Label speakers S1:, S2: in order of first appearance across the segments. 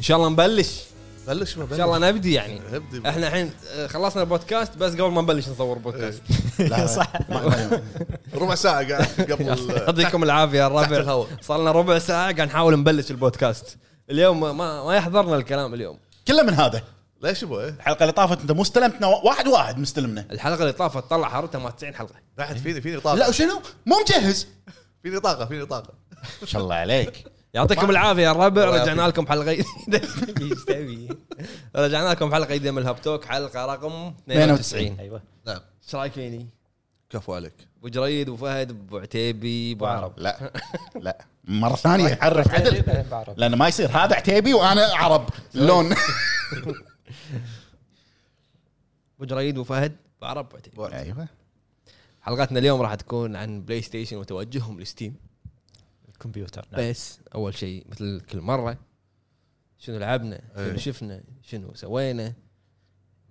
S1: شاء الله نبلش
S2: بلش ما بلش
S1: ان شاء الله نبدي يعني
S2: نبدي
S1: احنا الحين آه، خلصنا البودكاست بس قبل ما نبلش نصور بودكاست
S2: إيه.
S3: لا صح
S2: ربع ساعه قاعد قبل
S1: يعطيكم العافيه يا
S2: تحت
S1: الربع
S2: الهواء
S1: صار لنا ربع ساعه قاعد نحاول نبلش البودكاست اليوم ما ما يحضرنا الكلام اليوم
S3: كله من هذا
S2: ليش يبا إيه؟
S3: الحلقه اللي طافت انت مستلمتنا واحد واحد مستلمنا
S1: الحلقه اللي طافت طلع حارتها ما 90 حلقه
S2: بعد فيني فيني طاقه
S3: لا وشنو مو مجهز
S2: فيني طاقه فيني طاقه
S3: ما شاء الله عليك
S1: يعطيكم العافيه يا الربع
S2: الله
S1: رجعنا لكم حلقه جديده ايش تبي؟ رجعنا لكم حلقه جديده من الهاب توك حلقه رقم 92
S3: 92.
S4: ايوه
S2: نعم
S1: ايش رايك فيني؟
S2: كفو عليك
S1: ابو جريد ابو فهد ابو عتيبي ابو عرب
S3: لا لا مره ثانيه عرف عدل
S4: بعرف
S3: لان ما يصير هذا عتيبي وانا عرب اللون
S1: ابو جريد ابو فهد ابو عرب ابو عتيبي
S2: بوعد.
S3: ايوه
S1: حلقتنا اليوم راح تكون عن بلاي ستيشن وتوجههم لستيم
S4: الكمبيوتر
S3: طيب،
S4: نعم.
S1: بس اول شيء مثل كل مره شنو لعبنا
S2: إيه.
S1: شنو شفنا شنو سوينا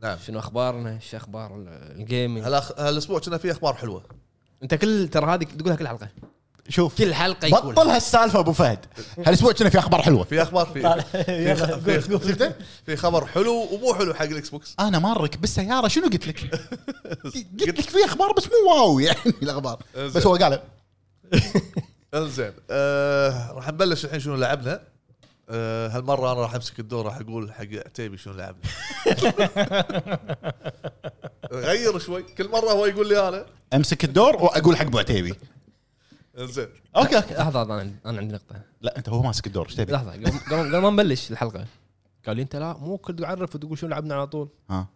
S2: نعم
S1: شنو اخبارنا ايش اخبار ال- الجيمنج
S2: هالأخ- هالاسبوع كنا في اخبار حلوه
S1: انت كل ترى هذه تقولها كل حلقه
S3: شوف
S1: كل حلقه
S3: بطل
S1: يقولها
S3: هالسالفه ابو فهد هالاسبوع كنا في اخبار حلوه
S2: في اخبار في
S4: يلا، قول، قول.
S2: شفته؟ في خبر حلو ومو حلو حق الاكس بوكس
S3: انا مارك بالسياره شنو قلت لك؟ قلت لك في اخبار بس مو واو يعني الاخبار بس هو قال
S2: انزين آه، راح نبلش الحين شنو لعبنا آه، هالمره انا راح امسك الدور راح اقول حق عتيبي شنو لعبنا غير شوي كل مره هو يقول لي انا
S3: امسك الدور واقول حق ابو عتيبي
S2: انزين
S3: اوكي اوكي
S1: لحظه لحظة، انا انا عندي نقطه
S3: لا انت هو ماسك الدور ايش تبي؟
S1: لحظه قبل- قبل قبل ما نبلش الحلقه قال لي انت لا مو كل تعرف وتقول شنو لعبنا على طول
S3: ها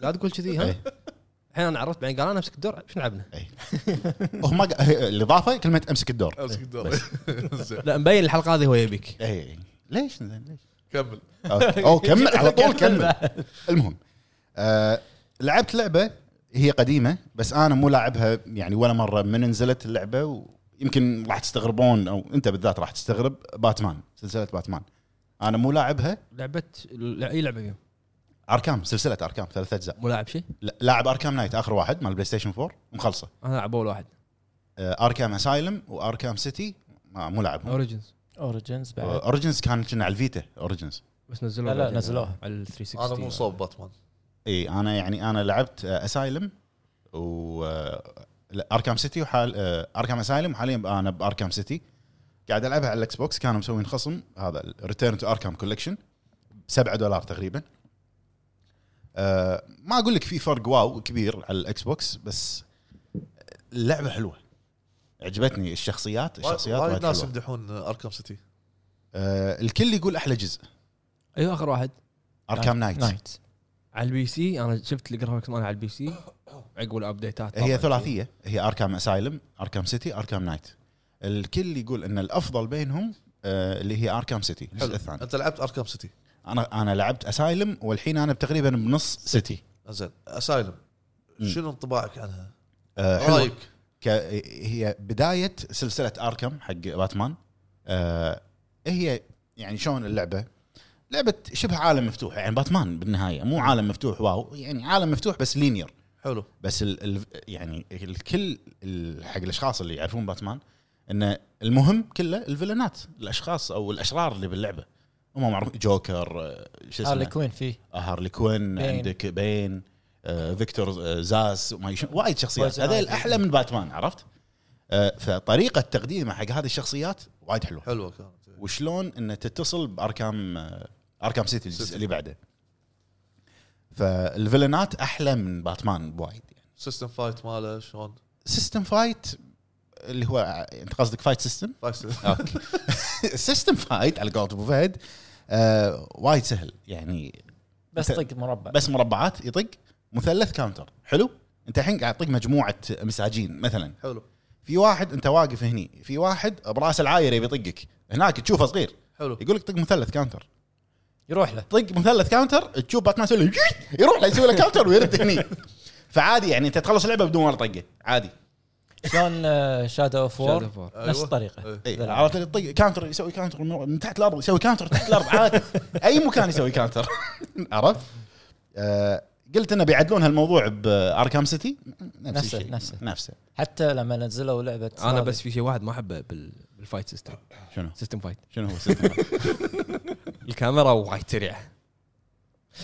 S1: لا تقول كذي ها
S3: إيه.
S1: الحين انا عرفت بعدين قال انا امسك الدور شنو لعبنا
S3: اي هم الاضافه كلمه امسك الدور
S2: امسك الدور انزين
S1: لا مبين الحلقه هذه هو يبيك
S3: اي اي إيه، ليش ليش
S2: كمل
S3: أوكي. او كمل على طول كمل المهم آه لعبت لعبه هي قديمه بس انا مو لاعبها يعني ولا مره من نزلت اللعبه ويمكن راح تستغربون او انت بالذات راح تستغرب باتمان سلسله باتمان انا مو لاعبها
S1: لعبه لا، اي لعبه فيهم
S3: اركام سلسله اركام ثلاث اجزاء
S1: مو لاعب شيء
S3: لا- لاعب اركام نايت اخر واحد مال بلاي ستيشن 4 مخلصه
S1: انا العب اول واحد
S3: آه اركام اسايلم واركام سيتي ما مو لاعبهم
S1: اوريجنز
S4: اوريجنز بعد
S3: اوريجنز كانت كنا على الفيتا اوريجنز
S1: بس نزلوها
S4: لا، لا،
S1: بعدين
S4: نزلوها.
S1: على ال 360
S2: انا مو صوب باتمان
S3: اي انا يعني انا لعبت اسايلم و آه، لا، اركام سيتي وحال آه، اركام اسايلم وحاليا ب- انا باركام سيتي قاعد العبها على الاكس بوكس كانوا مسوين خصم هذا ريتيرن تو اركام كولكشن ب 7 دولار تقريبا آه، ما اقول لك في فرق واو كبير على الاكس بوكس بس اللعبه حلوه عجبتني الشخصيات الشخصيات
S2: وايد
S3: وايد
S2: ناس
S3: حلوه
S2: يمدحون اركام سيتي
S3: آه، الكل يقول احلى جزء
S1: ايوه اخر واحد
S3: اركام نايت
S4: نايت
S1: على البي سي انا شفت الجرافكس مالها على البي سي عقب الابديتات
S3: هي ثلاثيه هي اركام اسايلم اركام سيتي اركام نايت الكل يقول ان الافضل بينهم آه، اللي هي اركام سيتي
S2: حلو.
S3: الجزء الثاني
S2: انت لعبت اركام سيتي
S3: انا انا لعبت اسايلم والحين انا تقريبا بنص سيتي
S2: انزين اسايلم
S3: مم.
S2: شنو انطباعك عنها؟
S3: آه، حلوة.
S2: رايك
S3: ك- هي بدايه سلسله اركام حق باتمان آه، هي يعني شلون اللعبه لعبه شبه عالم مفتوح يعني باتمان بالنهايه مو عالم مفتوح واو يعني عالم مفتوح بس لينير
S2: حلو
S3: بس ال ال يعني الكل ال- حق الاشخاص اللي يعرفون باتمان ان المهم كله الفيلنات الاشخاص او الاشرار اللي باللعبه هم معروف جوكر آه، شو
S4: هارلي
S3: اسمه
S4: كوين فيه
S3: آه، هارلي كوين
S4: بين.
S3: عندك بين آه، فيكتور آه، زاس وما يشون- وايد شخصيات
S4: بويزن
S3: هذول
S4: آيفي.
S3: احلى من باتمان عرفت؟ آه، فطريقه تقديمه حق هذه الشخصيات وايد حلوه
S2: حلوه كانت
S3: وشلون ان تتصل باركام آه، اركام سيتي الجزء اللي بعده فالفيلنات احلى من باتمان بوايد
S2: سيستم فايت ماله شلون؟
S3: سيستم فايت اللي هو انت قصدك فايت سيستم
S2: فايت
S3: اوكي سيستم فايت على قولة ابو فهد آه وايد سهل يعني
S4: بس طق مربع
S3: بس مربعات يطق مثلث كاونتر حلو انت الحين قاعد تطق مجموعه مساجين مثلا
S2: حلو
S3: في واحد انت واقف هني في واحد براس العاير يبي يطقك هناك تشوفه صغير
S2: حلو
S3: يقول لك طق مثلث كاونتر
S4: يروح له
S3: طق مثلث كاونتر تشوف باتمان يسوي له يجيت، يروح له يسوي له كاونتر ويرد هني فعادي يعني انت تخلص اللعبه بدون ولا طقه عادي
S4: شلون آه، شادو اوف وور
S1: Shadow of War.
S4: نفس
S2: أيوة.
S4: الطريقه
S2: إيه.
S3: اي عرفت اللي يطق كاونتر يسوي كاونتر من- من تحت الارض يسوي كاونتر تحت الارض عادي اي مكان يسوي كاونتر عرفت؟ آه قلت انه بيعدلون هالموضوع باركام سيتي
S4: نفسه-
S3: الشيء.
S4: نفسه.
S3: نفسه
S4: حتى لما نزلوا لعبه
S1: انا
S4: هذه.
S1: بس في شيء واحد ما احبه بال- بالفايت سيستم
S3: شنو؟
S1: سيستم فايت
S3: شنو هو سيستم؟
S1: الكاميرا وايد سريعه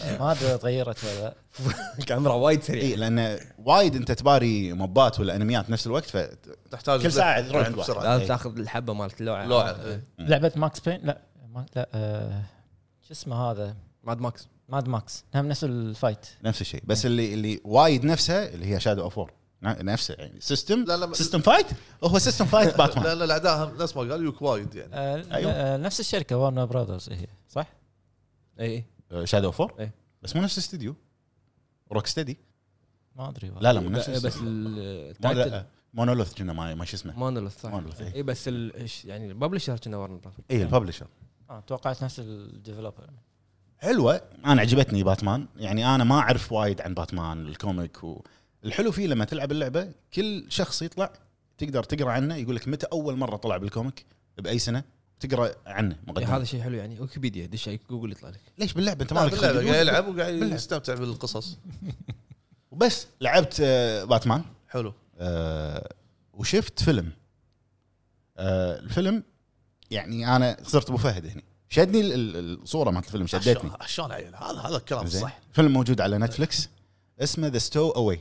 S4: آه، ما ادري تغيرت ولا
S1: الكاميرا وايد سريعه
S3: اي لان إيه، وايد انت تباري موبات ولا انميات نفس الوقت فكل
S2: تحتاج
S3: ساعه تروح
S2: يعني
S3: عند واحد. آه.
S1: لازم
S3: إي.
S1: تاخذ الحبه مالت آه، اللوعه
S2: لوعه
S3: إيه.
S2: إي.
S4: لعبه ماكس بين لا ما لا آه، شو اسمه هذا
S1: ماد ماكس
S4: ماد ماكس هم نفس الفايت
S3: نفس الشيء بس
S2: إيه.
S3: اللي اللي وايد نفسها اللي هي شادو اوف وور نفسه يعني سيستم
S2: لا، لا،
S3: سيستم فايت هو سيستم فايت
S2: لا
S3: باتمان
S2: لا الاعداء هم- نفس ما قال يوك وايد يعني
S4: آه،
S3: أيوة.
S4: آه، نفس الشركه وارنر براذرز هي صح؟
S1: اي
S3: شادو اوف وور
S1: إيه.
S3: بس مو نفس الاستديو روك ستدي
S4: ما ادري والله.
S3: لا لا مو نفس آه.
S1: بس
S3: الاستديو. مو-
S1: التايتل
S3: لا، مونولوث كنا ما ما شو اسمه
S1: مونوليث
S3: مونوليث، إي.
S1: اي إيه، بس ال- إيش- يعني الببلشر كنا ورن براذرز
S3: اي إيه، الببلشر
S4: آه، توقعت نفس الديفلوبر
S3: حلوه انا عجبتني باتمان يعني انا ما اعرف وايد عن باتمان الكوميك والحلو فيه لما تلعب اللعبه كل شخص يطلع تقدر تقرا عنه يقول لك متى اول مره طلع بالكوميك باي سنه تقرا عنه
S1: إي،
S3: مقدمه
S1: هذا شيء حلو يعني ويكيبيديا دش على جوجل يطلع لك
S3: ليش باللعبه انت
S2: لا،
S3: مالك
S2: باللعبه
S3: خلق
S2: قاعد يلعب وقاعد
S3: باللعب.
S2: يستمتع بالقصص
S3: وبس لعبت آه، باتمان
S2: حلو
S3: آه، وشفت فيلم آه، الفيلم يعني انا صرت ابو فهد هنا شدني ال- ال- الصوره مالت الفيلم شدتني
S2: عشان- عشان عيل هذا هذا الكلام
S3: زين
S2: صح
S3: فيلم موجود على نتفلكس اسمه ذا ستو اواي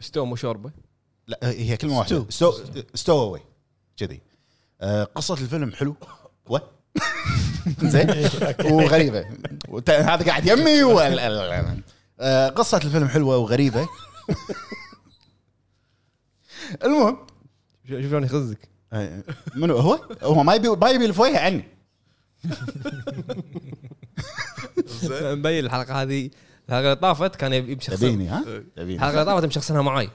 S1: ستوم وشوربه
S3: لا هي كلمه واحده ستو ستو اواي كذي آه، قصه الفيلم حلو و زين وغريبه وت- هذا قاعد يمي و- ال- ال- ال- آه، قصه الفيلم حلوه وغريبه المهم
S1: شوف شلون يخزك
S3: آه، منو هو؟ هو ما يبي ما يبي الفويها عني
S2: زين
S1: مبين الحلقه هذه الحلقه اللي طافت كان يبي مشخصن
S3: تبيني ها؟
S1: الحلقه
S3: تبيني
S1: اللي طافت مشخصنها معي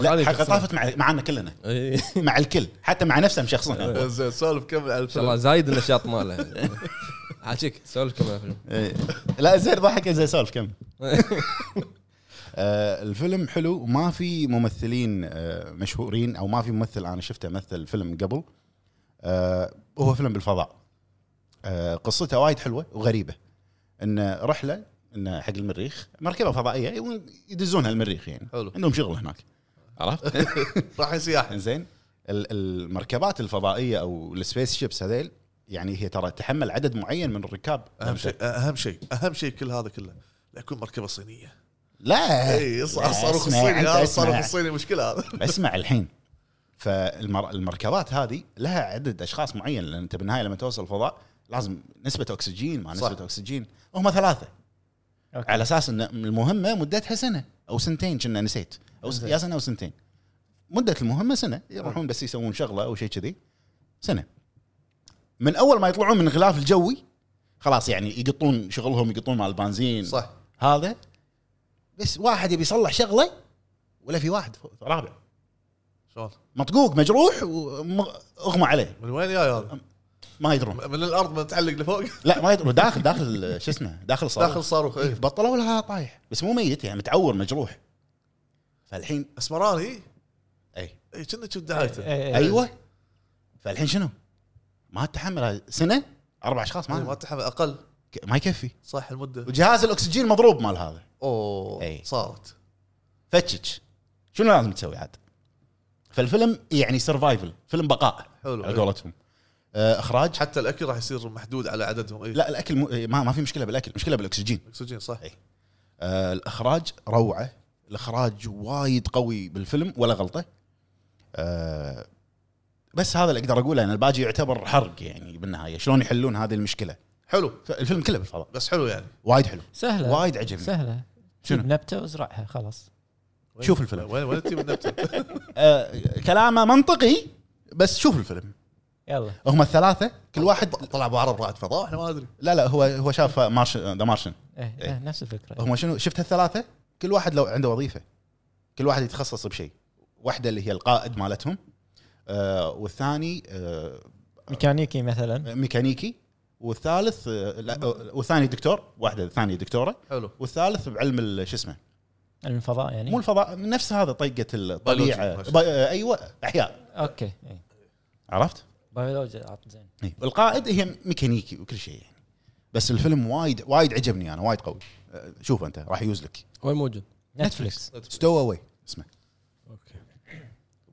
S3: لا
S1: هذه
S3: حلقه
S1: مشخصنها. إيه،
S3: طافت مع معنا كلنا
S1: إي. ان
S3: مع الكل حتى مع نفسه مشخصنا
S2: إيه، زين سولف كمل على
S1: شاء الله
S2: الفيلم
S1: زايد النشاط ماله حاجيك سولف كم الفيلم
S3: إيه. لا زين ضحك زين سولف كم آه، الفيلم حلو ما في ممثلين آه، مشهورين او ما في ممثل انا شفته مثل الفيلم قبل آه، هو فيلم بالفضاء آه، قصته وايد حلوه وغريبه ان رحله ان حق المريخ مركبه فضائيه يدزونها المريخ يعني
S2: حلو.
S3: عندهم شغل هناك عرفت
S2: راح سياحه
S3: زين ال- المركبات الفضائيه او السبيس شيبس هذيل يعني هي ترى تحمل عدد معين من الركاب
S2: اهم شيء اهم شيء اهم شيء كل هذا كله لا يكون مركبه صينيه
S3: لا
S2: اي
S3: لا،
S2: الصاروخ إيه،
S3: إيه، اسمع،
S2: الصيني
S3: أنت
S2: هذا
S3: اسمع.
S2: الصاروخ الصيني مشكله هذا
S3: اسمع الحين فالمركبات هذه لها عدد اشخاص معين لان انت بالنهايه لما توصل الفضاء لازم نسبه اكسجين ما
S2: صح.
S3: نسبه اكسجين هم ثلاثه
S4: أوكي.
S3: على اساس ان المهمه مدتها سنه او سنتين كنا نسيت او س- يا سنه او سنتين مده المهمه سنه يروحون بس يسوون شغله او شيء كذي سنه من اول ما يطلعون من الغلاف الجوي خلاص يعني يقطون شغلهم يقطون مال البنزين
S2: صح
S3: هذا بس واحد يبي يصلح شغله ولا في واحد فوق- رابع
S2: شلون
S3: مطقوق مجروح واغمى عليه
S2: من وين جاي هذا؟
S3: ما يدرون
S2: من الارض متعلق لفوق
S3: لا ما يدرون داخل داخل شو اسمه داخل طيب، صاروخ
S2: داخل
S3: داخل
S2: صاروخ إيه.
S3: بطلوا لها طايح بس مو ميت يعني متعور مجروح فالحين
S2: اسمراني
S3: اي
S2: اي كنا شفت دعايته
S4: إيه، إيه.
S3: ايوه فالحين شنو؟ ما تحمل هاي سنه اربع اشخاص
S2: إيه، ما
S3: ما
S2: تحمل اقل
S3: ك- ما يكفي
S2: صح المده
S3: وجهاز الاكسجين مضروب مال هذا
S2: اوه
S3: إيه.
S2: صارت
S3: فتشك شنو لازم تسوي عاد؟ فالفيلم يعني سرفايفل فيلم بقاء
S2: حلو.
S3: على قولتهم آه، اخراج
S2: حتى الاكل راح يصير محدود على عددهم اي
S3: لا الاكل مو- إيه، ما ما في مشكله بالاكل مشكله بالاكسجين
S2: اكسجين صح
S3: إيه. آه، الاخراج روعه الاخراج وايد قوي بالفيلم ولا غلطه آه، بس هذا اللي اقدر اقوله ان الباجي يعتبر حرق يعني بالنهايه شلون يحلون هذه المشكله
S2: حلو
S3: الفيلم كله بالفضاء
S2: بس حلو يعني
S3: وايد حلو
S4: سهله
S3: وايد عجبني
S4: سهله
S3: شنو؟
S4: جيب نبته وازرعها خلاص
S2: وين-
S3: شوف الفيلم.
S2: وين وين تجيب النبته؟
S3: آه، كلامه منطقي بس شوف الفيلم
S4: يلا
S3: هم الثلاثه كل واحد
S2: طلع ابو عرب رائد فضاء احنا ما ندري
S3: لا لا هو هو شاف مارش ذا مارشن
S4: إيه،
S3: إيه.
S4: إيه، نفس الفكره
S3: هم شنو شفت هالثلاثه كل واحد لو عنده وظيفه كل واحد يتخصص بشيء واحده اللي هي القائد مالتهم آه والثاني آه
S4: ميكانيكي مثلا
S3: ميكانيكي والثالث آه لا آه، والثاني دكتور واحده الثانيه دكتوره
S2: حلو
S3: والثالث بعلم ال- شو اسمه
S4: الفضاء يعني
S3: مو الفضاء نفس هذا طقه الطبيعه
S2: بيولوجي.
S3: با- آه، ايوه احياء
S4: اوكي إيه.
S3: عرفت؟
S4: بيولوجي عط زين
S3: إيه. القائد هي ميكانيكي وكل شيء يعني بس الفيلم وايد وايد عجبني انا وايد قوي آه، شوف انت راح يوزلك
S1: وين موجود؟
S4: نتفلكس
S3: ستو اواي اسمه
S1: اوكي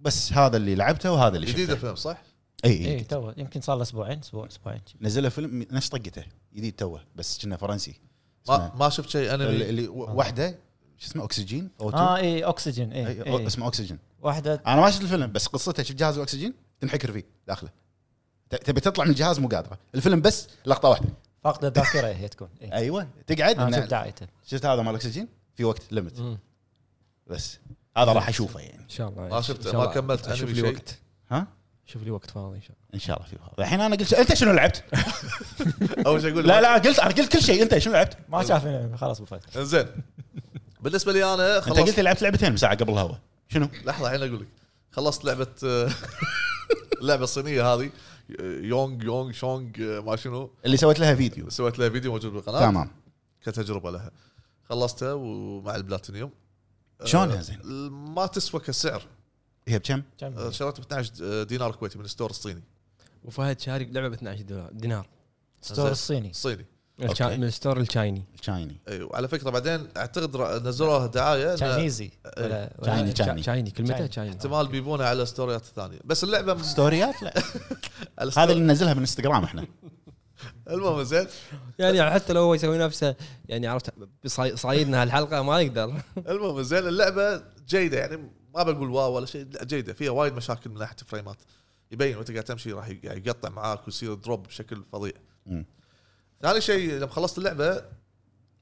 S3: بس هذا اللي لعبته وهذا اللي شفته
S2: جديد الفيلم صح؟
S3: اي
S4: اي
S3: اي
S4: تو يمكن صار له اسبوعين اسبوع اسبوعين
S3: نزله فيلم نفس طقته جديد توه بس كنا فرنسي
S2: ما,
S3: اسمه-
S2: ما شفت شيء
S3: اللي
S2: انمي
S3: اللي واحده شو اسمه اكسجين او
S4: اه اي اكسجين اي,
S3: أي.
S4: أي.
S3: اسمه اكسجين
S4: واحده
S3: انا ما شفت الفيلم بس قصته شفت جهاز الاكسجين تنحكر فيه داخله ت- تبي تطلع من الجهاز مو قادره الفيلم بس لقطه واحده
S4: فاقده الذاكره هي تكون اي
S3: ايوه تقعد
S4: انا
S3: إنه-
S4: شفت دعايته
S3: شفت هذا مال الاكسجين في وقت ليمت
S1: ان
S3: بس هذا راح اشوفه يعني
S1: شاء الله
S2: ما شفت-
S1: إن شاء
S2: آه، ما
S1: الله.
S2: كملت
S1: شوف
S2: أنمي
S1: لي
S2: شيء.
S1: وقت
S3: ها
S1: شوف لي وقت فاضي ان شاء الله
S3: ان شاء الله في وقت. الحين انا قلت الحين انت شنو لعبت؟
S2: اول شيء اقول
S3: لا لا قلت انا قلت كل شيء انت شنو لعبت؟
S4: ما شافني خلاص ابو فهد
S2: زين بالنسبه لي انا
S3: انت قلت
S2: خلصت
S3: لي لعبت لعبتين من ساعه قبل الهوا شنو؟
S2: لحظه الحين اقول لك خلصت لعبه اللعبه الصينيه هذه يونغ يونغ شونغ ما شنو
S3: اللي سويت لها فيديو
S2: سويت لها فيديو موجود بالقناه
S3: تمام
S2: كتجربه لها خلصتها ومع البلاتينيوم
S3: شلونها زين؟
S2: ما تسوى كسعر
S3: هي بكم؟
S2: آه، شريته ب 12 دينار كويتي من الستور الصيني
S1: وفهد شاري لعبه ب 12 دولار دينار
S4: ستور الصيني
S3: أه،
S2: الصيني
S1: الشا-
S3: أوكي.
S1: من الستور التشايني
S3: الشايني
S2: اي وعلى فكره بعدين اعتقد را- نزلوها دعايه إن
S4: تشاينيزي
S3: أه،
S4: ولا
S3: تشايني.
S4: ولا-
S3: تشايني.
S1: تشايني كلمتها
S4: تشايني.
S1: تشايني
S2: احتمال بيبونها على ستوريات ثانيه بس اللعبه م-
S3: ستوريات لا
S2: على ستور-
S3: هذا اللي ننزلها من انستغرام احنا
S2: المهم زين
S1: يعني حتى لو هو يسوي نفسه يعني عرفت بصاي- صايدنا هالحلقه ما يقدر
S2: المهم زين اللعبه جيده يعني ما بقول واو ولا شيء لا جيده فيها وايد مشاكل من ناحيه فريمات يبين وانت قاعد تمشي راح يق- يقطع معاك ويصير دروب بشكل فظيع
S3: مم.
S2: ثاني شيء لما خلصت اللعبه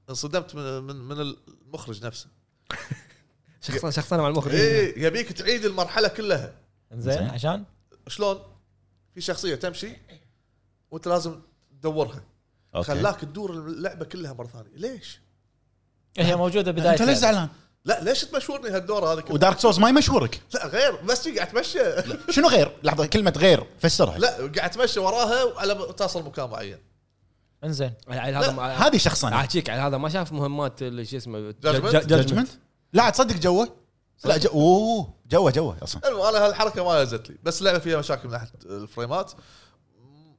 S2: انصدمت من من, من المخرج نفسه
S1: شخصنا شخصنا مع المخرج
S2: اي يبيك تعيد المرحله كلها
S4: زين
S3: زين.
S4: عشان
S2: شلون؟ في شخصيه تمشي وانت لازم تدورها
S3: اوكي
S2: خلاك تدور اللعبه كلها مره ثانيه ليش؟
S4: هي يعني. موجوده بدايه
S3: انت أه. ليش
S4: اللعبة.
S3: زعلان؟
S2: لا ليش تمشورني هالدوره هذه كلها؟
S3: ودارك سوز ما يمشورك
S2: لا غير بس قاعد اتمشى
S3: شنو غير؟ لحظه كلمه غير فسرها
S2: لا قاعد اتمشى وراها وعلى تصل مكان معين
S4: انزين
S1: العيل هذا ما-
S3: هذه شخصنة
S1: احكيك على هذا ما شاف مهمات ال- شو اسمه
S2: Judgment؟
S3: جادجمنت لا تصدق جوه لا جو اوه جوه جوه اصلا
S2: المهم انا هالحركه ما نزلت لي بس اللعبه فيها مشاكل من ناحيه الفريمات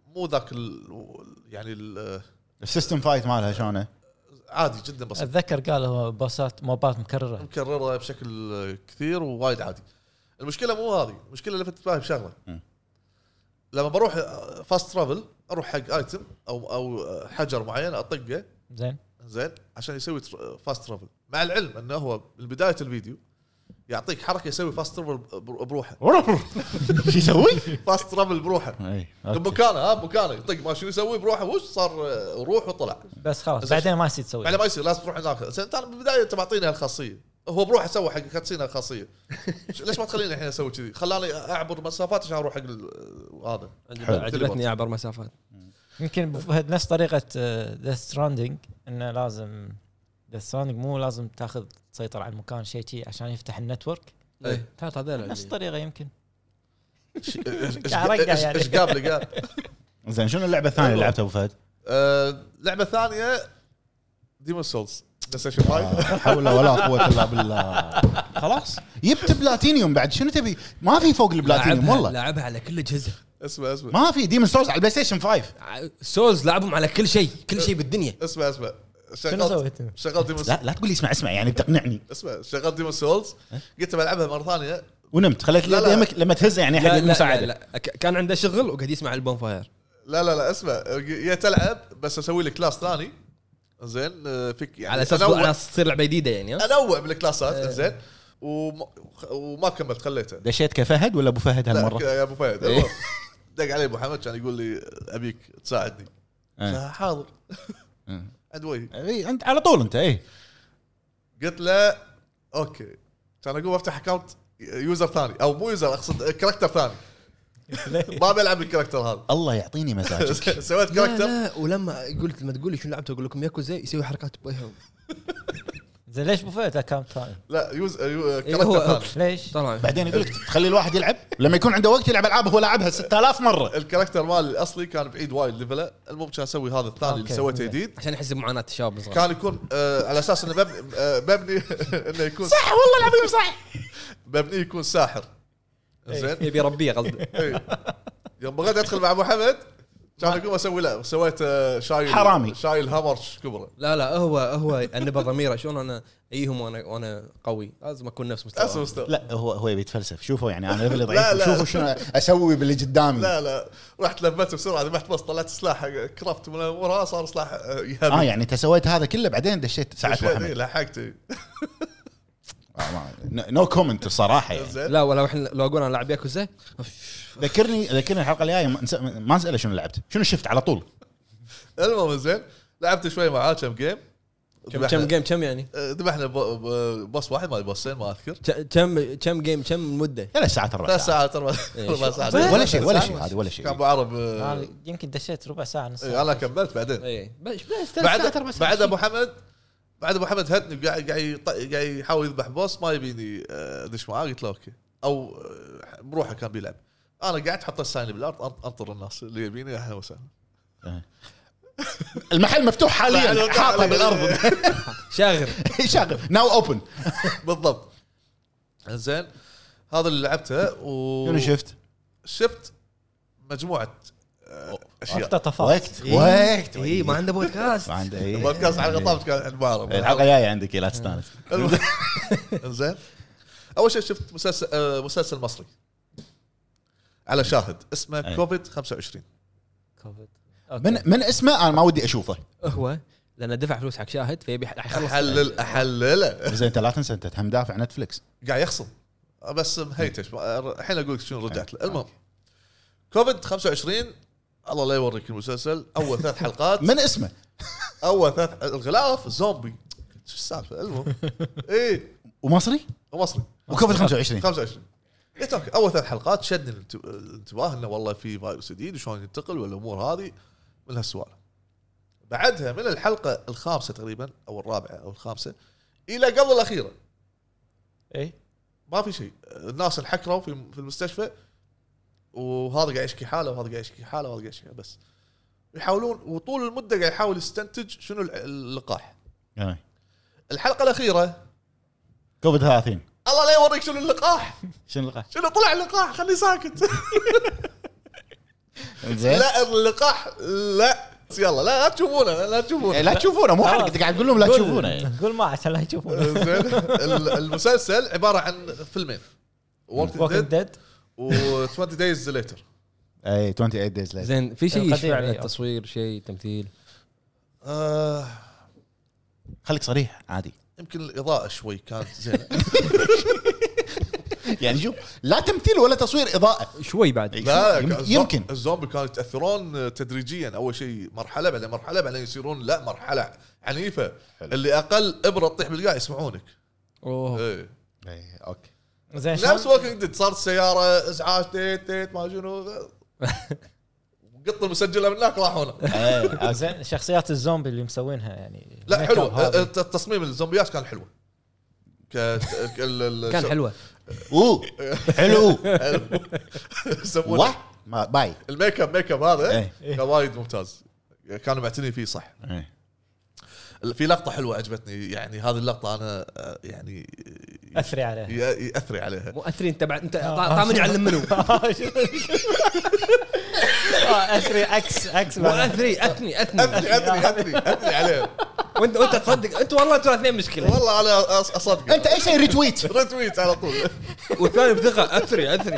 S2: مو ذاك ال... يعني ال...
S3: السيستم فايت مالها شلونه؟
S2: عادي جدا بسيط
S4: اتذكر قال هو بوسات موبات مكرره
S2: مكرره بشكل كثير ووايد عادي المشكله مو هذه المشكله اللي لفتت بالي بشغله
S3: مم.
S2: لما بروح فاست ترافل اروح حق ايتم او او حجر معين اطقه
S4: زين
S2: زين عشان يسوي فاست ترافل مع العلم انه هو من بدايه الفيديو يعطيك حركه يسوي فاست ترافل بروحه
S3: شو يسوي؟
S2: فاست ترافل بروحه
S3: إي، أوكي.
S2: بمكانه طيب، ها بمكانه يطق ما شو يسوي بروحه وش صار آه، روح وطلع
S4: بس خلاص
S2: زين.
S4: بعدين ما يصير تسوي
S2: يعني ما يصير لازم تروح هناك زين ترى بالبدايه انت معطيني هالخاصيه هو بروحه سوى حق كاتسين هالخاصيه ش- ليش ما تخليني الحين اسوي كذي خلاني اعبر مسافات عشان اروح حق ال- هذا
S3: حلو.
S1: عجبتني اعبر مسافات
S4: يمكن أبو فهد نفس طريقه ذا ستراندنج انه لازم ذا ستراندنج مو لازم تاخذ تسيطر على المكان شيء شي عشان يفتح النتورك
S2: إيه.
S1: كانت هذول
S4: نفس الطريقه يمكن
S2: إيش- إيش- إيش-
S4: أرقع يعني.
S2: ايش قاب لي قاب
S3: زين شنو اللعبه الثانيه اللي لعبتها ابو فهد؟
S2: آه، لعبه ثانيه ديمون سولز بلايستيشن 5
S3: لا حول ولا قوه الا بالله خلاص جبت بلاتينيوم بعد شنو تبي؟ ما في فوق البلاتينيوم والله
S1: لعبها على كل اجهزه
S2: اسمع اسمع
S3: ما في ديمون سولز على البلاي ستيشن 5
S1: سولز لعبهم على كل شيء كل شيء بالدنيا
S2: اسمع اسمع شغلت
S4: شنو سويت؟
S2: شغلت ديمون
S3: لا لا تقول لي اسمع اسمع يعني بتقنعني
S2: اسمع شغلت ديمون سولز قلت بلعبها مره ثانيه
S3: ونمت خليت
S2: لا، لا.
S3: لي يمك لما تهزه يعني احد المساعده
S1: لا. ك- كان عنده شغل وقاعد يسمع البون فاير
S2: لا لا لا اسمع يا تلعب بس اسوي لي كلاس ثاني زين آه، فيك يعني
S1: على اساس
S2: أنوع-
S1: على اساس تصير لعبه جديده يعني ها؟
S2: انوع بالكلاسات زين وما, وما كملت خليته
S3: دشيت كفهد ولا ابو فهد
S2: لا
S3: هالمره؟
S2: يا ابو فهد
S3: إيه.
S2: المهم، دق علي ابو حمد كان يقول لي ابيك تساعدني
S3: إيه.
S2: حاضر
S3: إيه.
S2: عند وجهي
S3: اي انت على طول انت اي
S2: قلت له اوكي كان اقوم افتح اكونت يوزر ثاني او مو يوزر اقصد كاركتر ثاني ما بلعب الكاركتر هذا
S3: الله يعطيني مزاجك
S2: سويت
S1: لا
S2: كاركتر
S1: لا ولما قلت لما تقول لي شنو لعبت اقول لكم ياكوزا يسوي حركات بايهم
S4: زين ليش ابو فهد اكونت ثاني؟
S2: لا يوز يو-
S1: إيه، هو-
S2: كاركتر ثاني
S4: ليش؟
S1: طلع
S3: بعدين يقول لك تخلي الواحد يلعب لما يكون عنده وقت يلعب العاب هو لعبها 6000 مره
S2: الكاركتر مال الاصلي كان بعيد وايد ليفله المهم كان اسوي هذا الثاني اللي
S4: أوكي،
S2: سويته
S4: زين.
S2: جديد
S1: عشان يحس بمعاناه الشباب الصغار
S2: كان يكون آه على اساس انه مبني آه مبني انه يكون
S3: صح والله العظيم صح
S2: مبني يكون ساحر زين
S1: إيه. يبي يربيه قصده
S2: إيه. يوم بغيت ادخل مع ابو حمد كان اقوم اسوي لا سويت آه، شايل
S3: حرامي.
S2: شايل هامر كبره
S1: لا لا هو هو انبه ضميره شلون انا ايهم وانا وانا قوي لازم اكون نفس مستوى
S2: نفس مستوى
S3: لا هو هو يبي يتفلسف شوفوا يعني انا ليفلي
S2: لا،
S3: ضعيف
S2: لا.
S3: شوفوا شنو اسوي باللي قدامي
S2: لا لا رحت لبت بسرعه ذبحت بس طلعت سلاح كرافت من وراه صار سلاح آه، يهبي
S3: اه يعني انت سويت هذا كله بعدين دشيت ساعه
S2: شوي ذي
S3: محمد آه،
S2: لحقت إي.
S3: نو كومنت الصراحه يعني.
S2: زين
S1: لا ولا احنا لو اقول انا العب ياكوزا
S3: ذكرني ذكرني الحلقه الجايه ما- نس- ما نساله شنو لعبت شنو شفت على طول
S2: المهم زين لعبت شوي معاه كم جيم
S1: كم كم جيم كم يعني؟
S2: آه، ذبحنا ب- ب- بوس واحد ما بوسين ما اذكر
S1: ك- كم كم جيم كم مده؟
S3: ثلاث ساعات اربع
S2: ثلاث
S3: ساعات
S2: ساعات اربع
S1: إيه،
S2: أربع
S1: شو-
S2: ساعات
S3: ولا شيء ولا
S2: ساعات.
S3: شيء هذا ولا شيء نعم.
S2: كان ابو عرب آه،
S4: أنا يمكن دشيت ربع ساعه نص
S2: إيه،
S4: ساعه
S2: انا كملت بعدين
S1: اي إيه. بس بس ثلاث ساعات اربع
S2: بعد
S1: ساعات
S2: بعد ابو حمد بعد ابو حمد هدني قاعد قاعد يط- قاعد يحاول يذبح بوس ما يبيني آه، ادش معاه قلت له اوكي او آه، بروحه كان بيلعب انا قاعد حط الساين بالارض أن- انطر الناس اللي يبيني اهلا وسهلا
S3: المحل مفتوح حاليا
S2: بعد-
S3: حاطه
S2: بعد-
S3: بالارض
S1: شاغر
S3: شغل ناو اوبن
S2: بالضبط زين هذا اللي لعبته و
S3: شنو شفت؟
S2: شفت مجموعه آه، اشياء
S4: وقتها طفحت
S2: إيه.
S3: وقت وقت
S1: اي إيه، ما عنده بودكاست
S3: ما عنده إيه.
S2: بودكاست على طابت كان عند بعرب
S3: الحلقه الجايه عندك إيه، لا تستانس
S2: المهم. زين اول شيء شفت مسلسل آه، مسلسل مصري على شاهد اسمه
S3: أي.
S2: كوفيد 25
S4: كوفيد
S3: من من اسمه انا ما ودي اشوفه
S1: هو لانه دفع فلوس حق شاهد فيبي ح- يخلص
S2: احلل احلله
S3: زين انت لا تنسى انت هم دافع نتفلكس
S2: قاعد يخصم بس مهيتش الحين اقول لك شنو رجعت له المهم كوفيد 25 الله لا يوريك المسلسل اول ثلاث حلقات
S3: من اسمه
S2: اول ثلاث الغلاف زومبي شو السالفه المهم إيه. اي
S3: ومصري
S2: مصري
S3: وكوفيد 25
S2: 25 قلت اوكي اول إيه، طيب، ثلاث حلقات شدني الانت- الانتباه انه والله في فيروس جديد وشلون ينتقل والامور هذه من هالسوالف. بعدها من الحلقه الخامسه تقريبا او الرابعه او الخامسه الى قبل الاخيره
S4: اي
S2: ما في شيء الناس انحكروا في في المستشفى وهذا قاعد يشكي حاله وهذا قاعد يشكي حاله وهذا قاعد يشكي حاله بس يحاولون وطول المده قاعد يحاول يستنتج شنو الع- اللقاح
S3: إيه.
S2: الحلقه الاخيره
S3: كوفيد 30
S2: الله لا يوريك شنو اللقاح
S3: شنو لقى؟
S2: شنو طلع اللقاح خليه ساكت
S3: زين
S2: لا اللقاح لا يلا لا تشوفونه لا
S3: إيه،
S2: تشوفونه
S3: لا تشوفونه مو حلقة قاعد تقول لهم لا تشوفونه إيه.
S4: قول ما عشان لا يشوفونه
S2: زين ال- المسلسل عباره عن فيلمين
S4: ووكينج
S2: ووكينج ديد
S4: ديد
S2: و 20 دايز ليتر
S3: اي 28 دايز ليتر
S1: زين في شيء
S4: قديم
S1: يشفع
S4: يعني.
S1: له التصوير شيء تمثيل
S3: خليك صريح عادي
S2: آه، يمكن الاضاءه شوي كانت زينه
S3: يعني شوف لا تمثيل ولا تصوير اضاءه
S1: شوي
S3: إيه.
S1: بعد
S2: لا
S3: يم-
S2: لا، الزوم-
S3: يمكن
S2: الزومبي كانوا يتاثرون تدريجيا اول شيء مرحله بعدين مرحله بعدين يصيرون لا مرحله عنيفه اللي اقل ابره تطيح بالقاع يسمعونك
S1: اوه
S2: إيه.
S3: إيه، اوكي
S4: زين شلون؟
S2: نفس ووكينج ديد صارت سياره ازعاج تيت تيت ما شنو قط المسجله من هناك راح هنا
S3: إيه، أوكي.
S4: آه، زين شخصيات الزومبي اللي مسوينها يعني
S2: لا أه،
S4: الميك أب
S2: حلوه
S4: هذه.
S2: الت- التصميم الزومبيات كان حلوه ك... ك- ال- ال-
S1: كان
S2: شو-
S1: حلوه
S3: اوه حلو
S2: يسمونه
S3: واه ما باي
S2: الميك اب ميك اب هذا
S3: إيه.
S2: كان وايد ممتاز كانوا معتنين فيه صح
S3: إيه.
S2: في لقطه حلوه عجبتني يعني هذه اللقطه انا آه، يعني آه،
S4: اثري عليها
S2: ي- ياثري عليها
S1: مؤثرين انت بعد انت طامن يعلم منو
S4: آه، اثري عكس عكس بعد.
S1: مؤثري اثني اثني
S2: اثري اثري اثري اثري عليها
S1: وانت وانت تصدق انت والله انتوا الاثنين مشكله
S2: والله انا أص- اصدق
S3: انت اي شيء ريتويت
S2: ريتويت على طول
S1: والثاني بثقه اثري اثري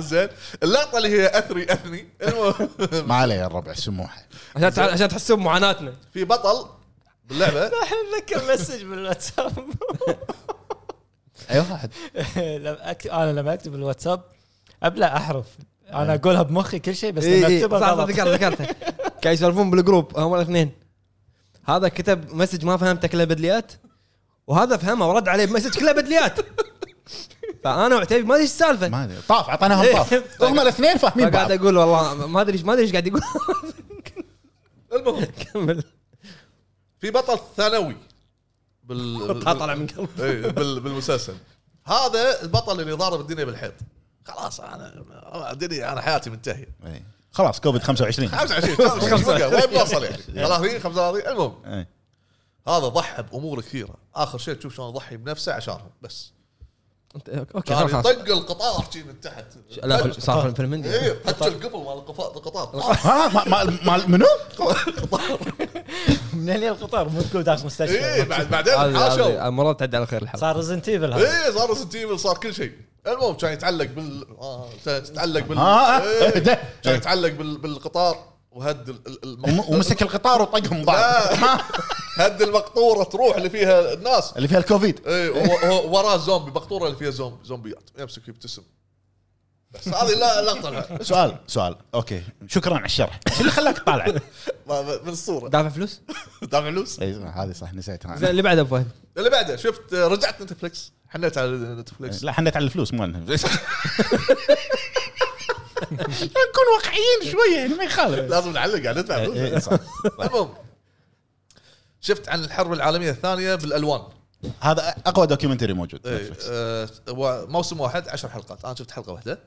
S2: زين اللقطه اللي هي اثري اثني المهم
S3: ما عليه يا الربع سموحه
S1: عشان تع- عشان تحسون معاناتنا
S2: في بطل باللعبه
S4: لك مسج بالواتساب
S3: اي واحد
S4: لما أكتب انا لما اكتب الواتساب ابلع احرف انا اقولها بمخي كل شيء بس لما
S1: اي إيه. صح
S4: اكتبها
S1: صح
S4: غلط
S1: ذكرت ذكرته كانوا يسولفون بالجروب هم الاثنين هذا كتب مسج ما فهمته كله بدليات وهذا فهمه ورد عليه بمسج كله بدليات فانا وعتيبي ما ادري ايش السالفه
S3: ما ادري طاف اعطيناهم طاف هم الاثنين فاهمين بعض
S1: فقاعد اقول والله ما ادري إيش- ما ادري ايش قاعد يقول
S2: المهم
S1: كمل
S2: في بطل ثانوي بال
S1: طلع من قلبه
S2: إيه، بال... بالمسلسل هذا البطل اللي ضارب الدنيا بالحيط خلاص انا الدنيا انا حياتي منتهيه
S3: إيه. خلاص كوفيد 25
S2: 25 25 وين بوصل يعني 30 35 المهم
S3: إيه.
S2: هذا ضحى بامور كثيره اخر شيء تشوف شلون ضحي بنفسه عشانهم بس
S1: انت اوكي
S2: كان
S1: خلاص
S2: يطق القطار شي من تحت
S1: لا فيلم- صار فيلم- فيلم هندي
S2: ايه حتى القفل مال القفا- القطار
S3: ها ما- ما- ما- منو؟
S4: من هنا القطار مو تكون
S3: إيه،
S4: داخل
S2: ايه
S4: مستشفى
S2: بعد بعدين حاشوا
S1: هذا مرات تعدي على خير الحلقه
S4: صار ريزنت ايفل هذا
S2: ايه صار سنتيبل صار كل شيء المهم كان يتعلق بال آه، يتعلق بال
S3: ها
S2: إيه،
S3: إيه، ده.
S2: كان يتعلق بال... بالقطار وهد ال... ال-
S3: وم-
S2: الم...
S3: ومسك القطار وطقهم بعض
S2: هد المقطوره تروح اللي فيها الناس
S3: اللي فيها الكوفيد
S2: ايه وهو- هو وراه زومبي مقطوره اللي فيها زومبي زومبيات يمسك يبتسم بس هذه لا لقطه لها.
S3: سؤال سؤال اوكي شكرا على الشرح شو اللي خلاك تطالع؟
S2: ما- ما- من الصوره
S1: دافع فلوس
S2: دافع فلوس
S3: إي، إيه، هذه صح نسيتها
S1: زين
S3: أنا.
S1: اللي بعده ابو فهد
S2: اللي بعده شفت آه، رجعت نتفلكس حنيت على نتفلكس
S3: لا حنيت على إيه، الفلوس مالنا نكون واقعيين شويه يعني ما يخالف
S2: لازم نعلق على ندفع فلوس.
S3: إي، إيه، صح.
S2: المهم شفت عن الحرب العالميه الثانيه بالالوان
S3: هذا اقوى دوكيومنتري موجود
S2: إيه،
S3: نتفلكس.
S2: آه، هو موسم واحد عشر حلقات انا شفت حلقه واحده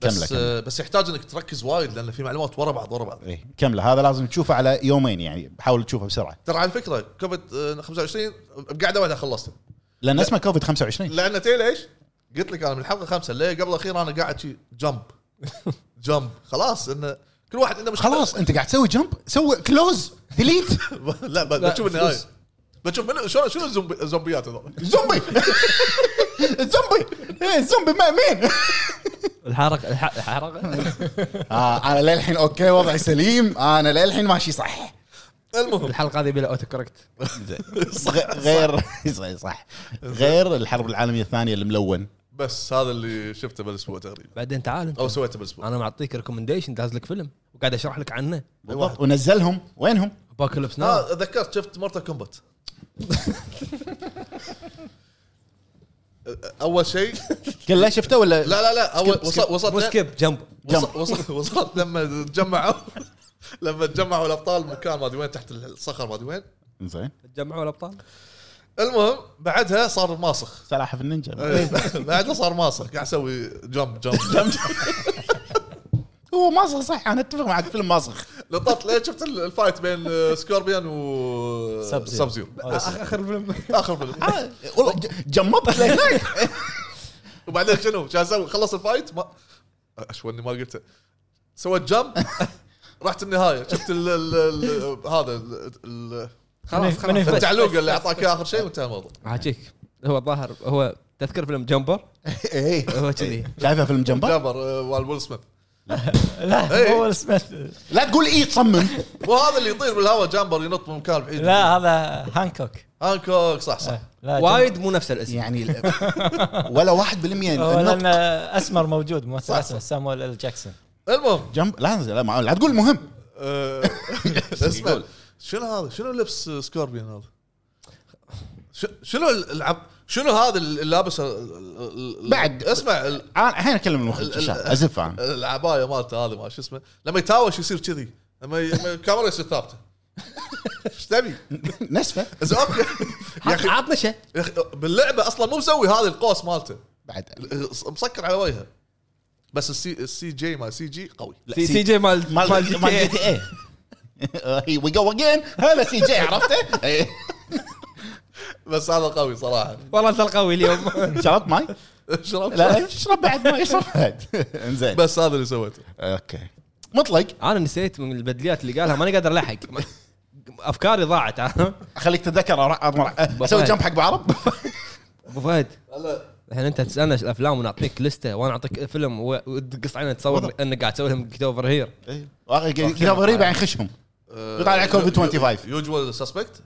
S3: كملة،
S2: بس
S3: كملة.
S2: آه، بس يحتاج انك تركز وايد لان في معلومات ورا بعض ورا بعض
S3: ايه كمله هذا لازم تشوفه على يومين يعني حاول تشوفه بسرعه
S2: ترى على فكره كوفيد آه، 25 بقعده واحده خلصته
S3: لان اسمه كوفيد 25
S2: لان تي ليش؟ قلت لك انا من الحلقه خمسه اللي قبل الاخير انا قاعد شي جمب جمب خلاص انه كل واحد عنده مشكله
S3: خلاص انت قاعد تسوي جمب سوي كلوز ديليت
S2: لا ب-
S1: لا،
S2: بتشوف النهايه
S1: فلوس.
S2: بتشوف منو شلون شنو الزومبي- الزومبيات هذول
S3: زومبي زومبي إيه، زومبي ما مين
S1: الحرق الح- الحرق
S3: آه انا للحين اوكي وضعي سليم انا للحين ماشي صح
S2: المهم
S1: الحلقه هذه بلا اوتو كوركت
S3: غ- غير صح- صح غير الحرب العالميه الثانيه الملون
S2: بس هذا اللي شفته بالاسبوع تقريبا
S1: بعدين تعال انت
S2: او سويته بالاسبوع
S1: انا معطيك ريكومنديشن داز لك فيلم وقاعد اشرح لك عنه
S3: بالضبط ونزلهم وينهم؟
S1: ابوكاليبس ناو
S2: اه ذكرت شفت مورتال كومبات اول شيء
S3: كله شفته ولا
S2: لا لا لا اول
S3: سكيب،
S2: وصلت
S1: مو
S2: وصلت
S1: سكيب جمب
S3: جمب.
S2: وصلت وصلت وصلت لما تجمعوا لما تجمعوا الابطال مكان ما ادري وين تحت الصخر ما ادري وين
S3: زين
S1: تجمعوا الابطال
S2: المهم بعدها صار ماسخ
S3: سلاحف النينجا
S2: إيه، بعدها صار ماسخ قاعد اسوي جمب جمب جمب
S3: هو ماسخ صح انا اتفق معك فيلم ماسخ
S2: لطت ليه شفت ال- الفايت بين آه، سكوربيان و
S4: سب زيرو.
S2: سب زيرو
S1: اخر فيلم
S2: اخر فيلم
S3: آه، والله ج- جمطت لهناك
S2: وبعدين شنو؟ شو اسوي؟ خلص الفايت ما اشو اني ما قلته سويت جمب رحت النهايه شفت ال ال ال هذا ال- ال-
S1: خلاص
S4: من
S1: خلاص
S4: يفرق؟ بس-
S2: التعلوقه اللي اعطاك إياه اخر شيء وانتهى الموضوع
S1: احاجيك هو الظاهر هو تذكر فيلم جمبر
S3: ايه
S1: هو كذي
S3: شايفه فيلم جمبر؟
S2: جابر آه، مال ويل سميث
S4: لا
S2: إيه.
S4: هو اسمه
S3: لا تقول ايه تصمم
S2: مو هذا اللي يطير بالهواء جامبر ينط من مكان بعيد
S4: لا آه. هذا هانكوك
S2: هانكوك صح صح
S4: لا
S1: وايد مو نفس الاسم
S3: يعني ال- ولا واحد بالمية
S4: هو لان
S3: النط.
S4: اسمر موجود ممثل
S2: صح،
S4: اسمه سامويل ال جاكسون
S2: المهم
S3: جمب لا لا ما- لا تقول مهم
S2: آه، اسمع شنو هذا؟ شنو لبس سكوربيان هذا؟ ش- شنو العب شنو هذا اللي لابس ال- ال- ال-
S3: بعد.
S2: اسمع ال-
S3: انا الحين اكلم المخرج إن شاء الله. ازف انا
S2: العبايه مالته هذه ما شو اسمه لما يتهاوش يصير كذي لما ي- لما الكاميرا يصير ثابته ايش تبي؟
S3: نسفه
S2: إذا اوكي يا اخي
S1: عطنا شيء
S2: يا أخي، باللعبه اصلا مو مسوي هذا القوس مالته
S3: بعد
S2: مسكر على وجهه بس السي السي جي مال سي جي قوي
S1: سي سي جي مال مال جي تي إيه.
S3: اي هي وي جو اجين هلا سي جي عرفته؟ إيه.
S2: بس هذا قوي صراحه
S1: والله انت القوي اليوم
S3: شربت ماي؟
S2: شربت؟
S3: لا اشرب بعد ماي اشرب بعد انزين
S2: بس هذا اللي سويته
S3: اوكي مطلق
S1: انا نسيت من البدليات اللي قالها ماني قادر الحق افكاري ضاعت ابو
S3: خليك تتذكر أروح- أضمر- اسوي جمب حق أبو عرب
S1: فهد
S2: هلا
S1: الحين انت تسالنا ايش الافلام ونعطيك لسته وانا اعطيك فيلم و- وتقص عينه تصور انك قاعد تسوي لهم جيت اوفر هير
S3: كذا إيه. غريب يعني خشهم يطالع كوفيد 25
S2: آه، يوجوال سسبكت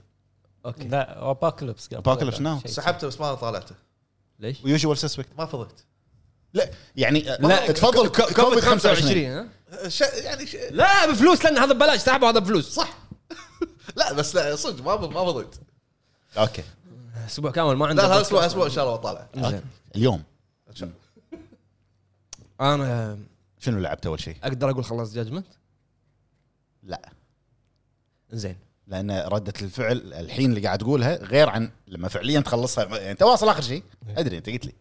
S1: اوكي
S4: لا ابوكاليبس
S3: Apocalypse Now.
S2: سحبته بس ما طالعته
S1: ليش؟
S3: ويوجوال سسبكت
S2: ما فضيت
S3: لا يعني
S1: لا،
S3: لا تفضل كو- كوفيد 25
S1: ها؟
S2: ش... يعني ش...
S1: لا بفلوس لان هذا ببلاش سحبه هذا بفلوس
S2: صح لا بس لا صدق ما ما فضيت
S3: اوكي
S1: اسبوع كامل ما
S2: لا
S1: عنده
S2: هذا اسبوع اسبوع ان شاء الله بطالع
S1: زين.
S3: اليوم
S2: إن شاء الله.
S1: انا
S3: شنو لعبت اول شيء؟
S1: اقدر اقول خلص جاجمنت
S3: لا
S1: زين
S3: لان رده الفعل الحين اللي قاعد تقولها غير عن لما فعليا تخلصها يعني انت واصل اخر شيء
S1: إيه.
S3: ادري انت قلت لي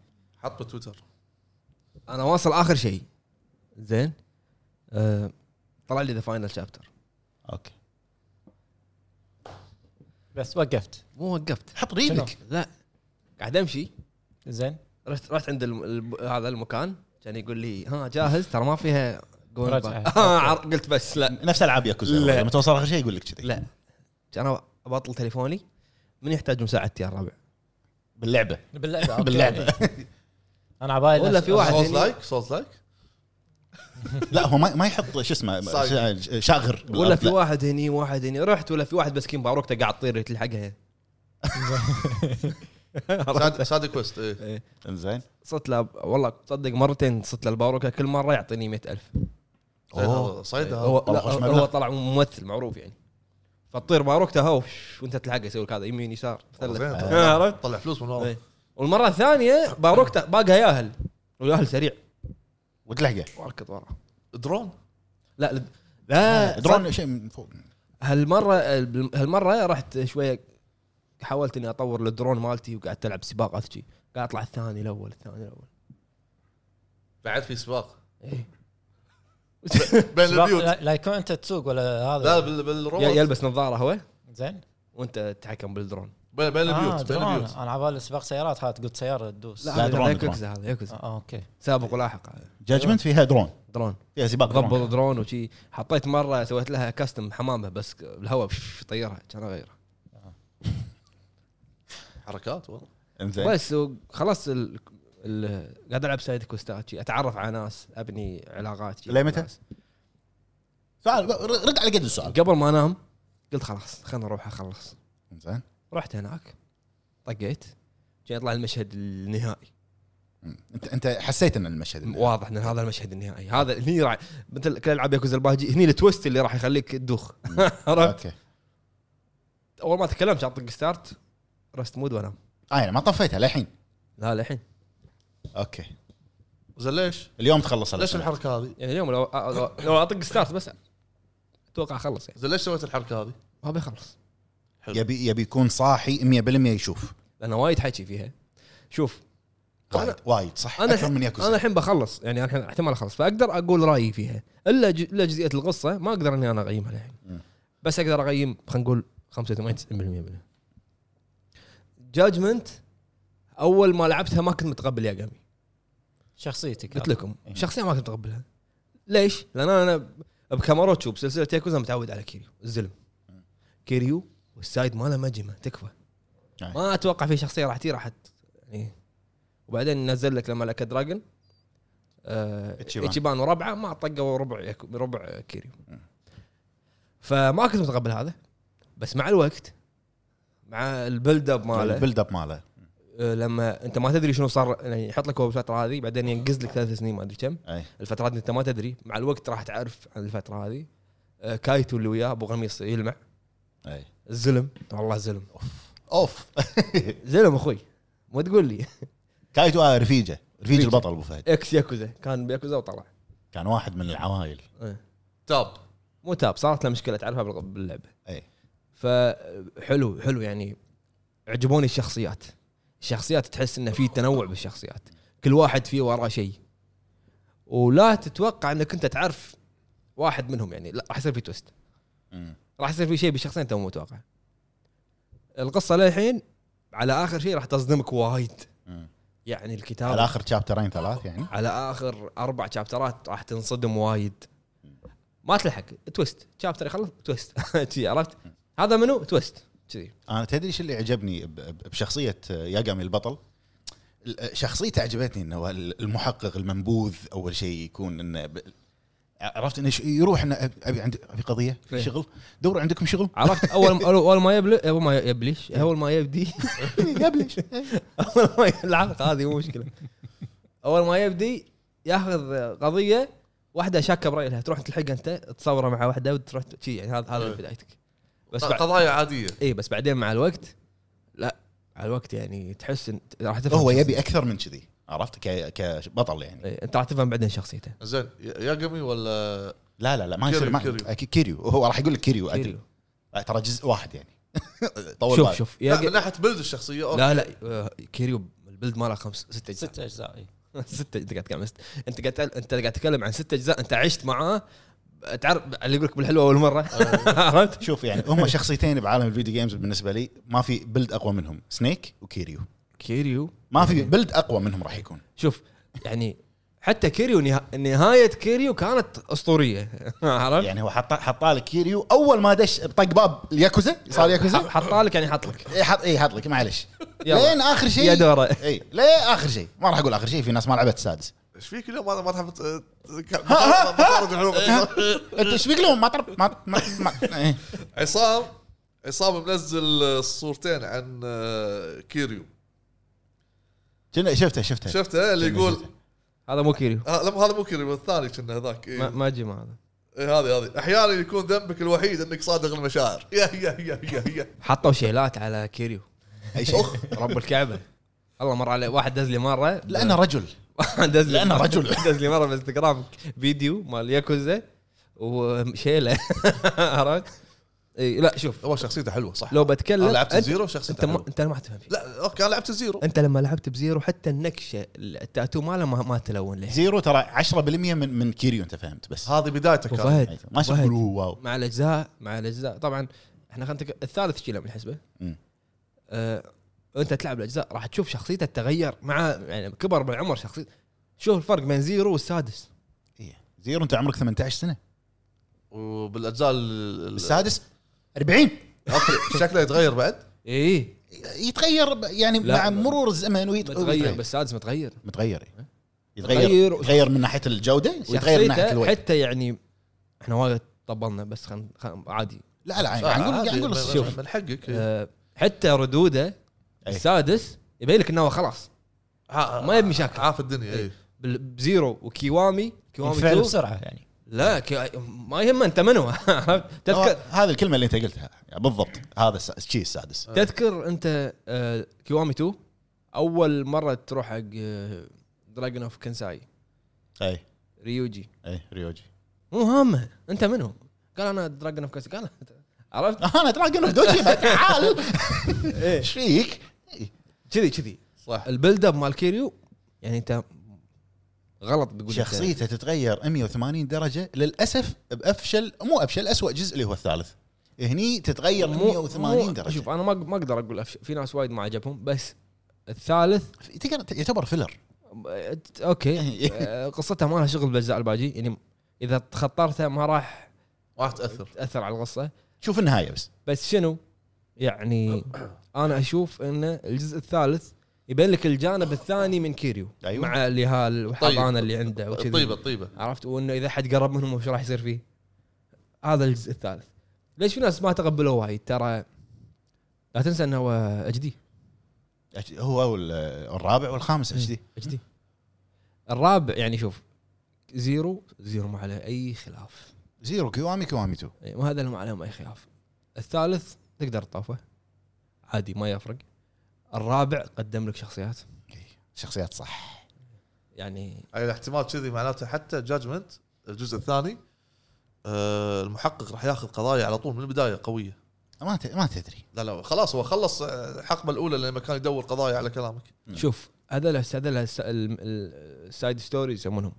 S2: حط بتويتر
S1: انا واصل اخر شيء زين أه طلع لي ذا فاينل شابتر
S3: اوكي
S4: بس وقفت
S1: مو وقفت
S3: حط ريبك
S1: لا قاعد امشي
S4: زين
S1: رحت رحت عند الم... الب- هذا المكان كان يقول لي ها جاهز ترى ما فيها جوين
S4: رجعة.
S1: باك. آه، عر- قلت بس لا
S3: نفس العاب ياكوزا
S1: لا.
S3: لما توصل اخر شيء يقول لك كذي
S1: لا انا ابطل تليفوني من يحتاج مساعدتي يا الربع
S3: باللعبه
S4: باللعبه
S3: باللعبه
S4: انا عبالي
S1: ولا
S4: نفس-
S1: في واحد
S2: سولز
S1: هني.
S2: لايك سولز لايك
S3: لا هو ما ما يحط شو اسمه
S2: صاج.
S3: شا- شاغر بالأرض،
S1: ولا في
S3: لا.
S1: واحد هني واحد هني رحت ولا في واحد مسكين باروكته قاعد تطير تلحقها
S2: ساد ساد كويست إيه.
S3: انزين
S1: صرت له والله تصدق مرتين صرت له الباروكه كل مره يعطيني 100000
S2: هذا صيد هذا.
S1: إيه، هو
S3: والله
S1: لا،
S3: خوش
S1: هو-
S3: مبلغ.
S1: هو طلع ممثل معروف يعني فتطير باروكته هو وش- وانت تلحقه يسوي لك هذا يمين يسار مثلث.
S2: زين،
S1: آه، عرفت
S2: طلع فلوس من ورا
S1: إيه. والمره الثانيه باروكته باقى ياهل وياهل سريع
S3: وتلحقه
S1: واركض وراه
S2: درون
S1: لا لا- لا
S3: درون شيء من فوق
S1: هالمره هالمره رحت شويه حاولت اني اطور الدرون مالتي وقعدت العب سباقات شي قاعد اطلع الثاني الاول الثاني الاول
S2: بعد في سباق
S1: إيه.
S2: بين
S4: سباق-
S2: البيوت
S4: لا- لا يكون انت تسوق ولا
S2: لا
S4: هذا
S2: بال-
S1: ي-
S2: بالروبوت
S1: يلبس نظاره هو
S4: زين
S1: وانت تتحكم بالدرون
S2: بين بين
S4: آه،
S2: البيوت بين
S4: درون.
S2: البيوت
S4: انا عبالي سباق سيارات هات قلت سياره تدوس
S1: لا هذا
S3: درون،
S1: يكوزا هذا يكوزا
S4: آه، اوكي
S1: سابق ولاحق هذا.
S3: جاجمنت فيها درون
S1: درون
S3: فيها سباق
S1: ضبط
S3: درون
S1: درون وشي حطيت مره سويت لها كاستم حمامه بس بالهواء بش- طيرها كان اغيرها آه.
S2: حركات والله
S3: انزين
S1: بس خلاص ال... ال... قاعد العب سايد كوستات شي، اتعرف على ناس ابني علاقات شي.
S3: لمتى؟
S1: ناس.
S3: سؤال ر- رد على قد السؤال
S1: قبل ما انام قلت خلاص خلنا نروح اخلص
S3: انزين
S1: رحت هناك طقيت جاي يطلع المشهد النهائي
S3: مم. انت انت حسيت ان المشهد إنه-
S1: واضح ان هذا المشهد النهائي هذا هني راح مثل كل العاب ياكوزا الباجي هني التويست اللي راح يخليك تدوخ عرفت
S3: اوكي
S1: اول ما تكلمت اطق ستارت رست مود وانام
S3: آه يعني ما طفيتها للحين
S1: لا للحين
S3: اوكي
S2: زين ليش؟
S3: اليوم
S2: ليش
S3: تخلص الأسئلة.
S2: الحركه هذه؟
S1: يعني اليوم لو لو- لو اطق ستارت بس اتوقع اخلص يعني
S2: زين ليش سويت الحركه هذه؟
S1: ما بيخلص
S3: يبي يبي يكون صاحي 100% يشوف
S1: لانه وايد حكي فيها شوف
S3: وايد وايد صح
S1: انا
S3: اكثر من
S1: انا
S3: ياكوزا
S1: الحين بخلص يعني أنا الحين احتمال اخلص فاقدر اقول رايي فيها الا ج- الا جزئيه القصه ما اقدر اني انا اقيمها
S3: مم.
S1: الحين بس اقدر اقيم خلينا نقول 85 90% منها جاجمنت اول ما لعبتها ما كنت متقبل يا قامي
S4: شخصيتك
S1: قلت لكم
S3: إيه.
S1: شخصيا ما كنت متقبلها ليش؟ لان انا ب- بكاماروتشو بسلسله ياكوزا متعود على كيريو الزلم كيريو والسايد ماله مجمه تكفى
S3: أي.
S1: ما اتوقع في شخصيه راح تي راح ت- يعني وبعدين نزل لك لما لك دراجون آه
S3: إتشيبان.
S1: اتشيبان وربعه ما طقوا ربع ياكو- ربع كيريو
S3: مم.
S1: فما كنت متقبل هذا بس مع الوقت مع البيلد اب ماله
S3: البيلد اب يعني ماله
S1: آه، لما انت ما تدري شنو صار يعني يحط لك هو بالفتره هذه بعدين ينقز لك ثلاث سنين ما ادري كم
S3: اي
S1: الفترات انت ما تدري مع الوقت راح تعرف عن الفتره هذه آه، كايتو اللي وياه ابو قميص يلمع
S3: اي
S1: الزلم والله زلم
S3: اوف
S1: زلم اخوي ما تقول لي
S3: كايتو آه، رفيجه رفيج البطل ابو فهد
S1: اكس ياكوزا كان بياكوزا وطلع
S3: كان واحد من العوائل
S2: تاب
S1: مو تاب صارت له مشكله تعرفها بالغ- باللعبه
S3: اي
S1: فحلو حلو يعني عجبوني الشخصيات الشخصيات تحس انه في تنوع بالشخصيات كل واحد فيه وراه شيء ولا تتوقع انك انت تعرف واحد منهم يعني لا راح يصير في تويست
S3: مم.
S1: راح يصير في شيء بالشخصين انت مو متوقع القصه للحين على اخر شيء راح تصدمك وايد
S3: مم.
S1: يعني الكتاب
S3: على اخر شابترين ثلاث يعني
S1: على اخر اربع شابترات راح تنصدم وايد ما تلحق تويست شابتر يخلص تويست جي عرفت هذا منو تويست كذي
S3: انا تدري شو اللي عجبني ب- ب- بشخصيه ياجامي البطل ال- آه، شخصيته عجبتني انه هو ال- المحقق المنبوذ اول شيء يكون انه ب- عرفت انه ش- يروح انه أب- ابي عندي ابي قضيه
S1: إيه.
S3: شغل دوروا عندكم شغل
S1: عرفت اول ما- اول ما يبل اول ما يبلش
S3: إيه.
S1: اول ما يبدي
S3: قبلش
S1: اول ما ي- الحلقه هذه مو مشكله اول ما يبدي ياخذ قضيه واحده شاكه براي لها تروح تلحق انت تصوره مع واحده وتروح ت- شي يعني هذا هذا
S2: إيه.
S1: بدايتك بس
S2: بس
S1: بعد
S2: قضايا عاديه
S1: اي بس بعدين مع الوقت لا على الوقت يعني تحس إن- راح تفهم
S3: هو
S1: شخصيته.
S3: يبي اكثر من كذي عرفت ك- كبطل يعني
S1: إيه، انت راح تفهم بعدين شخصيته
S2: زين ياجامي ولا
S3: لا لا لا ما يصير
S2: كيريو-
S3: ما
S2: كيريو.
S3: أكيد كيريو هو راح يقول لك كيريو
S1: كيريو.
S3: ادري ترى جزء واحد يعني طول
S1: شوف
S3: بالك.
S1: شوف
S2: لا من
S1: يا-
S2: ناحيه بلد الشخصيه أوكي.
S1: لا لا آه، كيريو البلد ماله خمس ست اجزاء
S4: آه، ست اجزاء إي.
S1: ستة انت قاعد تتكلم انت قاعد تقل- انت قاعد تتكلم عن ستة اجزاء انت عشت معاه تعرف اللي يقول لك بالحلوه اول مره
S3: آه.
S1: عرفت؟
S3: شوف يعني هم شخصيتين بعالم الفيديو جيمز بالنسبه لي ما في بلد اقوى منهم سنيك وكيريو
S1: كيريو
S3: ما في بلد اقوى منهم راح يكون
S1: شوف يعني حتى كيريو نها... نهايه كيريو كانت اسطوريه عرفت؟
S3: يعني هو حط حط لك كيريو اول ما دش طق باب الياكوزا صار ياكوزا
S1: حطالك يعني حط لك
S3: إي حط اي حط لك معلش
S1: يلا.
S3: لين اخر شيء
S1: يا دوره
S3: اي ليه اخر شيء ما راح اقول اخر شيء في ناس ما لعبت السادس
S2: ايش فيك اليوم انا ما تحب
S3: ها-
S2: مطارد الحروف
S3: انت ايش فيك لهم ما طرب ما ما ما- إيه.
S2: عصام عصام منزل صورتين عن آه، كيريو
S3: شنو- شفته شفته
S1: إيه.
S2: شفته إيه، اللي
S3: شنو
S2: يقول
S3: شفته؟
S1: هذا مو كيريو
S2: آه، لا مو هذا مو كيريو الثاني كنا هذاك
S1: ما,
S2: إيه
S1: ما جي مع هذا
S2: إيه، هذه هذه احيانا يكون ذنبك الوحيد انك صادق المشاعر يا يا يا يا يا
S1: حطوا شيلات على كيريو
S3: اي شيء
S1: رب الكعبه الله مر علي واحد دز لي مره
S3: لانه رجل
S1: إيه. دز لي
S3: لأنه رجل.
S1: دز لي مره بالانستغرام فيديو مال ياكوزا وشيله عرفت؟ اي لا شوف
S2: هو شخصيته حلوه صح
S1: لو بتكلم
S3: آه،
S2: انا لعبت
S1: أنت-
S2: زيرو
S1: انت
S2: شخصيته
S1: ما
S2: حلوه
S1: انت ما تفهم شيء
S2: لا اوكي انا لعبت زيرو
S1: انت لما لعبت بزيرو حتى النكشه التاتو ماله ما, ما تلون له
S3: زيرو ترى 10% من من كيريو انت فهمت بس
S2: هذه بدايته
S1: أبو
S2: كانت
S1: فهد،
S3: يعني ما يصير
S1: واحد.
S3: تقول هو واو
S1: مع الاجزاء مع الاجزاء طبعا احنا خلينا نتك- الثالث شيله من الحسبه
S3: مم.
S1: آه انت تلعب الاجزاء راح تشوف شخصيته تغير مع يعني كبر بالعمر شخصيته شوف الفرق بين زيرو والسادس
S3: إيه. زيرو انت عمرك 18 سنه
S2: وبالاجزاء ال- ال-
S3: السادس 40
S2: أوكي، شكله يتغير بعد
S1: ايه
S3: يتغير ب- يعني
S1: لا،
S3: مع مرور الزمن ويت-
S1: متغير بالسادس متغير
S3: متغير إيه.
S1: متغير.
S3: يتغير يتغير من ناحيه الجوده ويتغير من ناحيه
S1: شخصيته
S3: الوقت
S1: حتى يعني احنا وايد طبلنا بس خن خن عادي
S3: لا لا يعني نقول
S2: عادي،
S3: يعني نقول
S2: من-
S3: الصدق.
S2: من حقك
S1: آه حتى ردوده السادس يبين لك انه هو خلاص ما يبي مشاكل.
S2: عاف الدنيا إيه. اي
S1: بال- بزيرو وكيوامي كيوامي
S4: ينفعل
S1: تو
S4: بسرعه يعني
S1: لا كي... ما يهمه انت من هو عرفت؟ تذكر
S3: هو- هذه الكلمه اللي انت قلتها يعني بالضبط هذا الس- الشيء السادس
S1: آه. تذكر انت آه، كيوامي 2 اول مره تروح حق آه، دراجون اوف كنساي
S3: اي
S1: ريوجي
S3: اي إيه، ريوجي
S1: مو هامه انت منو؟ قال انا دراجون اوف كنساي قال عرفت؟
S3: انا دراجون اوف دوجي تعال ايش فيك؟ إيه.
S1: كذي كذي
S2: صح
S1: البيلد اب مال كيريو يعني انت غلط تقول أنت-
S3: شخصيته تتغير 180 درجه للاسف بافشل مو افشل اسوء جزء اللي هو الثالث هني تتغير
S1: مو-
S3: 180
S1: مو-
S3: درجه
S1: شوف انا ما ما اقدر اقول أفش- في ناس وايد ما عجبهم بس الثالث
S3: يتقدر- يعتبر فيلر
S1: آه، اوكي آه، قصتها ما لها شغل بالاجزاء الباجي يعني اذا تخطرتها ما راح
S2: ما راح تاثر
S1: تاثر على القصه
S3: شوف النهايه بس
S1: بس شنو يعني انا اشوف ان الجزء الثالث يبين لك الجانب الثاني من كيريو
S3: أيوة.
S1: مع اللي هالحضانه اللي عنده وكذي
S2: الطيبه الطيبه
S1: عرفت وانه اذا حد قرب منهم وش راح يصير فيه هذا الجزء الثالث ليش في ناس ما تقبلوه وايد ترى لا تنسى انه هو اتش دي
S3: هو هو ال- الرابع والخامس اتش دي
S1: اتش دي الرابع يعني شوف زيرو زيرو ما عليه اي خلاف
S3: زيرو كيوامي كيوامي 2
S1: إي، ما هذا اللي ما عليهم اي خلاف الثالث تقدر تطوفه عادي ما يفرق الرابع قدم لك شخصيات
S3: شخصيات صح
S1: يعني
S2: يعني الاحتمال كذي معناته حتى جادجمنت الجزء الثاني آه، المحقق راح ياخذ قضايا على طول من البدايه قويه
S3: ما ت- ما تدري
S2: لا لا خلاص هو خلص آه، الحقبه الاولى لما كان يدور قضايا على كلامك
S3: مم.
S1: شوف هذا ال- هذا ال- ال- ال- السايد ستوري يسمونهم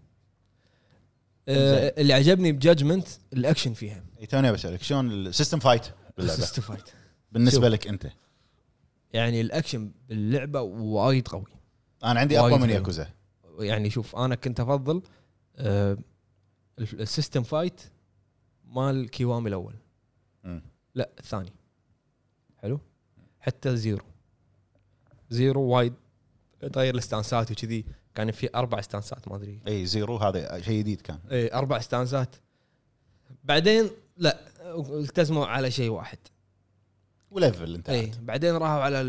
S3: زين.
S1: آه اللي عجبني بجاجمنت الاكشن فيها
S3: إي، توني بسالك شلون السيستم فايت باللعبه
S1: Fist fight.
S3: بالنسبه
S1: شوف.
S3: لك انت
S1: يعني الاكشن باللعبه وايد قوي
S3: انا عندي
S1: وايد
S3: اقوى من
S1: حلو.
S3: ياكوزا
S1: يعني شوف انا كنت افضل آه ال- السيستم فايت مال كيوامي الاول
S3: مم.
S1: لا الثاني حلو حتى زيرو زيرو وايد تغير الاستانسات وكذي كان في اربع استانسات ما ادري
S3: اي زيرو هذا شيء جديد كان
S1: إيه، اربع استانسات بعدين لا التزموا على شيء واحد
S3: وليفل انت
S1: اي
S3: عاد.
S1: بعدين راحوا على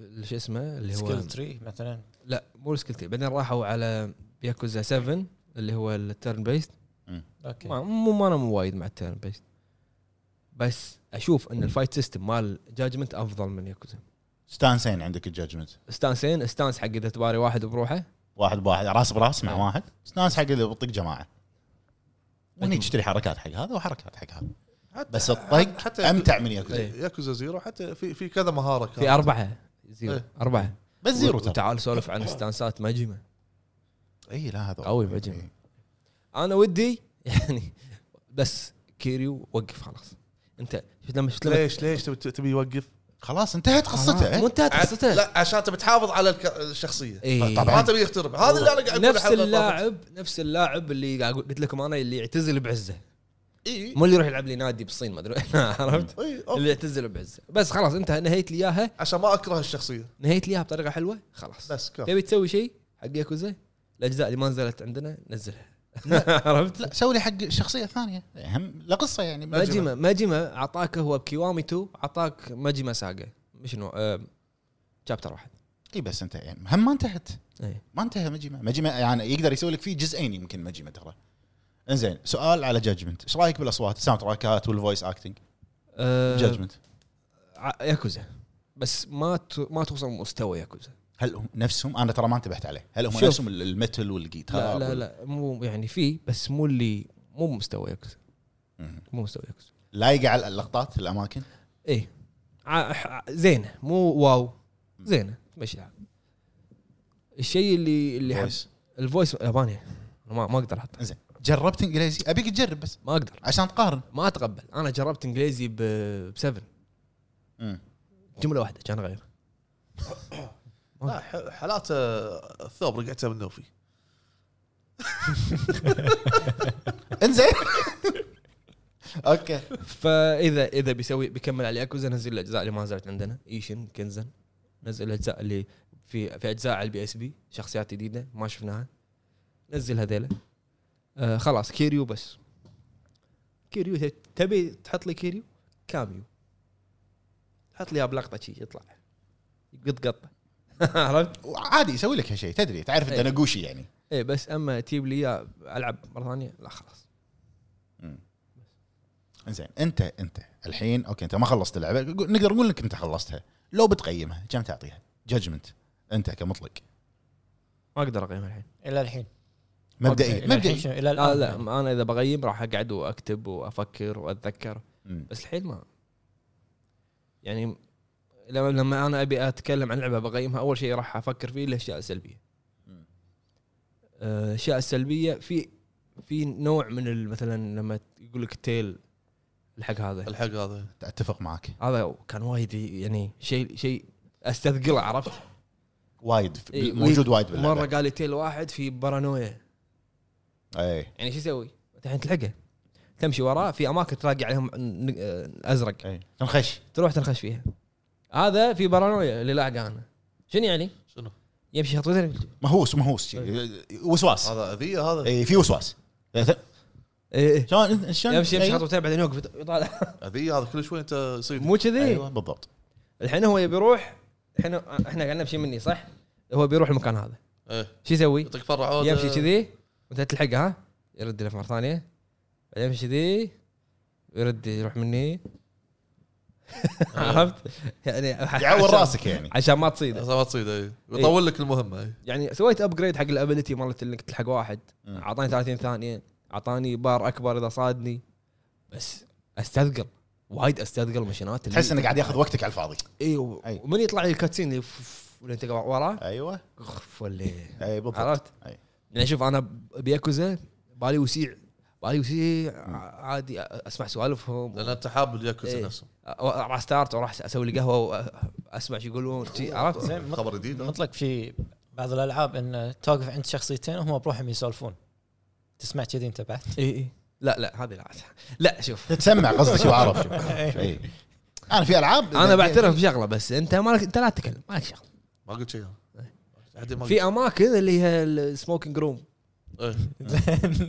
S1: ال شو اسمه اللي هو
S4: سكيل تري مثلا
S1: لا مو السكيل بعدين راحوا على ياكوزا 7 اللي هو التيرن بيست
S4: اوكي
S1: ما- مو ما انا مو وايد مع التيرن بيست بس اشوف ان الفايت سيستم مال جاجمنت افضل من ياكوزا
S3: ستانسين عندك الجادجمنت
S1: ستانسين ستانس حق اذا تباري واحد بروحه
S3: واحد بواحد راس براس مع
S1: أي.
S3: واحد ستانس حق اللي بطق جماعه وهني
S1: أكيد.
S3: تشتري حركات حق هذا وحركات حق هذا
S2: حتى
S3: بس الطق
S2: حتى إيه،
S3: امتع من ياكوزا
S1: إي.
S2: ياكوزا زيرو حتى في في كذا مهاره كانت.
S1: في اربعه زيرو
S2: إيه.
S1: اربعه
S3: بس زيرو ترى
S1: تعال سولف عن ستانسات مجمه
S3: اي لا هذا
S1: قوي بجم.
S3: إي.
S1: انا ودي يعني بس كيريو وقف خلاص انت شفت لما شفت لما
S2: إيه. ليش ليش تبي تبي يوقف؟
S3: خلاص انتهت قصته
S1: مو
S3: إيه؟
S1: انتهت
S2: ع-
S1: قصته
S2: لا عشان انت بتحافظ على الك- الشخصيه
S1: إيه.
S3: طبعاً.
S2: ما تبي يخترب هذا اللي انا قاعد
S1: نفس
S2: الحلقة
S1: اللاعب نفس اللاعب اللي قاعد أقول- قلت لكم انا اللي يعتزل بعزه
S2: طافت. اي
S1: مو اللي يروح يلعب لي نادي بالصين ما ادري وين، عرفت
S2: اي إيه، أوكي.
S1: اللي يعتزل بعزه بس خلاص انت نهيت لي اياها
S2: عشان ما اكره الشخصيه
S1: نهيت لي اياها بطريقه حلوه خلاص
S2: بس كم
S1: تبي تسوي شيء حق ياكوزا الاجزاء اللي ما نزلت عندنا نزلها عرفت
S3: لا سوي لي حق شخصيه ثانيه هم لا قصه يعني
S1: ماجما ماجما اعطاك هو بكيوامي 2 اعطاك ماجما ساجا مش نوع آه، شابتر واحد
S3: اي بس انت يعني هم ما انتهت
S1: إيه.
S3: ما انتهى مجيمة مجيمة يعني يقدر يسوي لك فيه جزئين يمكن مجيمة ترى انزين سؤال على جادجمنت ايش رايك بالاصوات الساوند تراكات والفويس اكتنج
S1: آه،
S3: جادجمنت
S1: ع- ياكوزا بس ما ت- ما توصل مستوى ياكوزا
S3: هل هم نفسهم انا ترى ما انتبهت عليه هل هم
S1: شوف.
S3: نفسهم ال- المتل والجيتار
S1: لا لا لا مو يعني في بس مو اللي مو مستوى ياكوزا
S3: مم.
S1: مو مستوى ياكوزا
S3: لايقه على اللقطات الاماكن
S1: ايه ع- ح- زينه مو واو زينه ماشي الحال الشيء اللي اللي حب
S3: فويس.
S1: الفويس ياباني أنا ما ما اقدر احطه
S3: انزين جربت انجليزي ابيك تجرب بس
S1: ما اقدر
S3: عشان تقارن
S1: ما اتقبل انا جربت انجليزي ب 7
S3: مم.
S1: جمله واحده كان غير
S2: لا ح- حالات آه، الثوب رقعته من نوفي
S3: انزين اوكي
S1: فاذا اذا بيسوي بيكمل على ياكوزا نزل الاجزاء اللي ما نزلت عندنا ايشن كنزن نزل الاجزاء اللي في في اجزاء على البي اس بي شخصيات جديده ما شفناها نزل هذيلا آه خلاص كيريو بس كيريو ت- تبي تحط لي كيريو كاميو حط لي إياه بلقطه شي يطلع قط قطه عرفت؟
S3: وعادي يسوي لك هالشيء تدري تعرف انت
S1: إيه.
S3: نقوشي يعني
S1: ايه بس اما تجيب لي إياه العب مره ثانيه لا خلاص
S3: مم. انزين انت انت الحين اوكي انت ما خلصت اللعبه قو- نقدر نقول انك انت خلصتها لو بتقيمها كم تعطيها؟ جادجمنت انت كمطلق
S1: ما اقدر اقيمها الحين
S4: الى الحين
S3: مبدئيا
S4: إلى الحين
S3: مبدئيا
S4: شنو؟ الى
S1: لا
S4: الان
S1: آه، لا انا اذا بقيم راح اقعد واكتب وافكر واتذكر
S3: مم.
S1: بس الحين ما يعني لما لما انا ابي اتكلم عن لعبه بقيمها اول شيء راح افكر فيه الاشياء السلبيه
S3: مم.
S1: آه، الاشياء السلبيه في في نوع من ال- مثلا لما يقول لك تيل الحق هذا
S2: الحق هذا
S3: اتفق معك
S1: هذا كان وايد يعني شيء شيء استثقله عرفت
S3: وايد في-
S1: إيه،
S3: موجود وايد
S1: مره
S3: باللعبه
S1: قال لي تيل واحد في بارانويا
S3: اي
S1: يعني شو يسوي؟ الحين تلحقه تمشي وراه في اماكن تلاقي عليهم ن- آه، ازرق
S3: اي تنخش
S1: تروح تنخش فيها هذا في بارانويا اللي لاحقه انا شنو يعني؟
S2: شنو
S1: يمشي خطوتين
S3: مهووس مهوس وسواس
S2: هذا اذيه هذا
S3: اي في وسواس
S1: إيه إيه.
S3: شلون شلون
S1: يمشي يمشي
S3: أيوة.
S1: خطوتين بعدين يوقف يطالع
S2: اذيه هذا كل شوي انت يصير
S1: مو كذي
S3: ايوه بالضبط
S1: الحين هو يبي يروح الحين احنا قاعد نمشي مني صح؟ هو بيروح المكان هذا
S2: ايه
S1: شو يسوي؟
S3: طيب.
S2: يعطيك فرع عود
S1: يمشي كذي وانت تلحقه ها يرد لك مره ثانيه بعدين يمشي كذي يرد يروح مني عرفت؟ يعني
S3: يعور
S1: عشان-
S3: راسك يعني
S1: عشان ما تصيده
S2: عشان ما تصيد اي ويطول لك إيه. المهمه اي
S1: يعني سويت ابجريد حق الابيلتي مالت انك تلحق واحد
S3: مم.
S1: اعطاني 30 ثانيه اعطاني بار اكبر اذا صادني بس استثقل وايد استثقل مشينات اللي-
S3: تحس انه قاعد ياخذ وقتك على الفاضي
S1: اي و-
S3: أي.
S1: ومن يطلع لي الكاتسين اللي ف- اللي انت قاعد وراه
S3: ايوه
S1: خف ولا
S3: اي إيه، بالضبط
S1: عرفت؟
S3: أي.
S1: يعني شوف انا بياكوزا بالي وسيع بالي وسيع عادي اسمع سوالفهم
S2: لان انت حاب الياكوزا
S1: إيه.
S2: نفسهم
S1: راح ستارت وراح اسوي لي قهوه واسمع شو يقولون شي، عرفت؟
S4: زين، مط-
S2: خبر جديد إيه. هذا.
S4: مطلق في بعض الالعاب ان توقف عند شخصيتين وهم بروحهم يسولفون تسمع كذي انت بعد
S1: اي اي لا لا هذه لا لا شوف
S3: تسمع قصدي شو عرف شو اي انا إيه. في العاب
S1: انا بعترف بشغله بس انت مالك انت لا تتكلم مالك شغل
S2: ما قلت شيء أنا. أحد ما
S1: في اماكن اللي هي السموكينج روم
S2: قلت. إيه.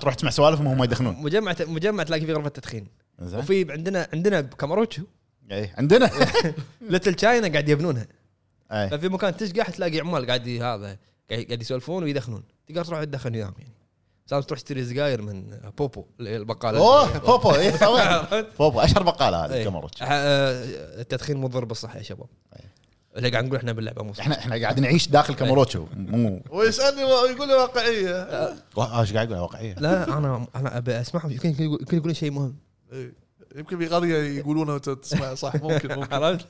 S3: تروح تسمع سوالفهم وهم يدخنون
S1: مجمع مجمع تلاقي فيه غرفه تدخين
S3: زين
S1: وفي إيه. عندنا عندنا بكاماروتشو
S3: اي عندنا إيه.
S1: ليتل تشاينا قاعد يبنونها
S3: اي
S1: ففي مكان تشقح تلاقي عمال قاعد ي- هذا قاعد قاعد يسولفون ويدخنون تقدر تروح تدخن وياهم يعني صار تروح تشتري سجاير من بوبو اللي هي البقاله
S3: اوه بوبو اي طبعا
S1: عرفت؟
S3: بوبو اشهر بقاله هذه
S1: إيه.
S3: كاميروتش
S1: آه، التدخين مضر بالصحه يا شباب
S3: إيه.
S1: اللي قاعد نقول احنا باللعبه مو صح
S3: احنا احنا قاعدين نعيش داخل كاميروتشو مو
S2: ويسالني و- ويقول لي إيه. واقعيه
S3: وا- ايش آه، قاعد يقول واقعيه
S1: لا انا انا ابي اسمعهم يمكن يقول- يمكن يقولون شيء مهم
S2: إيه. يمكن في قضيه يقولونها وانت تسمع صح ممكن ممكن
S1: عرفت؟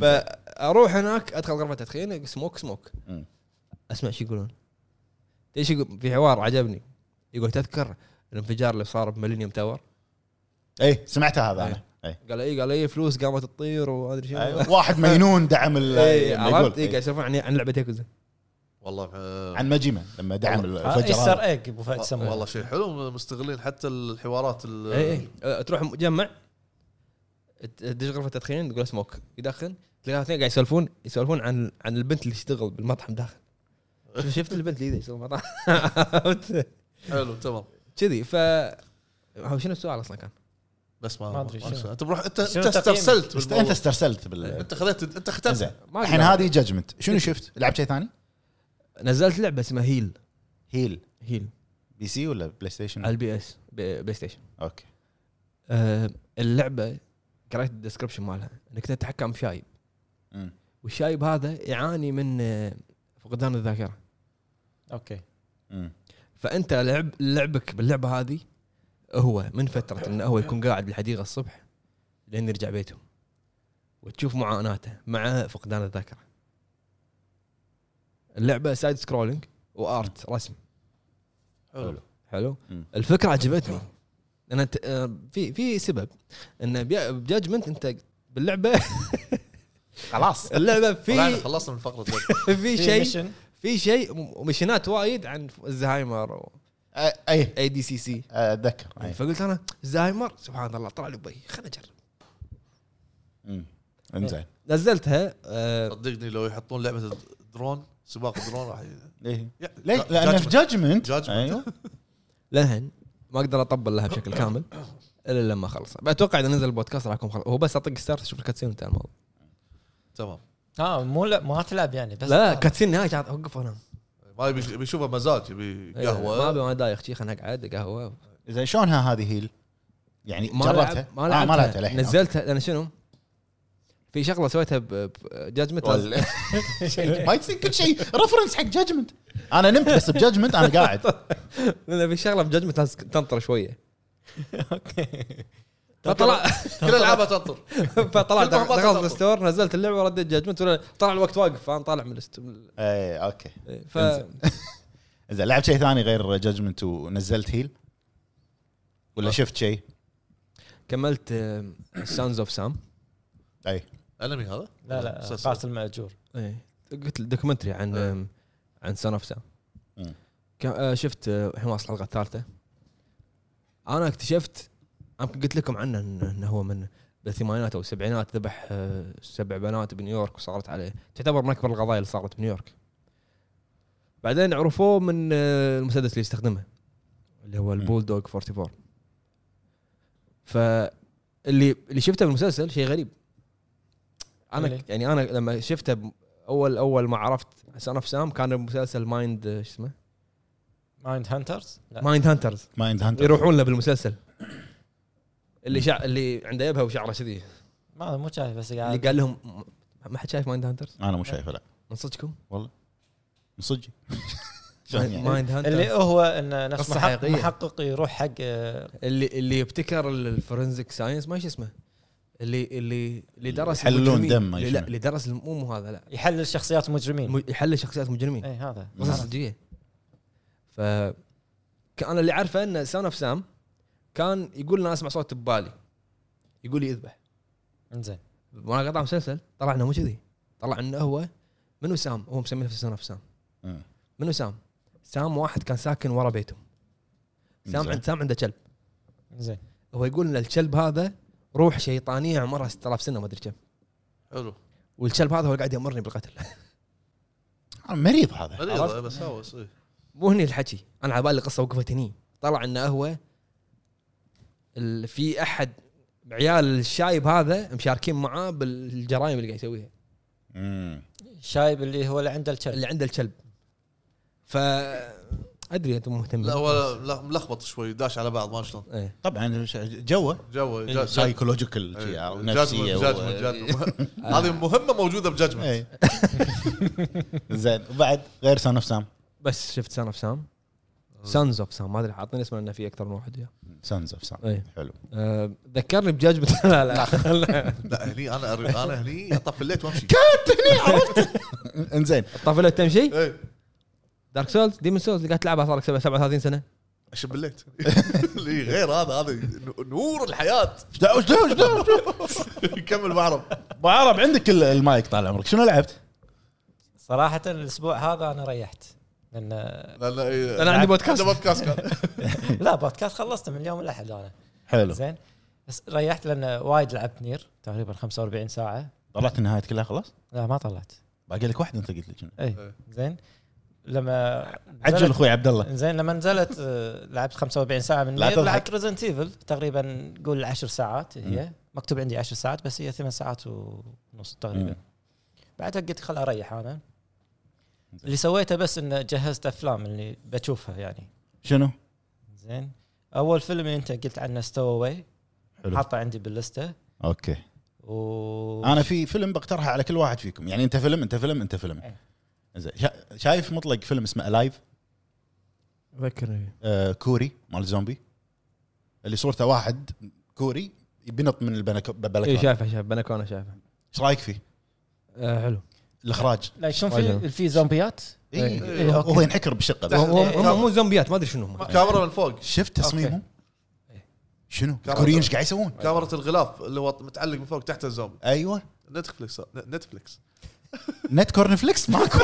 S1: فاروح هناك ادخل غرفه تدخين سموك سموك
S3: مم.
S1: اسمع شو يقولون ايش يقول في حوار عجبني يقول تذكر الانفجار اللي صار بميلينيوم تاور
S3: اي إيه. سمعتها هذا انا أي.
S1: قال اي قال اي فلوس قامت تطير وما ادري شنو
S3: أيوة، واحد مجنون دعم ال
S1: اي
S3: لما
S1: إيه. عرفت
S3: يعني يقول. إيه.
S1: اي
S3: أي.
S1: قاعد يسولفون عن عن لعبه ياكوزا
S2: والله آه،
S3: عن مجيمه لما
S1: آه،
S3: دعم
S4: ايستر
S3: الفجر
S4: ايج ابو إيه، فهد سموه
S2: والله شيء حلو مستغلين حتى الحوارات ال-
S1: اي اي أه، تروح مجمع تدش غرفه تدخين تقول سموك يدخن تلقاها اثنين قاعد يسولفون يسولفون عن عن البنت اللي تشتغل بالمطعم داخل شوف- شفت البنت اللي يسوي مطعم عرفت؟
S2: حلو تمام
S1: كذي ف هو شنو السؤال اصلا كان؟
S2: بس ما
S4: ما أدري شنو.
S2: انت بروح انت
S4: شنو
S2: انت
S4: تقييمك؟
S2: استرسلت
S3: است-
S2: بالموضوع.
S3: انت استرسلت بال
S2: انت خذيت انت
S3: زين.
S2: ختمت
S1: ما
S3: الحين
S1: أقدر.
S3: هذه جادجمنت شنو شفت؟ لعب شيء ثاني؟
S1: نزلت لعبه اسمها هيل
S3: هيل
S1: هيل
S3: بي سي ولا بلاي
S1: على
S3: ستيشن؟
S1: البي اس بي بلاي ستيشن
S3: اوكي
S1: أه اللعبه قريت الديسكربشن مالها انك تتحكم بشايب
S3: مم.
S1: والشايب هذا يعاني من آه، فقدان الذاكره
S4: اوكي
S3: مم.
S1: فانت لعب لعبك باللعبه هذه هو من فتره انه هو يكون قاعد بالحديقه الصبح لين يرجع بيته وتشوف معاناته مع فقدان الذاكره اللعبه سايد سكرولينج وارت رسم
S2: حلو
S1: حلو
S3: مم.
S1: الفكره عجبتني انا ت... آه، في في سبب ان بي- بجاجمنت انت باللعبه
S3: خلاص
S1: اللعبه
S2: في
S1: في
S2: خلصنا من فقره
S1: في شيء في شيء مشينات وايد عن الزهايمر
S3: اي
S1: اي دي سي سي
S3: اتذكر أي.
S1: فقلت انا زهايمر سبحان الله طلع لي بي خليني اجرب
S3: مم. انزين
S1: نزلتها آه،
S2: صدقني لو يحطون لعبه الدرون سباق الدرون راح ي-
S3: ليه؟
S2: يا-
S3: إيه. ليه؟
S2: Judgment.
S3: لان في جادجمنت
S2: Judgment.
S3: ايوه
S1: لهن ما اقدر اطبل لها بشكل كامل الا لما اخلص اتوقع اذا نزل البودكاست راح اكون خلص هو بس اطق ستارت اشوف الكاتسين انتهى الموضوع
S2: تمام
S4: اه مو لا ما تلعب يعني بس
S1: لا كاتسين نهايه قاعد اوقف وانام
S2: ما يبي يبي يشوفها مزاج يبي
S1: إيه، ما ابي
S2: قهوه
S1: ما دايخ شي خليني اقعد قهوه
S3: زين شلونها هذه هيل؟ يعني
S1: ما
S3: جربتها؟
S1: لعب- ما لعبتها
S3: آه، ما لعبتها للحين
S1: نزلتها لان شنو؟ في شغله سويتها بجاجمنت
S3: وال- شيء- ما يصير كل شيء رفرنس حق جاجمنت انا نمت بس بجاجمنت انا قاعد
S1: لان في شغله بجاجمنت لازم تنطر شويه
S4: اوكي
S1: فطلع
S2: كل العابها تنطر
S1: فطلعت
S2: كل مرة
S1: دخلت
S2: تنطر.
S1: الستور نزلت اللعبه رديت جاجمنت ولا طلع الوقت واقف فانا طالع من الست- من
S3: اي اوكي
S1: ال- ف
S3: إيه، إنزين. زين لعبت شيء ثاني غير جاجمنت ونزلت هيل؟ ولا شفت شيء؟
S1: كملت سانز اوف سام
S3: اي
S2: انمي هذا
S4: لا لا
S2: سلسلة.
S4: قاتل ماجور
S1: قلت دوكيومنتري عن
S2: إيه.
S1: آم، عن سان اوف سام
S3: مم.
S1: كم- آه، شفت آه، الحين واصل الحلقه الثالثه انا اكتشفت يمكن قلت لكم عنه إن- انه هو من بالثمانينات او السبعينات ذبح آه، سبع بنات بنيويورك وصارت عليه تعتبر من اكبر القضايا اللي صارت بنيويورك بعدين عرفوه من آه، المسدس اللي يستخدمه اللي هو
S3: مم.
S1: البول دوغ 44 فاللي اللي شفته بالمسلسل شيء غريب انا
S4: اللي؟
S1: يعني انا لما شفته ب- اول اول ما عرفت سان اوف سام كان بمسلسل مايند آه، شو اسمه
S4: مايند هانترز لا
S1: مايند هانترز
S3: مايند هانتر
S1: يروحون له بالمسلسل اللي شع... اللي عنده يبهه وشعره كذي
S4: ما مو شايف بس
S1: اللي
S4: قاعد
S1: قال لهم "م- ما حد شايف مايند هانترز
S3: انا مو شايفه لا
S1: من صدقكم
S3: من صدق شلون يعني؟
S1: مايند
S4: اللي
S1: هانترز
S4: هو ان نفس
S1: قصة
S4: محقق-
S1: حقيقية.
S4: محقق يروح حق آه،
S1: اللي اللي ابتكر ال- الفورنزيك ساينس ما ايش اسمه اللي اللي اللي درس
S3: يحللون
S1: المجرمين.
S3: دم ما
S1: اللي-
S3: شنو.
S1: لا اللي درس الم- مو مو هذا لا
S4: يحلل شخصيات مجرمين
S1: الم- يحلل شخصيات مجرمين
S3: إيه.
S4: اي هذا آه،
S1: قصص صجيه ف كان اللي عارفه ان سان اوف سام كان يقول انا اسمع صوت ببالي يقول لي اذبح
S4: انزين
S1: وانا قطع مسلسل طلع انه مو كذي طلع انه هو منو سام هو مسمي نفسه سان اوف سام
S3: مم.
S1: منو سام؟ سام واحد كان ساكن ورا بيتهم سام
S3: زين.
S1: عند سام عنده كلب
S4: انزين
S1: هو يقول ان الكلب هذا روح شيطانيه عمرها 6000 سنه ما ادري كم
S2: حلو
S1: والكلب هذا هو اللي قاعد يامرني بالقتل
S3: آه، مريض هذا
S2: مريضه بس هوس إيه.
S1: مو هني الحكي انا على بالي القصه وقفت هني طلع انه هو ال- في احد عيال الشايب هذا مشاركين معاه بالجرائم اللي قاعد يسويها
S3: مم.
S4: شايب اللي هو اللي عنده الكلب
S1: اللي عنده الكلب ف ادري انتم مهتمين
S2: لا هو لا- ملخبط شوي داش على بعض ما شلون
S1: ايه
S3: طبعا ش- يعني جوه
S2: جو
S1: إيه،
S2: جو-
S3: سايكولوجيكال
S2: إيه.
S3: نفسيه
S2: جادجمنت- جادجمنت-
S3: و-
S2: جادجمنت.
S1: إيه.
S2: هذه مهمه موجوده بجاجمنت
S3: إيه. زين وبعد غير سان اوف سام
S1: بس شفت سان اوف سام
S2: آه.
S1: سانز اوف سام ما ادري حاطين اسمه لانه في اكثر من واحد وياه
S3: سانز اوف سام
S4: إيه.
S1: ايه
S3: حلو
S1: أه، ذكرني بجاجمنت لا لا
S2: لا هني انا أر- انا هني طفليت وامشي
S3: انزين
S1: الطفله تمشي
S2: إيه.
S1: دارك سولز ديمون سولز اللي قاعد تلعبها صار لك سبع- 37 سنه
S2: اشب الليت اللي غير هذا هذا نور الحياه
S3: ايش دعوة- ايش دعوة- ايش دعوة؟
S2: كمل بعرب
S3: ابو عرب عندك ال- المايك طال عمرك شنو لعبت؟
S4: صراحه الاسبوع هذا انا ريحت لان
S2: لان إيه،
S1: انا عندي بودكاست
S2: عنده بودكاست كان
S4: لا بودكاست خلصته من اليوم الاحد انا
S3: حلو
S4: زين بس ريحت لان وايد لعبت نير تقريبا 45 ساعه
S3: طلعت النهايه كلها خلاص؟
S4: لا ما طلعت
S3: باقي لك واحده انت قلت لي شنو؟
S4: اي إيه. زين لما
S3: إيه. عجل اخوي عبد الله
S4: زين لما نزلت آه، لعبت 45 ساعه من
S3: لا
S4: نير
S3: تضحك.
S4: لعبت ريزنت ايفل تقريبا قول 10 ساعات هي مكتوب عندي 10 ساعات بس هي 8 ساعات ونص
S3: مم.
S4: تقريبا بعدها قلت خل اريح انا
S3: زين.
S4: اللي سويته بس انه جهزت افلام اللي بشوفها يعني
S3: شنو؟
S4: زين اول فيلم اللي انت قلت عنه ستوي
S3: حلو
S4: حاطه عندي باللسته
S3: اوكي
S4: و
S3: انا في فيلم بقترحه على كل واحد فيكم يعني انت فيلم انت فيلم انت فيلم
S4: إيه.
S3: زين شا- شايف مطلق فيلم اسمه الايف
S1: ذكرني
S3: آه كوري مال زومبي اللي صورته واحد كوري يبنط من البلكونه
S4: إيه،
S1: اي
S3: البلكونه
S1: شايفه شايفه بنكونه شايفه
S3: ايش رايك فيه؟
S1: آه، حلو
S3: الاخراج
S4: لا شلون
S1: واجد.
S4: في في زومبيات
S3: إيه.
S1: إيه.
S4: إيه، أوكي.
S3: وهو ينحكر بالشقه بس.
S2: لا.
S1: هم هم مو زومبيات ما ادري شنو هم
S2: كاميرا من فوق
S3: شفت تصميمهم؟
S4: إيه.
S3: شنو؟
S2: كاميرا.
S3: الكوريين ايش قاعد يسوون؟
S2: كاميرا الغلاف اللي هو متعلق من فوق تحت الزومبي
S3: ايوه
S2: نتفلكس نتفلكس
S3: نت كورن فليكس ماكو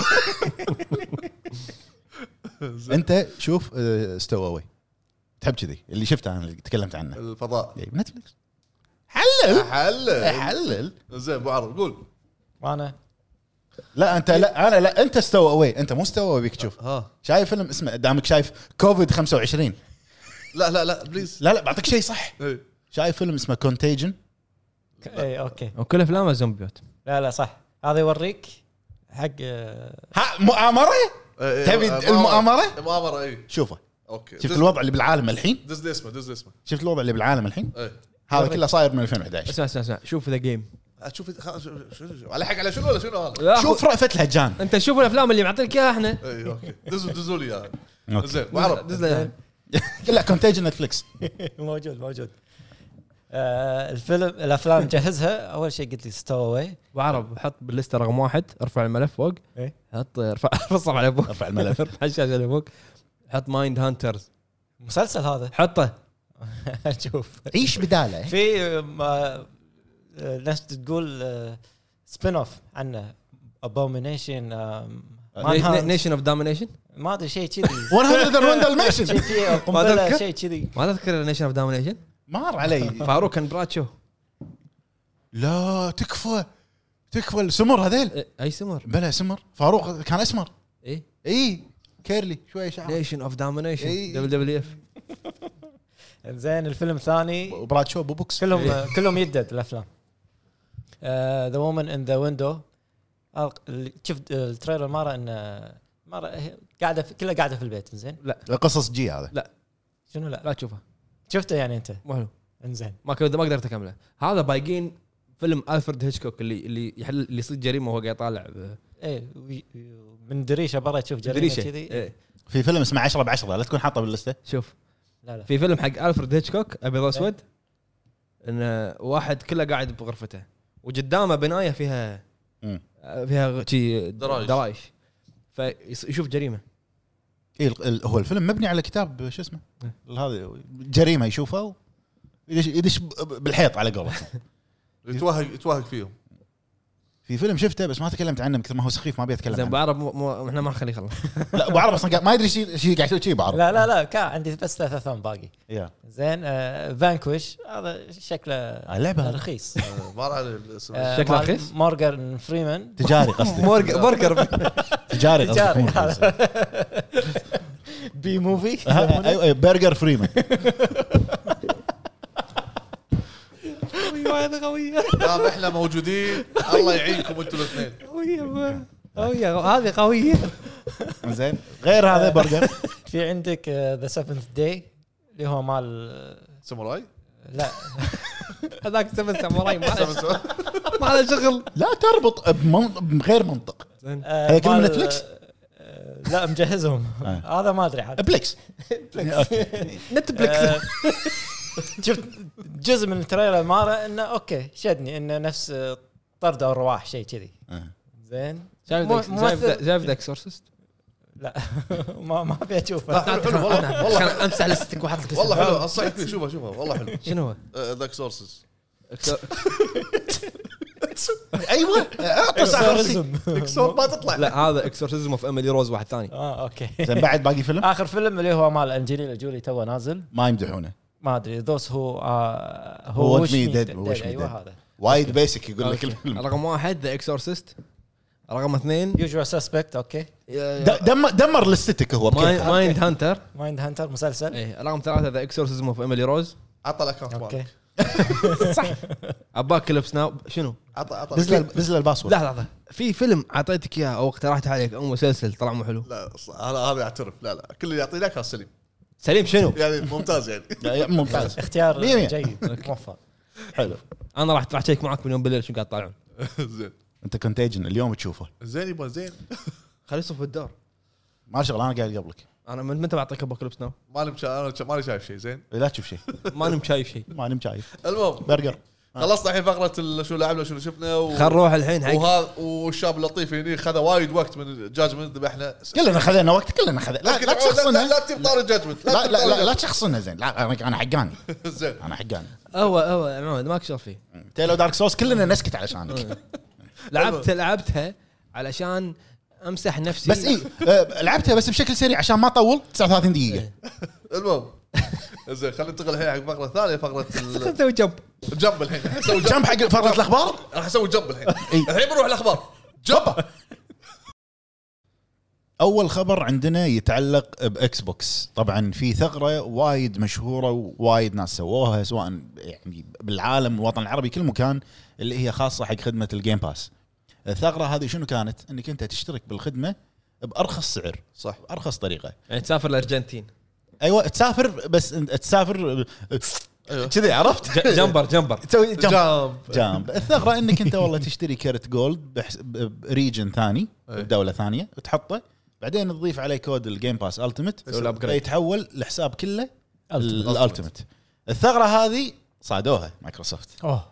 S3: انت شوف استوى اواي تحب كذي اللي شفته انا اللي تكلمت عنه
S2: الفضاء
S3: إيه، نتفلكس حلل
S2: حل
S3: حلل
S2: زين ابو عرب قول
S4: وانا
S3: لا انت لا انا لا انت استوى اواي انت مو استوى اواي بيك تشوف
S2: ها
S3: شايف فيلم اسمه دامك شايف كوفيد 25
S2: لا لا لا بليز
S3: لا لا بعطيك شيء صح
S2: إيه.
S3: شايف فيلم اسمه كونتيجن
S4: ك- إيه، اي اوكي
S1: وكل افلامه زومبيات
S4: لا لا صح هذا يوريك حق آه،
S3: ها مؤامره
S2: إيه،
S3: تبي
S2: إيه،
S3: المؤامرة؟
S2: المؤامره اي
S3: شوفه
S2: اوكي
S3: شفت
S2: إيه. دز-
S3: الوضع اللي بالعالم الحين
S2: دز لي اسمه دز لي اسمه
S3: شفت الوضع اللي بالعالم الحين
S2: ايه
S3: هذا كله صاير من 2011
S1: اسمع اسمع اسمع شوف ذا جيم
S2: اشوف خ- شو- شو- شو- على حق على شنو ولا شنو هذا؟
S1: شوف
S3: شوف رأفت لهجان
S1: انت شوف الافلام اللي معطينك اياها احنا
S2: اي اوكي دزوا دزوا لي اياه
S3: أوكي.
S2: آه، زين ابو عرب
S1: دز له إياها.
S3: لا كونتيجن نتفلكس
S4: موجود موجود آه الفيلم الافلام جهزها اول شيء قلت لي ستوي
S1: وعرب حط باللسته رقم واحد ارفع الملف فوق
S4: إيه.
S1: حط ارفع الصف على فوق
S3: ارفع الملف
S1: ارفع الشاشه اللي فوق حط مايند هانترز
S4: مسلسل هذا
S1: حطه
S4: شوف
S3: عيش بداله
S4: في آه، ما- آه، ناس تقول سبين اوف عنه ابومينيشن
S1: نيشن اوف دومينيشن
S4: ما ادري شيء كذي
S3: 101 دالميشن
S4: شيء فيه
S1: ما
S4: قنبله
S1: أذكر.
S4: شيء كذي
S1: ما تذكر نيشن اوف دومينيشن
S3: مار علي
S1: فاروق كان براتشو
S3: لا تكفى تكفى السمر هذيل
S1: إيه، اي سمر
S3: بلا سمر فاروق كان اسمر
S1: اي
S3: اي كيرلي شويه شعر
S1: نيشن اوف دومينيشن
S3: إيه.
S1: دبليو دبليو اف
S4: زين الفيلم الثاني
S3: وبراد شو ابو بوكس
S4: كلهم
S1: إيه.
S4: آه، كلهم يدد آه، الافلام ذا وومن ان ذا ويندو شفت آه، التريلر مره انه مره هي قاعده في- كلها قاعده في البيت زين
S3: قصص جي هذا
S4: شنو لا
S1: لا تشوفه
S4: شفته يعني انت
S1: مو حلو
S4: انزين
S1: ما كنت- ما قدرت اكمله هذا بايقين فيلم الفرد هيتشكوك اللي اللي يحل اللي يصير جريمه وهو قاعد يطالع ب-
S4: ايه وي- من دريشه برا تشوف جريمه
S1: دريشة.
S4: كذي
S1: إيه،
S3: في فيلم اسمه 10 ب 10 لا تكون حاطه باللسته
S1: شوف
S4: لا لا
S1: في فيلم حق الفرد هيتشكوك ابيض واسود انه واحد كله قاعد بغرفته وقدامه بنايه فيها
S3: مم.
S1: فيها غ- شي
S2: درايش.
S1: درايش فيشوف جريمه
S3: اي إيه، ال- ال- هو الفيلم مبني على كتاب شو اسمه
S1: إيه.
S3: هذا جريمه يشوفه و- يدش يدش ب- بالحيط على قولته
S2: يتوهق يتوهق فيهم
S3: في فيلم شفته بس ما تكلمت عنه من كثر ما هو سخيف ما ابي اتكلم
S1: زين
S3: عنه
S1: بعرب مو- مو- احنا ما نخليه يخلص
S3: لا ابو عرب اصلا قاعد- ما يدري شي- شي قاعد يسوي شي ابو عرب
S4: لا لا لا كان عندي بس ثلاث افلام باقي
S3: يا.
S4: زين آه فانكوش هذا شكله
S3: آه، لعبه
S4: رخيص
S2: آه، مر على الاسم
S4: آه،
S1: شكله
S4: مال
S1: رخيص؟
S4: مورغان فريمان
S3: تجاري قصدي
S1: برجر برجر
S3: تجاري قصدي
S4: تجاري.
S3: مو رخيص.
S4: بي موفي
S3: آه، ايوه أيوة، برجر فريمان
S1: قويه قويه
S2: دام احنا موجودين الله يعينكم انتم الاثنين
S1: قويه قويه هذه قويه
S3: زين غير هذا برجر
S4: في عندك آه، ذا سفنث داي اللي هو مال آه،
S2: ساموراي
S4: لا
S1: هذاك سبع ساموراي ما له-
S2: ساموراي.
S1: ما له شغل
S3: لا تربط بمن- بغير منطق
S4: آه،
S3: هذا كله
S4: مال-
S3: نتفليكس؟
S4: آه، لا مجهزهم
S3: آه.
S4: هذا ما ادري عاد
S3: بليكس
S1: نتفلكس
S4: شفت جزء من التريلر ماله انه اوكي شدني انه نفس آه، طرد او رواح شيء كذي
S3: آه.
S4: زين
S1: شايف
S4: مو-
S1: ذاك- شايف
S4: ممثل-
S1: ذا- شايف ذا اكسورسست
S4: لا ما ما ابي اشوفه
S2: لا، حلو، والله-
S1: أنا-
S2: والله-
S1: عشان امسح الستيك واحط لك
S2: والله
S1: الستيك.
S2: حلو انصحك فيه شوفه شوفه والله حلو آه،
S1: شنو هو؟
S2: ذاك سورسز
S3: ايوه
S4: أيوة،
S3: اعطى سعر
S4: Exorcism.
S2: اكسور ما تطلع
S1: لا هذا اكسورسيزم اوف ايميلي روز واحد ثاني
S4: اه اوكي
S3: زين بعد باقي فيلم
S4: اخر فيلم اللي هو مال انجلينا جولي تو نازل
S3: ما يمدحونه
S4: ما ادري ذوس هو
S3: هو
S4: هو
S3: Watch Me Dead. Watch Me
S4: ايوه
S3: Dead.
S4: هذا
S3: وايد بيسك يقول لك الفيلم
S1: رقم واحد ذا اكسورسيست رقم اثنين
S4: يوجوال سسبكت اوكي
S3: د- دمر دمر الاستيتيك هو بكيفه
S1: مايند هانتر
S4: مايند هانتر مسلسل
S1: ايه رقم ثلاثه ذا اكسورسيزم اوف ايميلي روز
S2: عطى الاكونت
S4: اوكي
S2: مالك
S1: عباك كليبس ناو شنو؟
S2: عطى عطى
S3: دز له دز له الباسورد
S1: لحظه لحظه في فيلم اعطيتك اياه او اقترحت عليك او مسلسل طلع مو حلو
S2: لا ص- انا هذا اعترف لا لا كل اللي يعطيناك هذا سليم
S1: سليم شنو؟
S2: يعني ممتاز يعني
S3: لا، ممتاز
S4: اختيار
S3: مية مية.
S4: جيد موفق
S3: حلو
S1: انا راح راح اشيك معاك من يوم بالليل شو قاعد تطالعون
S2: زين
S3: انت كونتيجن اليوم تشوفه
S2: زين يبا زين
S1: خليه يصف بالدار
S3: ما له شغل انا قاعد قبلك
S1: انا من متى بعطيك ابوكاليبس ناو؟
S2: ماني مشا- أنا ماني شايف شيء زين
S3: لا تشوف شيء
S1: ما انا شايف شيء
S3: ما نم شايف
S2: المهم
S3: برجر
S2: خلصنا الحين فقره ال- شو لعبنا شو شفنا و...
S1: خل نروح الحين حق
S2: وهذا والشاب اللطيف هني خذ وايد وقت من الجاجمنت ذبحنا
S3: كلنا خذينا وقت كلنا خذينا لا لا تشخصنها
S2: لا لا تجيب طار الجاجمنت
S3: لا لا لا, لا تشخصنها زين لا أنا- انا حقاني
S2: زين
S3: انا حقاني
S1: هو هو يا معود ماك شغل فيه
S3: تيلو دارك سوس كلنا نسكت علشانك
S1: لعبت لعبتها علشان امسح نفسي
S3: بس اي آه، لعبتها بس بشكل سريع عشان ما اطول 39 دقيقه
S2: المهم زين خلينا ننتقل الحين حق فقره ثانيه فقره ال-
S1: نسوي جمب
S2: الجنب الحين راح اسوي جنب
S3: كم حق فقره الاخبار
S2: راح اسوي جنب الحين
S3: إي.
S2: الحين بنروح الاخبار جنب
S3: اول خبر عندنا يتعلق باكس بوكس طبعا في ثغره وايد مشهوره ووايد ناس سووها سواء يعني بالعالم الوطن العربي كل مكان اللي هي خاصه حق خدمه الجيم باس الثغره هذه شنو كانت انك انت تشترك بالخدمه بارخص سعر
S2: صح
S3: بارخص طريقه
S1: يعني تسافر الارجنتين
S3: ايوه تسافر بس انت تسافر
S2: أيوة.
S3: كذي عرفت
S1: ج- جمبر جمبر
S3: تسوي جمب
S2: جنب
S3: جامب الثغره انك انت والله تشتري كرت جولد بحس- ب- بريجن ثاني
S1: إيه.
S2: أي.
S3: بدوله ثانيه تحطه بعدين تضيف عليه كود الجيم باس التيمت
S1: تسوي له upgrade.
S3: يتحول لحساب كله الالتيمت الثغره هذه صادوها مايكروسوفت
S4: اوه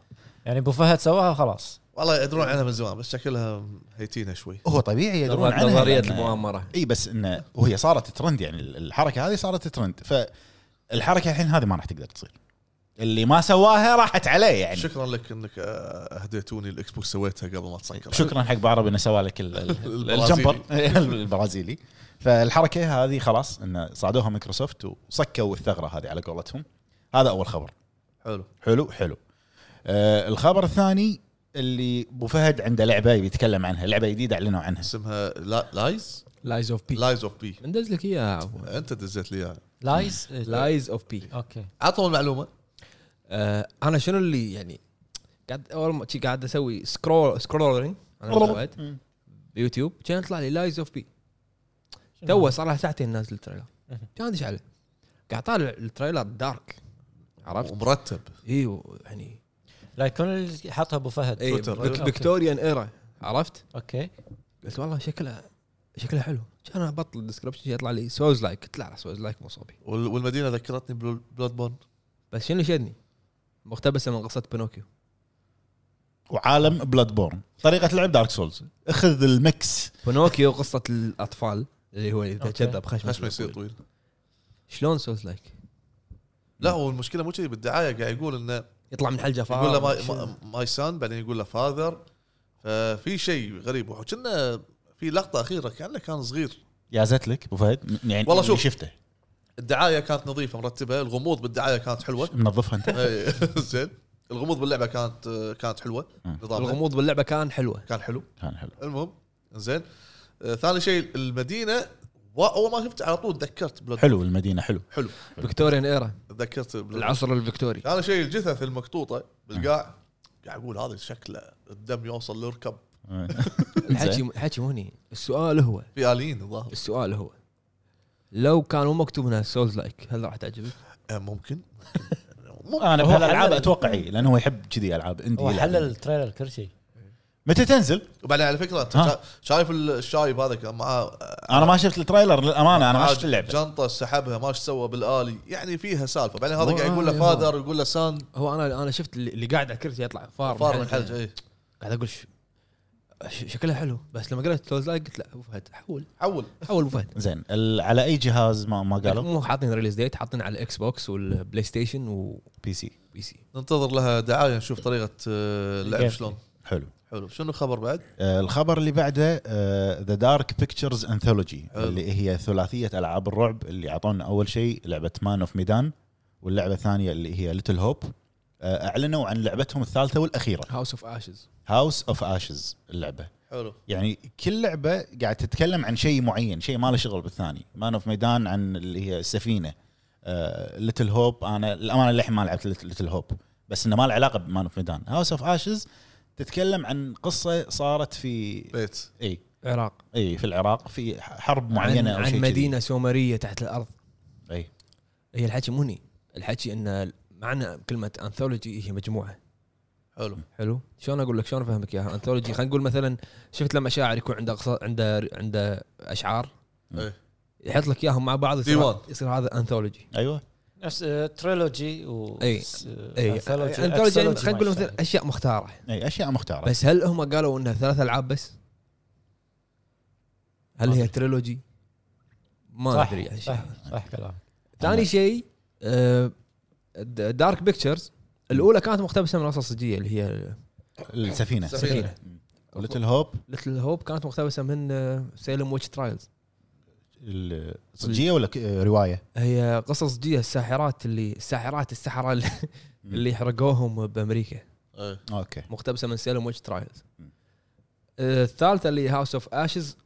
S4: يعني ابو فهد سواها وخلاص
S2: والله يدرون عنها من زمان بس شكلها هيتينها شوي
S3: هو طبيعي يدرون عنها
S1: نظريه
S3: لأن-
S1: المؤامره
S3: اي بس انه وهي صارت ترند يعني الحركه هذه صارت ترند فالحركه الحين هذه ما راح تقدر تصير اللي ما سواها راحت عليه يعني
S2: شكرا لك انك آه، اهديتوني الاكس بوكس سويتها قبل ما تسكر
S3: شكرا حق بعرب انه سوى لك ال- ال-
S2: البرازيلي.
S3: الجمبر البرازيلي فالحركه هذه خلاص انه صعدوها مايكروسوفت وصكوا الثغره هذه على قولتهم هذا اول خبر
S2: حلو
S3: حلو حلو آه الخبر الثاني اللي ابو فهد عنده لعبه يبي يتكلم عنها لعبه جديده اعلنوا عنها
S2: اسمها لا- لايز
S1: لايز اوف بي
S2: لايز اوف بي
S1: ندز لك اياها
S2: انت دزيت لي اياها
S4: لايز
S1: لايز اوف بي
S4: اوكي
S2: عطوا المعلومه
S1: آه، انا شنو اللي يعني قاعد اول ما شي قاعد اسوي سكرول سكرولينج انا بالوقت
S3: مم.
S1: بيوتيوب كان يطلع لي لايز اوف بي تو صار لها ساعتين نازل التريلر
S4: مهم.
S1: كان ادش عليه قاعد طالع التريلر دارك عرفت؟
S2: ومرتب
S1: ايوه يعني
S4: لا يكون اللي حطها ابو فهد
S1: إيه،
S2: تويتر.
S1: فيك-
S4: أوكي.
S1: فيكتوريان ايرا عرفت؟
S4: اوكي
S1: قلت والله شكلها شكلها حلو كان أنا بطل الديسكربشن يطلع لي سوز لايك قلت لا لا سوز لايك مصابي
S2: وال- والمدينه ذكرتني بلود بون
S1: بس شنو اللي شدني؟ مقتبسه من قصه بينوكيو
S3: وعالم بلاد بورن طريقه لعب دارك سولز اخذ المكس
S1: بينوكيو قصه الاطفال اللي هو اذا
S4: أوكي.
S1: كذب خشمه يصير
S2: خشمه يصير
S1: طويل.
S2: طويل
S1: شلون سوز لايك؟
S2: لا هو المشكله مو كذي بالدعايه قاعد يقول انه
S1: يطلع من حل جفار
S2: يقول له ماي سان بعدين يقول له فاذر ففي شيء غريب وكنا في لقطه اخيره كانه كان صغير
S3: يازت لك ابو فهد يعني
S2: والله
S3: اللي
S2: شوف.
S3: شفته
S2: الدعايه كانت نظيفه مرتبه الغموض بالدعايه كانت حلوه
S3: منظفها انت
S2: إي، زين الغموض باللعبه كانت كانت حلوه
S3: مم.
S2: نظامها
S1: الغموض باللعبه كان حلوه
S2: كان حلو
S3: كان حلو
S2: المهم زين آه، ثاني شيء المدينه و- اول ما شفت على طول تذكرت بلود
S3: حلو المدينه حلو
S2: حلو
S1: فيكتوريان ايرا
S2: تذكرت بلود
S1: العصر الفيكتوري
S2: ثاني شيء الجثث المقطوطه بالقاع قاعد اقول هذا شكله الدم يوصل للركب
S1: الحكي الحكي مو هني السؤال هو
S2: في اليين الظاهر
S1: السؤال هو لو كان مو مكتوب منها سولز لايك هل راح تعجبك؟
S2: آه، ممكن
S3: انا
S4: هو
S3: بهالالعاب
S4: حلل-
S3: اتوقع اي لانه إيه، هو يحب كذي العاب اندي
S4: هو حلل
S3: يلعب.
S4: التريلر كل شيء
S3: متى تنزل؟
S2: وبعدين على فكره انت
S3: ها.
S2: شا- شايف الشايب هذا كان معاه آه،
S3: انا ما شفت التريلر للامانه انا ما
S2: معاه
S3: شفت اللعبه
S2: جنطه سحبها ما ايش سوى بالالي يعني فيها سالفه بعدين هذا قاعد يقول له
S1: والله.
S2: فادر يقول له سان إيه.
S1: هو انا انا شفت اللي اللي قاعد على الكرسي يطلع فار
S2: فار من الحلقه
S1: قاعد اقول ش- ش- شكلها حلو بس لما قريت كلوز لايك قلت لا ابو فهد حول
S2: حول
S1: حول ابو فهد
S3: زين ال- على اي جهاز ما ما قالوا
S1: مو حاطين ريليز ديت حاطين على الاكس بوكس والبلاي ستيشن وبي
S3: بي سي
S1: سي
S2: ننتظر لها دعايه نشوف طريقه آه، اللعب
S4: Gameplay.
S2: شلون
S3: حلو
S2: حلو شنو الخبر بعد؟
S3: آه، الخبر اللي بعده آه، ذا دارك بيكتشرز انثولوجي
S2: حلو.
S3: اللي هي ثلاثيه العاب الرعب اللي اعطونا اول شيء لعبه مان اوف ميدان واللعبه الثانيه اللي هي ليتل هوب اعلنوا عن لعبتهم الثالثه والاخيره
S1: هاوس اوف اشز
S3: هاوس اوف اشز اللعبه
S2: حلو
S3: يعني كل لعبه قاعد تتكلم عن شيء معين شيء ما له شغل بالثاني مان اوف ميدان عن اللي هي آه، السفينه ليتل هوب انا الامانه للحين ما لعبت ليتل هوب بس انه ما له علاقه بمان اوف ميدان هاوس اوف اشز تتكلم عن قصه صارت في
S2: بيت
S3: اي
S1: العراق
S3: اي في العراق في حرب معينه
S1: عن,
S3: او
S1: عن
S3: شيء
S1: مدينه سومريه تحت الارض
S3: كذي. اي
S1: هي الحكي مو هني الحكي ان معنى كلمه انثولوجي هي مجموعه
S2: حلو
S1: حلو شلون اقول لك شلون افهمك اياها انثولوجي خلينا نقول مثلا شفت لما شاعر يكون عنده أقصا- عنده عنده اشعار
S2: إيه.
S1: يحط لك اياهم مع بعض يصير,
S2: ديوان.
S1: يصير هذا انثولوجي
S3: ايوه
S4: نفس آه، تريلوجي و
S1: أي.
S4: س-
S1: اي
S4: أنثولوجي،
S1: انثولوجي آه، يعني
S4: أكسولوجي
S1: خلينا
S4: ما
S1: نقول
S4: يشتغل.
S1: مثلا اشياء مختاره
S3: اي اشياء مختاره بس
S1: بس هل هم قالوا انها ثلاث العاب بس؟ هل هي تريلوجي؟ ما
S4: صح،
S1: ادري يعني شيء.
S4: صح صح كلام
S1: ثاني شيء آه، د- دارك بيكتشرز الاولى كانت مقتبسه من قصه صجيه اللي هي
S3: السفينه
S2: سفينة.
S3: ليتل هوب
S1: ليتل هوب كانت مقتبسه من آه، سيلم ويتش ترايلز
S3: ال- صجيه ولا ك- روايه؟
S1: هي قصص صجيه الساحرات اللي الساحرات السحره اللي-
S3: مم.
S1: اللي حرقوهم بامريكا
S2: ايه
S3: اوكي
S1: مقتبسه من سيلم ويتش ترايلز
S3: مم.
S1: آه، الثالثه اللي هاوس اوف اشز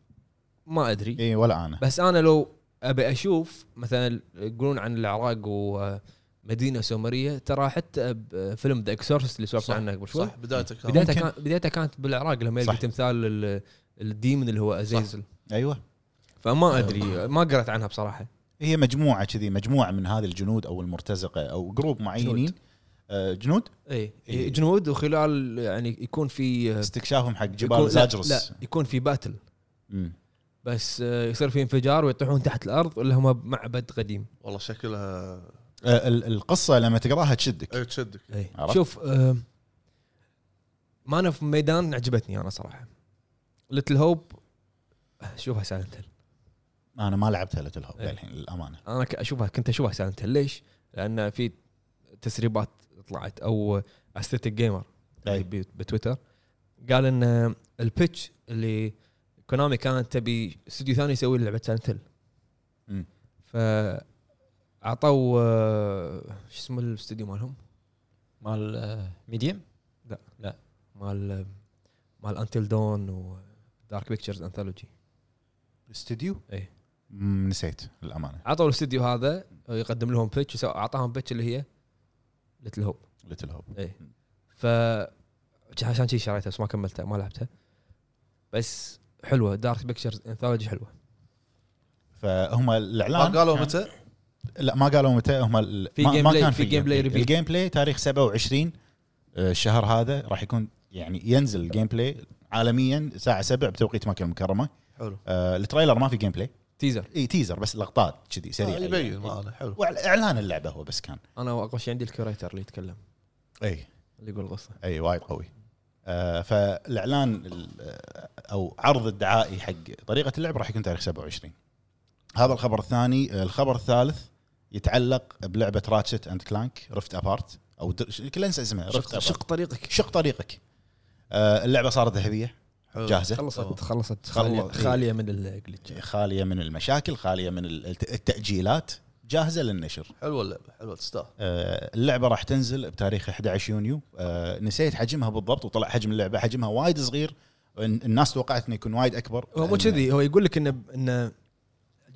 S1: ما ادري
S3: اي ولا انا
S1: بس انا لو ابي اشوف مثلا يقولون عن العراق ومدينه سومريه ترى حتى ب- فيلم ذا اكسورسست اللي سولفنا
S2: صح،
S1: عنه قبل شوي
S2: صح بدايته كان
S1: بدايته
S3: ممكن.
S1: كان بدايته كانت بالعراق لما
S3: صح.
S1: يلقى تمثال ال- الديمن اللي هو ازيزل
S3: ايوه
S1: فما ادري ما قرأت عنها بصراحه
S3: هي مجموعه كذي مجموعه من هذه الجنود او المرتزقه او جروب معينين
S1: جنود. أه.
S3: آه، جنود
S1: اي
S3: إي.
S1: جنود إيه. وخلال يعني يكون في
S3: استكشافهم حق
S1: يكون-
S3: جبال
S1: لا،
S3: زاجرس
S1: لا يكون في باتل
S3: مم.
S1: بس آه، يصير في انفجار ويطيحون تحت الارض اللي هم بمعبد قديم
S2: والله شكلها
S3: آه، ال- القصه لما تقراها تشدك
S2: ايه تشدك
S1: اي
S3: إيه. عرفت؟
S1: شوف آه ما انا في ميدان عجبتني انا صراحه ليتل هوب اشوفها سايلنت هيل
S3: انا ما لعبتها ليتل هوب
S1: إيه.
S3: للحين للامانه
S1: انا ك- اشوفها كنت اشوفها سايلنت هيل ليش؟ لان في تسريبات طلعت او استيتيك جيمر
S3: أي.
S1: يعني بتويتر قال ان آه، البيتش اللي كونامي كانت تبي استوديو ثاني يسوي لعبه سايلنت هيل
S3: مم.
S1: ف اعطوا آه، شو اسمه الاستوديو مالهم؟
S4: مال آه، ميديم
S1: مال مال انتل دون ودارك بيكتشرز انثولوجي
S3: استوديو
S1: إيه.
S3: مم، نسيت للامانه
S1: عطوا الاستديو هذا يقدم لهم بيتش اعطاهم بيتش اللي هي ليتل هوب
S3: ليتل هوب
S1: اي ف عشان شي شريتها بس ما كملتها ما لعبتها بس حلوه دارك بيكتشرز انثولوجي حلوه
S3: فهم
S2: ما
S3: الاعلان
S2: قالوا متى
S3: لا ما قالوا متى هم ال-
S1: في
S3: ما,
S1: game
S3: ما
S1: play-
S3: كان
S1: في
S3: في
S1: game play reveal.
S3: الجيم بلاي تاريخ 27 آه، الشهر هذا راح يكون يعني ينزل الجيم بلاي عالميا الساعه 7 بتوقيت مكه المكرمه
S2: حلو
S3: آه، التريلر ما في جيم بلاي
S1: تيزر
S3: اي تيزر إيه، بس لقطات كذي
S2: آه،
S3: سريعه
S2: يبين ما انا حلو
S3: اعلان اللعبه هو بس كان
S1: انا واقوى شيء عندي الكوريتر اللي يتكلم
S3: اي
S1: اللي يقول القصه
S3: اي إيه، وايد قوي آه فالاعلان ال- آه، او عرض الدعائي حق طريقه اللعب راح يكون تاريخ 27 هذا الخبر الثاني آه، الخبر الثالث يتعلق بلعبه راتشت اند كلانك رفت ابارت او در... ش- كل انسى اسمها رفت
S1: شق,
S3: ابارت
S1: شق طريقك
S3: شق طريقك آه اللعبه صارت ذهبيه
S2: حلو
S3: جاهزه
S1: خلصت
S2: تمام.
S1: خلصت
S3: خلص.
S1: خاليه, خالية من الجلتش
S3: خاليه من المشاكل خاليه من ال- الت- التاجيلات جاهزه للنشر
S2: حلوه اللعبه حلوه تستاهل
S3: آه، اللعبه راح تنزل بتاريخ 11 يونيو آه، نسيت حجمها بالضبط وطلع حجم اللعبه حجمها وايد صغير إن- الناس توقعت انه يكون وايد اكبر
S1: هو مو
S3: إنه-
S1: كذي هو يقول لك انه انه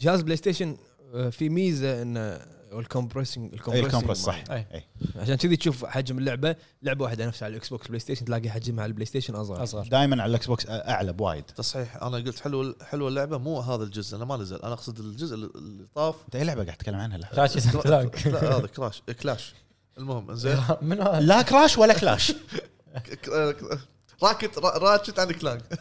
S1: جهاز بلاي ستيشن آه، في آه، ميزه انه الكومبريسنج
S3: إيه، الكمبرس صح
S4: أي.
S3: إيه.
S1: عشان كذي تشوف حجم اللعبه لعبه واحده نفسها على الاكس بوكس بلاي ستيشن تلاقي حجمها على البلاي ستيشن اصغر
S4: اصغر
S3: دائما على الاكس بوكس آه، اعلى بوايد
S2: تصحيح انا قلت حلو حلوه اللعبه مو هذا الجزء انا ما نزل انا اقصد الجزء اللي- اللي طاف
S3: انت اي لعبه قاعد تتكلم عنها لا,
S4: كراش إز كلانك.
S2: لا هذا كراش كلاش المهم انزين
S4: من هذا؟
S3: لا كراش ولا كلاش
S2: ك- ك- ك- راكت را- راتشت عن كلانك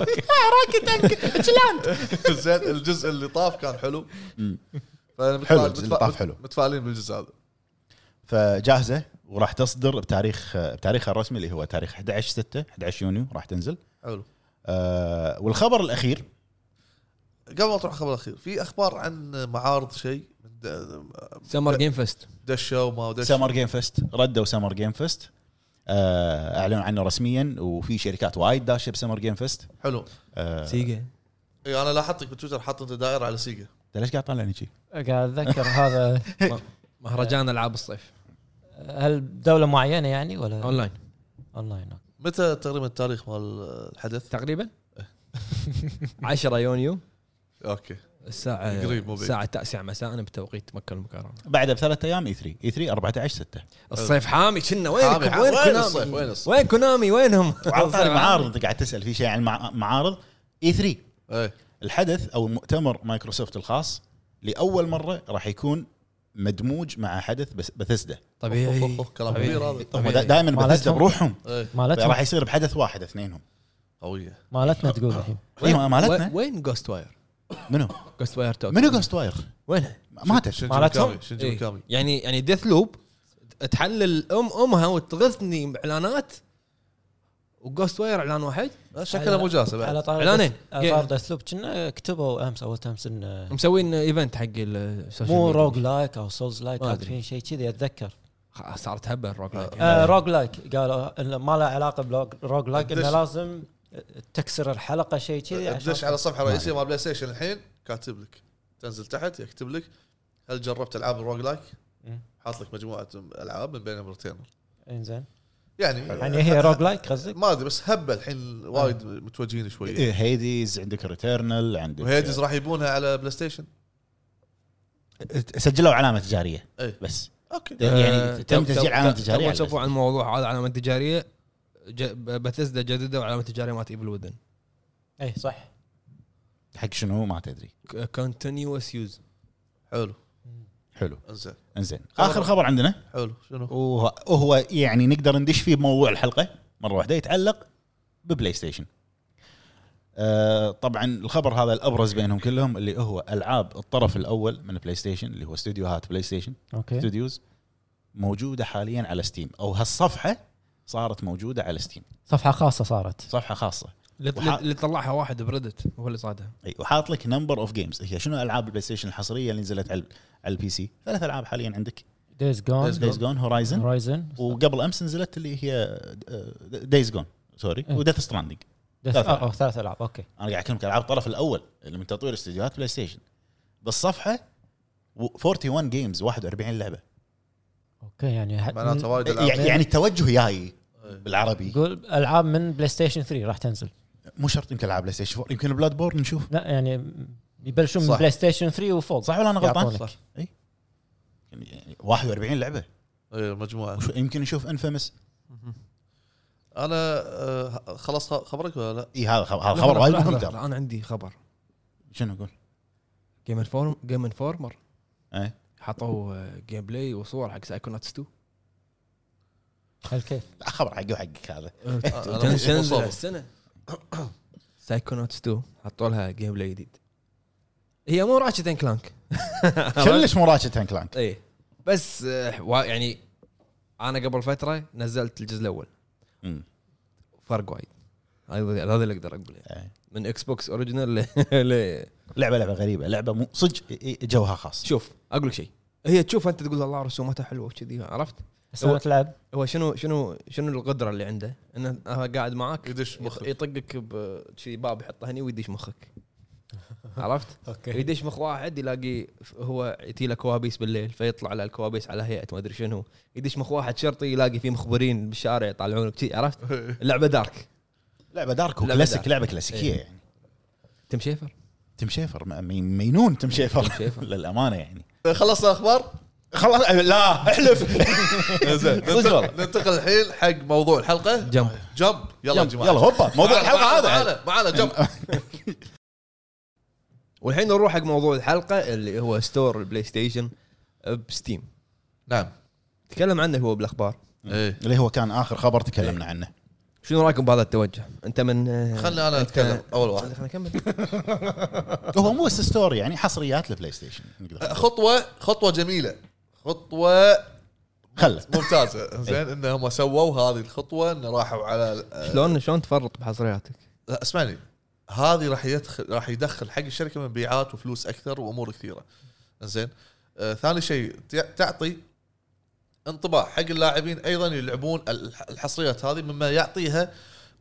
S3: راكت كلاند
S2: زين الجزء اللي طاف كان حلو
S3: مم.
S2: فمتفائل-
S3: حلو، الجزء اللي
S2: متفائل-
S3: طاف حلو.
S2: متفائلين بالجزء هذا
S3: فجاهزه وراح تصدر بتاريخ آه، بتاريخها الرسمي اللي هو تاريخ 11 6 11 يونيو راح تنزل
S2: حلو
S3: آه، آه والخبر الاخير
S2: قبل ما تروح خبر الاخير في اخبار عن معارض شيء من د-
S1: سمر جيم فيست
S2: دشوا وما دشوا
S3: سمر جيم فيست ردوا سمر جيم فيست آه اعلنوا عنه رسميا وفي شركات وايد داشه بسمر جيم فيست
S2: حلو
S3: آه
S1: سيجا
S2: اي انا لاحظتك بتويتر حاط انت دائره على سيجا
S3: انت ليش قاعد طالعني شي؟
S4: قاعد اتذكر هذا
S1: مهرجان العاب الصيف
S4: هل دوله معينه يعني ولا
S1: اونلاين
S4: اونلاين أوكي.
S2: متى تقريبا التاريخ مال الحدث؟
S1: تقريبا 10 يونيو
S2: اوكي
S1: الساعة
S2: قريب مو بعيد. أه.
S1: الساعة 9 مساء بتوقيت مكة المكرمة
S3: بعدها بثلاث ايام اي 3 اي 3 14 6
S1: الصيف حامي كنا
S2: حامي،
S1: وينكم
S2: حامي.
S1: وين
S2: وين
S1: كونامي
S2: الصيف؟ وين الصيف؟
S1: وين كونامي وينهم
S3: وعلى طاري معارض انت قاعد تسال في شيء عن المع- معارض اي 3
S2: ايه
S3: الحدث او مؤتمر مايكروسوفت الخاص لاول مره راح يكون مدموج مع حدث بس بثسدا
S1: طيب،
S2: أوف،
S1: طبيعي
S2: أوف، أوف، كلام
S1: طبيعي.
S2: كبير هذا.
S3: هم
S1: طبيعي.
S3: دائما بثسدا
S4: مالتهم.
S3: بروحهم
S2: ايه
S1: طيب،
S4: مالتهم
S3: راح يصير بحدث واحد اثنينهم
S2: قويه
S4: مالتنا تقول الحين
S3: إيه، مالتنا
S1: وين- وين جوست واير
S3: منو
S1: جوست واير توك
S3: منو جوست واير
S1: وينها
S3: ماتت
S2: شنجي
S4: مالتهم؟
S2: ميكامي، شنجي ميكامي
S1: يعني يعني ديث لوب تحلل ام امها وتغثني اعلانات وجوست واير اعلان واحد
S2: آه، شكلها مو
S1: طيب.
S2: جاسه
S4: على
S2: بعد
S4: طار
S1: إعلانين.
S4: على طار ديث لوب كنا كتبوا امس اول امس انه
S1: مسوين ايفنت حق السوشيال
S4: مو
S1: ميديا.
S4: روج لايك او سولز لايك
S1: ما أدري. يعني
S4: كاتبين شيء كذي اتذكر
S1: خلاص صارت هبه الروك لايك
S4: آه روج لايك قالوا إنه ما له علاقه بروج لايك انه
S2: الدش.
S4: لازم تكسر الحلقه شيء كذي عشان-
S2: تدش أه، على الصفحه الرئيسيه مال بلاي ستيشن الحين كاتب لك تنزل تحت يكتب لك هل جربت العاب الروج لايك؟
S4: مم.
S2: حاط لك مجموعه العاب من بينهم ريتيرنال
S4: انزين
S2: يعني
S4: إيه، يعني هي روج لايك قصدك؟
S2: ما ادري بس هبه الحين وايد متوجهين
S3: إيه.
S2: شوي
S3: هيديز عندك ريتيرنال عندك
S2: وهيدز راح يبونها على بلاي ستيشن
S3: سجلوا علامه تجاريه
S2: إيه.
S3: بس
S2: اوكي
S3: يعني تم تسجيل علامه تجاريه
S1: آه، تو
S3: على
S1: سولفوا
S3: الاسم.
S1: عن الموضوع هذا علامه تجاريه بثزدا جددوا علامه تجاريه مالت ايفل وذن
S4: اي إيه، صح
S3: حق شنو ما تدري
S1: كونتينيوس يوز
S2: حلو
S3: حلو
S2: انزين
S3: انزين اخر خبر عندنا
S2: حلو شنو؟
S3: وهو وهو يعني نقدر ندش فيه بموضوع الحلقه مره واحده يتعلق ببلاي ستيشن آه طبعا الخبر هذا الابرز بينهم كلهم اللي هو العاب الطرف الاول من بلاي ستيشن اللي هو استديوهات بلاي ستيشن
S4: اوكي
S3: ستوديوز موجوده حاليا على ستيم او هالصفحه صارت موجوده على ستيم
S4: صفحه خاصه صارت
S3: صفحه خاصه
S1: اللي-
S3: وح-
S1: اللي طلعها واحد بريدت هو اللي صادها
S3: اي وحاط لك نمبر اوف جيمز هي شنو العاب البلاي ستيشن الحصريه اللي نزلت على على البي سي ثلاث العاب حاليا عندك
S4: دايز جون
S3: دايز جون هورايزن
S4: هورايزن
S3: وقبل امس نزلت اللي هي دايز جون سوري
S4: إيه.
S3: وديث ستراندنج
S4: ثلاث
S3: ثلاث
S4: العاب أوه، ثلاث العاب اوكي
S3: انا قاعد اكلمك العاب الطرف الاول اللي من تطوير استديوهات بلاي ستيشن بالصفحه و- 41 جيمز 41 لعبه
S4: اوكي يعني ح-
S2: معناته وايد العاب
S3: يعني يعني التوجه جاي بالعربي
S4: قول العاب من بلاي ستيشن 3 راح تنزل
S3: مو شرط يمكن العاب بلاي ستيشن 4 يمكن بلاد بورن نشوف
S4: لا يعني يبلشون من
S2: صح.
S4: بلاي ستيشن 3 وفوق
S3: صح ولا انا غلطان؟
S4: يعطونك.
S2: صح.
S3: اي يعني 41 لعبه
S2: إيه، مجموعه
S3: وشو- يمكن نشوف انفيمس
S2: انا آه، خلاص خبرك ولا لا؟
S3: اي هذا خ- هذا خبر وايد مهم ترى.
S1: انا عندي خبر
S3: شنو اقول؟
S1: جيم انفورم جيم انفورمر
S3: ايه
S1: حطوا آه، جيم بلاي وصور حق سايكوناتس 2
S4: هل كيف؟
S3: لا، خبر حقي وحقك هذا
S2: أنا
S1: آه، تن-
S2: مش
S1: تنزل
S2: مصاب.
S1: السنه سايكوناتس 2 حطوا لها جيم بلاي جديد هي مو راتشت اند كلانك
S3: كلش مراشد هانك لانك
S1: اي إيه. بس آه، وا- يعني انا قبل فتره نزلت الجزء الاول
S3: مم.
S1: فرق وايد هذا هذا اللي اقدر اقوله
S3: إيه.
S1: من اكس بوكس اوريجنال ل
S3: لعبه لعبه غريبه لعبه مو صدق إي- إي، جوها خاص
S1: شوف اقول لك شيء هي تشوف انت تقول الله رسوماتها حلوه وكذي عرفت
S4: بس أنا تلعب
S1: هو شنو شنو شنو القدره اللي عنده؟ انه هو قاعد معاك
S2: يدش مخك.
S1: يطقك بشي باب يحطه هني ويدش مخك عرفت؟
S4: اوكي
S1: يدش مخ واحد يلاقي ف- هو يتي له كوابيس بالليل فيطلع على الكوابيس على هيئه ما ادري شنو يدش مخ واحد شرطي يلاقي فيه مخبرين بالشارع يطالعونك شي عرفت؟ اللعبه دارك
S3: لعبه دارك
S1: لعبة
S3: وكلاسيك
S1: دارك.
S3: لعبه كلاسيكيه
S1: إيه.
S3: يعني
S1: تم شيفر
S3: تم شيفر م- مي- مينون تم
S1: تيم
S3: شيفر
S1: شيفر.
S3: للامانه يعني
S2: خلصنا اخبار؟
S3: خلاص لا احلف
S2: زين
S3: صدق والله.
S2: ننتقل- ننتقل الحين حق موضوع الحلقه
S1: جمب
S2: جمب يلا يا
S3: يلا
S2: جماعه
S3: يلا هوبا موضوع الحلقه هذا
S2: معانا معانا جمب
S1: والحين نروح حق موضوع الحلقه اللي هو ستور البلاي ستيشن بستيم
S2: نعم
S1: تكلم عنه هو بالاخبار
S2: ايه
S3: اللي هو كان اخر خبر تكلمنا عنه
S1: شنو رايكم بهذا التوجه؟ انت من آه،
S2: خلني انا
S1: أنت-
S2: اتكلم اول واحد
S1: خلنا نكمل
S3: هو مو بس ستوري يعني حصريات البلاي ستيشن نقدر
S2: أه.
S3: نقول.
S2: خطوه خطوه جميله خطوه أه.
S3: خله
S2: ممتازه زين انهم سووا هذه الخطوه انه راحوا على
S1: شلون شلون تفرط بحصرياتك؟
S2: لا اسمعني هذه راح يدخل راح يدخل حق الشركه مبيعات وفلوس اكثر وامور كثيره زين آه ثاني شيء تع- تعطي انطباع حق اللاعبين ايضا يلعبون الح- الحصريات هذه مما يعطيها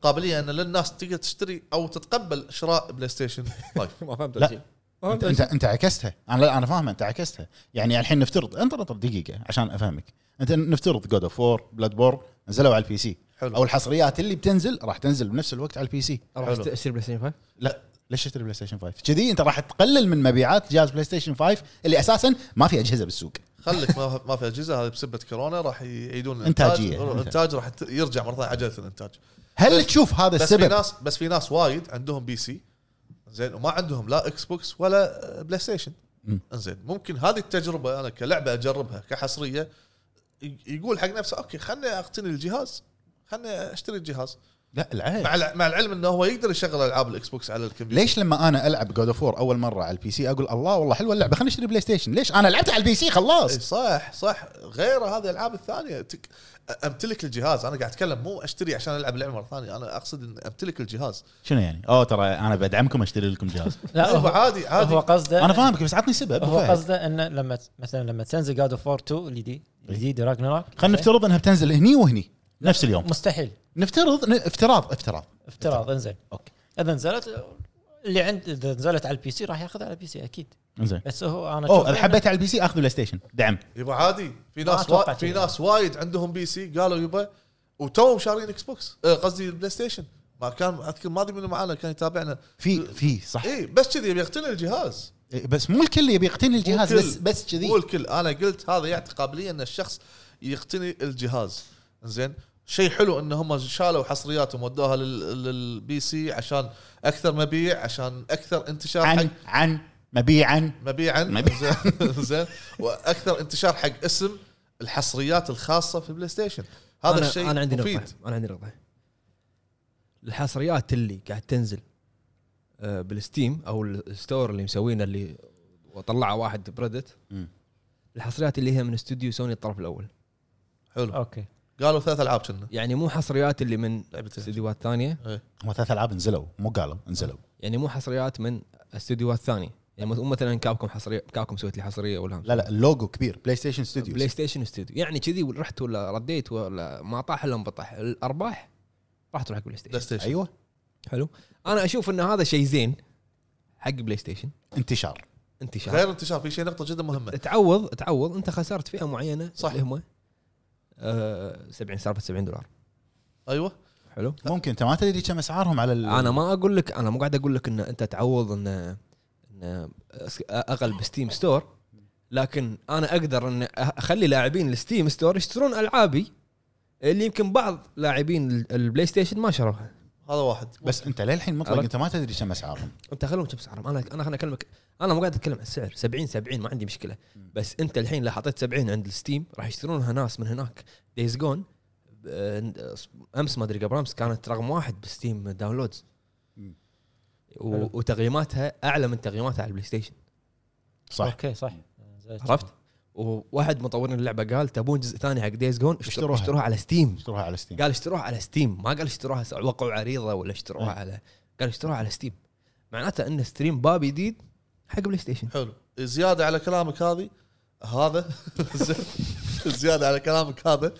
S2: قابليه ان للناس تقدر تشتري او تتقبل شراء بلاي ستيشن 5
S1: ما فهمت
S3: لا.
S1: الشيء ما فهمت
S3: انت انت,
S1: الشيء.
S3: انت عكستها انا لا انا فاهم انت عكستها يعني الحين نفترض انطر انطر دقيقه عشان افهمك انت نفترض جود اوف وور بلاد بور نزلوا على البي سي
S2: حلو.
S3: او الحصريات اللي بتنزل راح تنزل بنفس الوقت على البي سي
S1: راح
S2: حلو.
S1: اشتري بلاي ستيشن 5
S3: لا ليش تشتري بلاي ستيشن 5 كذي انت راح تقلل من مبيعات جهاز بلاي ستيشن 5 اللي اساسا ما في اجهزه بالسوق
S2: خليك ما ما في اجهزه هذه بسبه كورونا راح يعيدون
S3: إنتاجية.
S2: الانتاج راح ت- يرجع مره ثانيه عجله الانتاج
S3: هل
S2: بس-
S3: تشوف هذا
S2: بس في
S3: السبب
S2: ناس بس في ناس وايد عندهم بي سي زين وما عندهم لا اكس بوكس ولا بلاي ستيشن
S3: مم.
S2: زين ممكن هذه التجربه انا كلعبه اجربها كحصريه ي- يقول حق نفسه اوكي خلني اقتني الجهاز خلني اشتري الجهاز
S3: لا العيب
S2: مع الع- مع العلم انه هو يقدر يشغل العاب الاكس بوكس على الكمبيوتر
S3: ليش لما انا العب جود اوف وور اول مره على البي سي اقول الله والله حلوه اللعبه خلينا نشتري بلاي ستيشن ليش انا لعبت على البي سي
S2: إي
S3: خلاص
S2: صح صح غير هذه الالعاب الثانيه تك... امتلك الجهاز انا قاعد اتكلم مو اشتري عشان العب لعبه مره ثانيه انا اقصد ان امتلك الجهاز
S3: شنو يعني اوه ترى انا بدعمكم اشتري لكم جهاز
S4: لا
S2: هو
S4: هو,
S2: عادي عادي
S4: هو قصده
S3: انا فاهمك بس عطني سبب
S4: هو
S3: وفاهم.
S4: قصده انه لما مثلا لما تنزل جاد اوف 4 2 الجديد الجديد راجناروك
S3: خلينا نفترض انها بتنزل هني وهني نفس اليوم
S4: مستحيل
S3: نفترض ن- افتراض افتراض
S4: افتراض انزين
S3: اوكي
S4: اذا نزلت اللي عند اذا نزلت على البي سي راح ياخذها على البي سي اكيد
S3: زين
S4: بس هو انا
S3: اوه اذا حبيت على البي سي اخذ بلاي ستيشن دعم
S2: يبا عادي في
S4: ما
S2: ناس
S4: أتوقع
S2: وا... في
S4: كذا.
S2: ناس وايد عندهم بي سي قالوا يبا وتوهم شارين اكس بوكس آه، قصدي البلاي ستيشن ما كان اذكر ما ادري منو معانا كان يتابعنا
S3: في في صح
S2: اي بس كذي يبي يقتني الجهاز
S3: إيه، بس مو الكل يبي يقتني الجهاز
S2: مو الكل.
S3: بس بس كذي
S2: مو الكل انا قلت هذا يعطي قابليه ان الشخص يقتني الجهاز زين شيء حلو ان هم شالوا حصرياتهم ودوها لل- للبي سي عشان اكثر مبيع عشان اكثر انتشار حق
S3: عن عن مبيعا
S2: مبيعا
S3: مبيعاً.
S2: زين- زين واكثر انتشار حق اسم الحصريات الخاصه في بلاي ستيشن هذا
S1: أنا-
S2: الشيء
S1: انا عندي
S2: مفيد
S1: نقطه انا عندي نقطه الحصريات اللي قاعد تنزل آه، بالستيم او الستور اللي مسوينه اللي وطلعه واحد بريدت
S3: مم.
S1: الحصريات اللي هي من استوديو سوني الطرف الاول
S2: حلو
S4: اوكي
S2: قالوا ثلاث العاب كنا إيه،
S1: يعني مو حصريات اللي من استديوهات ثانيه
S3: هم ثلاث العاب نزلوا مو قالوا نزلوا
S1: يعني مو حصريات من استديوهات ثانيه يعني مو مثلا كابكم حصريه كابكم سويت لي حصريه ولا
S3: لا لا اللوجو كبير بلاي ستيشن ستوديو
S1: بلاي ستيشن استوديو يعني كذي رحت ولا رديت ولا ما طاح الا انبطح الارباح راح تروح حق بلاي ستيشن
S2: بلاي ستيشن
S1: أيوة.
S3: ايوه
S1: حلو انا اشوف ان هذا شيء زين حق بلاي ستيشن
S3: انتشار
S1: انتشار
S2: غير انتشار في شيء نقطه جدا مهمه
S1: تعوض تعوض انت خسرت فئه معينه
S2: صح.
S1: اللي هم آه 70 سالفه 70 دولار
S2: ايوه
S1: حلو
S3: ممكن انت ما تدري كم اسعارهم على ال-
S1: انا ما اقول لك انا مو قاعد اقول لك ان انت تعوض ان ان أس- اغلى بستيم ستور لكن انا اقدر ان أ- اخلي لاعبين الستيم ستور يشترون العابي اللي يمكن بعض لاعبين ال- البلاي ستيشن ما شروها
S2: هذا واحد
S3: بس انت للحين مطلق
S1: عرفت؟
S3: انت ما تدري كم اسعارهم
S1: انت خلهم كم سعرهم انا انا خليني اكلمك انا مو قاعد اتكلم عن السعر 70 70 ما عندي مشكله بس انت الحين لو حطيت 70 عند الستيم راح يشترونها ناس من هناك دايز جون امس ما ادري قبل امس كانت رقم واحد بستيم داونلودز
S3: مم.
S4: حلو.
S1: و- وتقييماتها اعلى من تقييماتها على البلاي ستيشن
S3: صح
S4: اوكي صح
S1: عرفت؟ وواحد مطورين اللعبه قال تبون جزء ثاني حق دايز جون
S3: اشتروها.
S1: اشتروها اشتروها على ستيم
S3: اشتروها على ستيم
S1: قال اشتروها على ستيم ما قال اشتروها س- وقعوا عريضه ولا اشتروها
S3: أي.
S1: على قال اشتروها على ستيم معناته ان ستريم باب جديد حق بلاي ستيشن
S2: حلو زياده على كلامك هذه هذا زين. زياده على كلامك هذا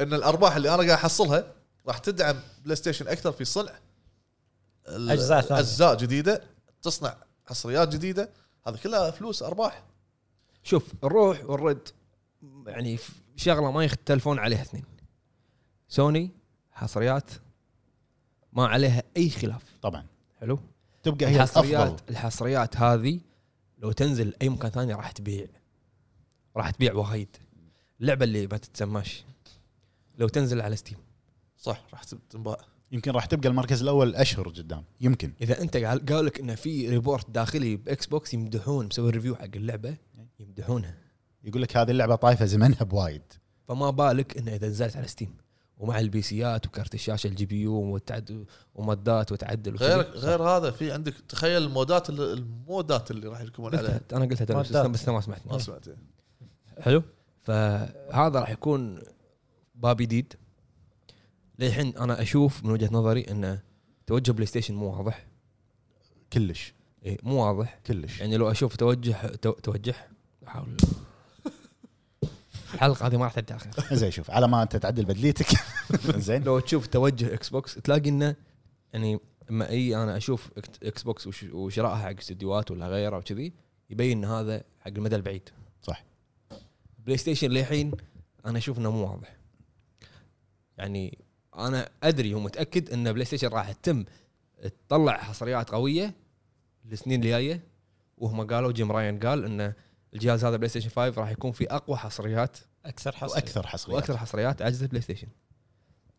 S2: ان الارباح اللي انا قاعد احصلها راح تدعم بلاي ستيشن اكثر في صنع ال-
S4: أجزاء ثانية.
S2: اجزاء جديده تصنع حصريات جديده هذا كلها فلوس ارباح
S1: شوف الروح والرد يعني ف- شغله ما يختلفون عليها اثنين سوني حصريات ما عليها اي خلاف
S3: طبعا
S1: حلو
S3: تبقى هي الافضل
S1: الحصريات الحصريات هذه لو تنزل اي مكان ثاني راح تبيع راح تبيع وايد اللعبه اللي ما تتسماش لو تنزل على ستيم
S2: صح راح تنباع
S3: يمكن راح تبقى المركز الاول اشهر قدام يمكن
S1: اذا انت قال قال لك انه في ريبورت داخلي باكس بوكس يمدحون مسوي ريفيو حق اللعبه يمدحونها
S3: يقول لك هذه اللعبه طايفه زمنها بوايد
S1: فما بالك انه اذا نزلت على ستيم ومع البي سيات وكارت الشاشه الجي بي يو والتعد- ومدات وتعدل وكذي.
S2: غير غير هذا في عندك تخيل المودات اللي- المودات اللي راح يركبون
S1: قلتها
S2: عليها
S1: انا قلتها ترى، بس
S4: مدات.
S1: بس ما سمعتني
S2: ما سمعت
S1: حلو فهذا راح يكون باب جديد للحين انا اشوف من وجهه نظري انه توجه بلاي ستيشن مو واضح
S3: كلش
S1: إيه مو واضح
S3: كلش
S1: يعني لو اشوف توجه تو- توجه احاول الحلقه هذه ما راح تنتهي أخي.
S3: زين شوف على ما انت تعدل بدليتك زين
S1: لو تشوف توجه اكس بوكس تلاقي انه يعني اما اي انا اشوف إكت- اكس بوكس وش- وشرائها حق استديوهات ولا غيره وكذي يبين ان هذا حق المدى البعيد
S3: صح.
S1: بلاي ستيشن للحين انا اشوف انه مو واضح يعني انا ادري ومتاكد ان بلاي ستيشن راح تتم تطلع حصريات قويه للسنين اللي جايه وهم قالوا جيم راين قال ان الجهاز هذا بلاي ستيشن 5 راح يكون في اقوى حصريات
S4: اكثر حصري
S3: واكثر حصريات
S1: واكثر حصريات اجهزه بلاي ستيشن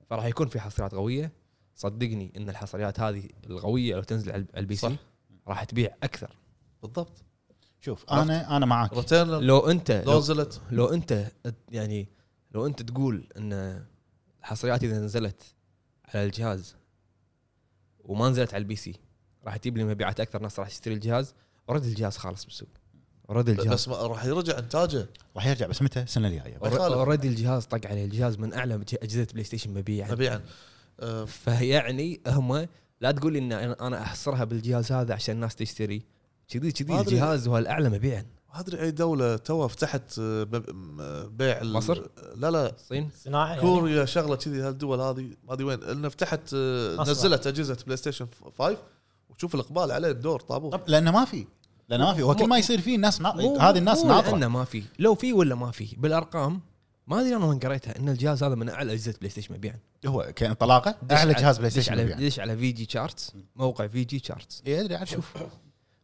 S1: فراح يكون في حصريات قويه صدقني ان الحصريات هذه القويه لو تنزل على على البي سي
S2: صح.
S1: راح تبيع اكثر
S2: بالضبط
S3: شوف انا انا معاك
S2: ريتيرنال
S1: لو انت
S2: لو
S1: لو,
S2: نزلت
S1: لو انت يعني لو انت تقول ان الحصريات اذا نزلت على الجهاز وما نزلت على البي سي راح تجيب لي مبيعات اكثر ناس راح تشتري الجهاز ورد الجهاز خالص بالسوق ورد الجهاز
S2: بس ما- راح يرجع انتاجه
S3: راح يرجع بس متى السنه الجايه
S2: ما يخالف.
S1: ورد الجهاز طق عليه الجهاز من اعلى اجهزه بلاي ستيشن مبيعا
S2: مبيعا آه،
S1: فيعني هم لا تقول لي ان انا أنا احصرها بالجهاز هذا عشان الناس تشتري كذي كذي
S2: ما أدري.
S1: الجهاز هو الاعلى مبيعا
S2: ما ادري اي دوله تو فتحت آه، مب- م- بيع ال-
S1: مصر؟
S2: لا لا
S1: الصين
S4: صناعه يعني
S2: كوريا شغله كذي هالدول هذه ما ادري وين انها فتحت آه،
S4: أصلاً.
S2: نزلت اجهزه بلاي ستيشن 5 وشوف الاقبال عليه الدور طابور
S3: طب لانه ما في لانه ما في هو كل ما يصير فيه الناس نا...
S1: مو-
S3: هذه الناس
S1: مو لأنه
S3: ناطره
S1: ما في لو في ولا ما في بالارقام ما ادري انا وين قريتها ان الجهاز هذا من اعلى اجهزه بلاي ستيشن مبيعا
S3: هو كانطلاقه
S1: دش
S3: اعلى
S1: على-
S3: جهاز بلاي
S1: دش
S3: ستيشن
S1: على
S3: مبيعاً.
S1: دش على في جي تشارتس موقع في جي تشارتس
S3: إيه، ادري عاد شوف
S1: شوف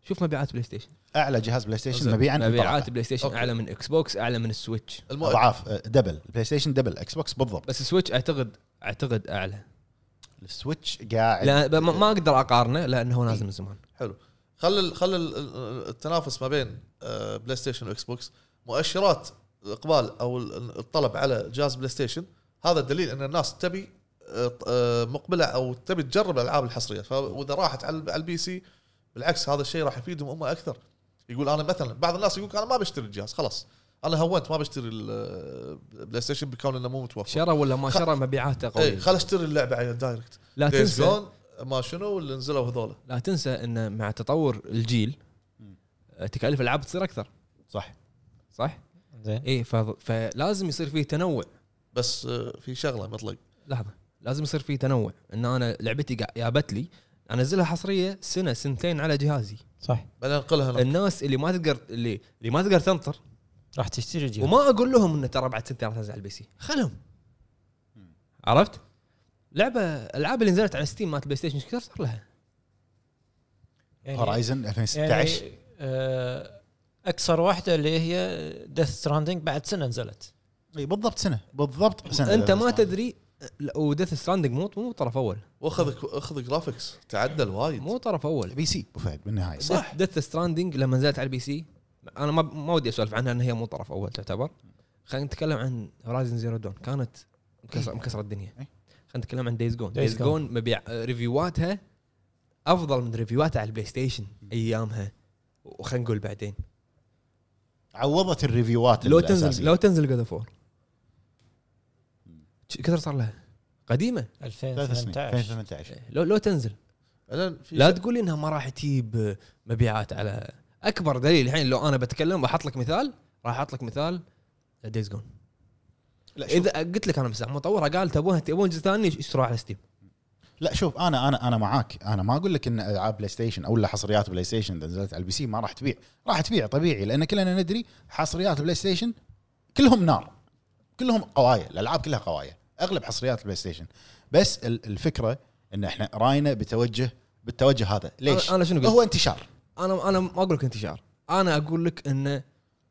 S1: شوف مبيعات بلاي ستيشن
S3: اعلى جهاز بلاي ستيشن
S1: زين.
S3: مبيعا
S1: مبيعات
S3: انطلاقة.
S1: بلاي ستيشن
S2: أوكي.
S1: اعلى من اكس بوكس اعلى من السويتش
S2: المهم
S3: اضعاف آه، دبل بلاي ستيشن دبل اكس بوكس بالضبط
S1: بس السويتش اعتقد اعتقد اعلى
S3: السويتش قاعد
S1: لا ب- ما ما اقدر اقارنه لانه هو نازل من زمان
S2: حلو خل ال- خل ال- ال- التنافس ما بين آه، بلاي ستيشن واكس بوكس مؤشرات الاقبال او ال- الطلب على جهاز بلاي ستيشن هذا دليل ان الناس تبي آه، آه، مقبله او تبي تجرب الالعاب الحصريه فاذا راحت على على البي سي بالعكس هذا الشيء راح يفيدهم هم اكثر يقول انا مثلا بعض الناس يقول انا ما بشتري الجهاز خلاص انا هونت ما بشتري البلاي ستيشن بكون انه مو متوفر
S1: شرى ولا ما
S2: خ- إيه،
S1: شرى مبيعاته قويه
S2: اي خل اشتري اللعبه على الدايركت
S1: لا
S2: دايز
S1: تنسى
S2: جون ما شنو اللي نزلوا هذول
S1: لا تنسى ان مع تطور الجيل
S3: مم.
S1: آه، تكاليف الالعاب تصير اكثر
S3: صح
S1: صح؟ إيه،
S4: زين
S1: اي فض- فلازم يصير فيه تنوع
S2: بس آه، في شغله مطلق
S1: لحظه لازم يصير فيه تنوع ان انا لعبتي قا- جابت لي انزلها حصريه سنه سنتين على جهازي
S4: صح
S2: بعدين انقلها هنا
S1: الناس اللي ما تقدر اللي اللي ما تقدر تنطر
S4: راح تشتري جهاز
S1: وما اقول لهم انه ترى بعد سنتين راح تنزل على البي سي خلهم عرفت؟ لعبه العاب اللي نزلت على ستيم مالت بلاي ستيشن ايش كثر صار لها؟ يعني
S3: هورايزن 2016
S4: يعني آه، اكثر واحده اللي هي ديث ستراندنج بعد سنه نزلت
S3: اي بالضبط سنه بالضبط سنه
S1: انت ما تدري وديث ستراندنج مو مو طرف اول
S2: واخذ اخذ جرافكس تعدل وايد
S1: مو طرف اول
S3: بي سي ابو فهد بالنهايه
S1: صح ديث ستراندنج لما نزلت على البي سي انا ما ما ودي اسولف عنها ان هي مو طرف اول تعتبر خلينا نتكلم عن هورايزن زيرو دون كانت مكسره مكسره الدنيا
S3: إيه.
S1: خلينا نتكلم عن دايز جون
S4: Days
S1: دايز
S4: Gone.
S1: جون مبيع ريفيواتها افضل من ريفيواتها على البلاي ستيشن ايامها وخلينا نقول بعدين
S3: عوضت الريفيوات
S1: لو
S3: الأساسية.
S1: تنزل لو تنزل جود اوف كثر صار لها قديمه
S3: ثلاث سنين
S4: 2018
S3: 2018
S1: إيه. لو لو تنزل
S2: بعدين في
S1: لا
S2: شيء-
S1: تقول لي انها ما راح تجيب مبيعات على اكبر دليل الحين لو انا بتكلم واحط لك مثال راح احط لك مثال دايز جون
S3: لا شوف
S1: اذا قلت لك انا مساع مطورها قال تبون تبون جزء ثاني اشتروه على ستيم
S3: لا شوف انا انا انا معاك انا ما اقول لك ان العاب بلاي ستيشن او لا حصريات بلاي ستيشن اذا نزلت على البي سي ما راح تبيع راح تبيع طبيعي لان كلنا ندري حصريات بلاي ستيشن كلهم نار كلهم قوايا الالعاب كلها قوايا اغلب حصريات البلاي ستيشن بس ال- الفكره ان احنا راينا بتوجه بالتوجه هذا ليش
S1: أنا- أنا شنو قلت؟
S3: هو انتشار
S1: انا انا ما اقول لك انتشار انا اقول لك ان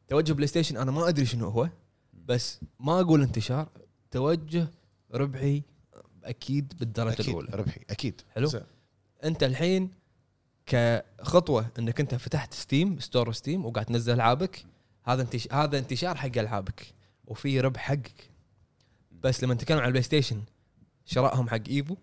S1: توجه بلاي ستيشن انا ما ادري شنو هو بس ما اقول انتشار توجه ربحي اكيد بالدرجه
S3: اكيد
S1: الاولى
S3: ربحي اكيد
S1: حلو
S2: زين.
S1: انت الحين كخطوه انك انت فتحت ستيم ستور ستيم وقاعد تنزل العابك هذا انتش... هذا انتشار حق العابك وفي ربح حقك بس لما نتكلم عن البلاي ستيشن شرائهم حق ايفو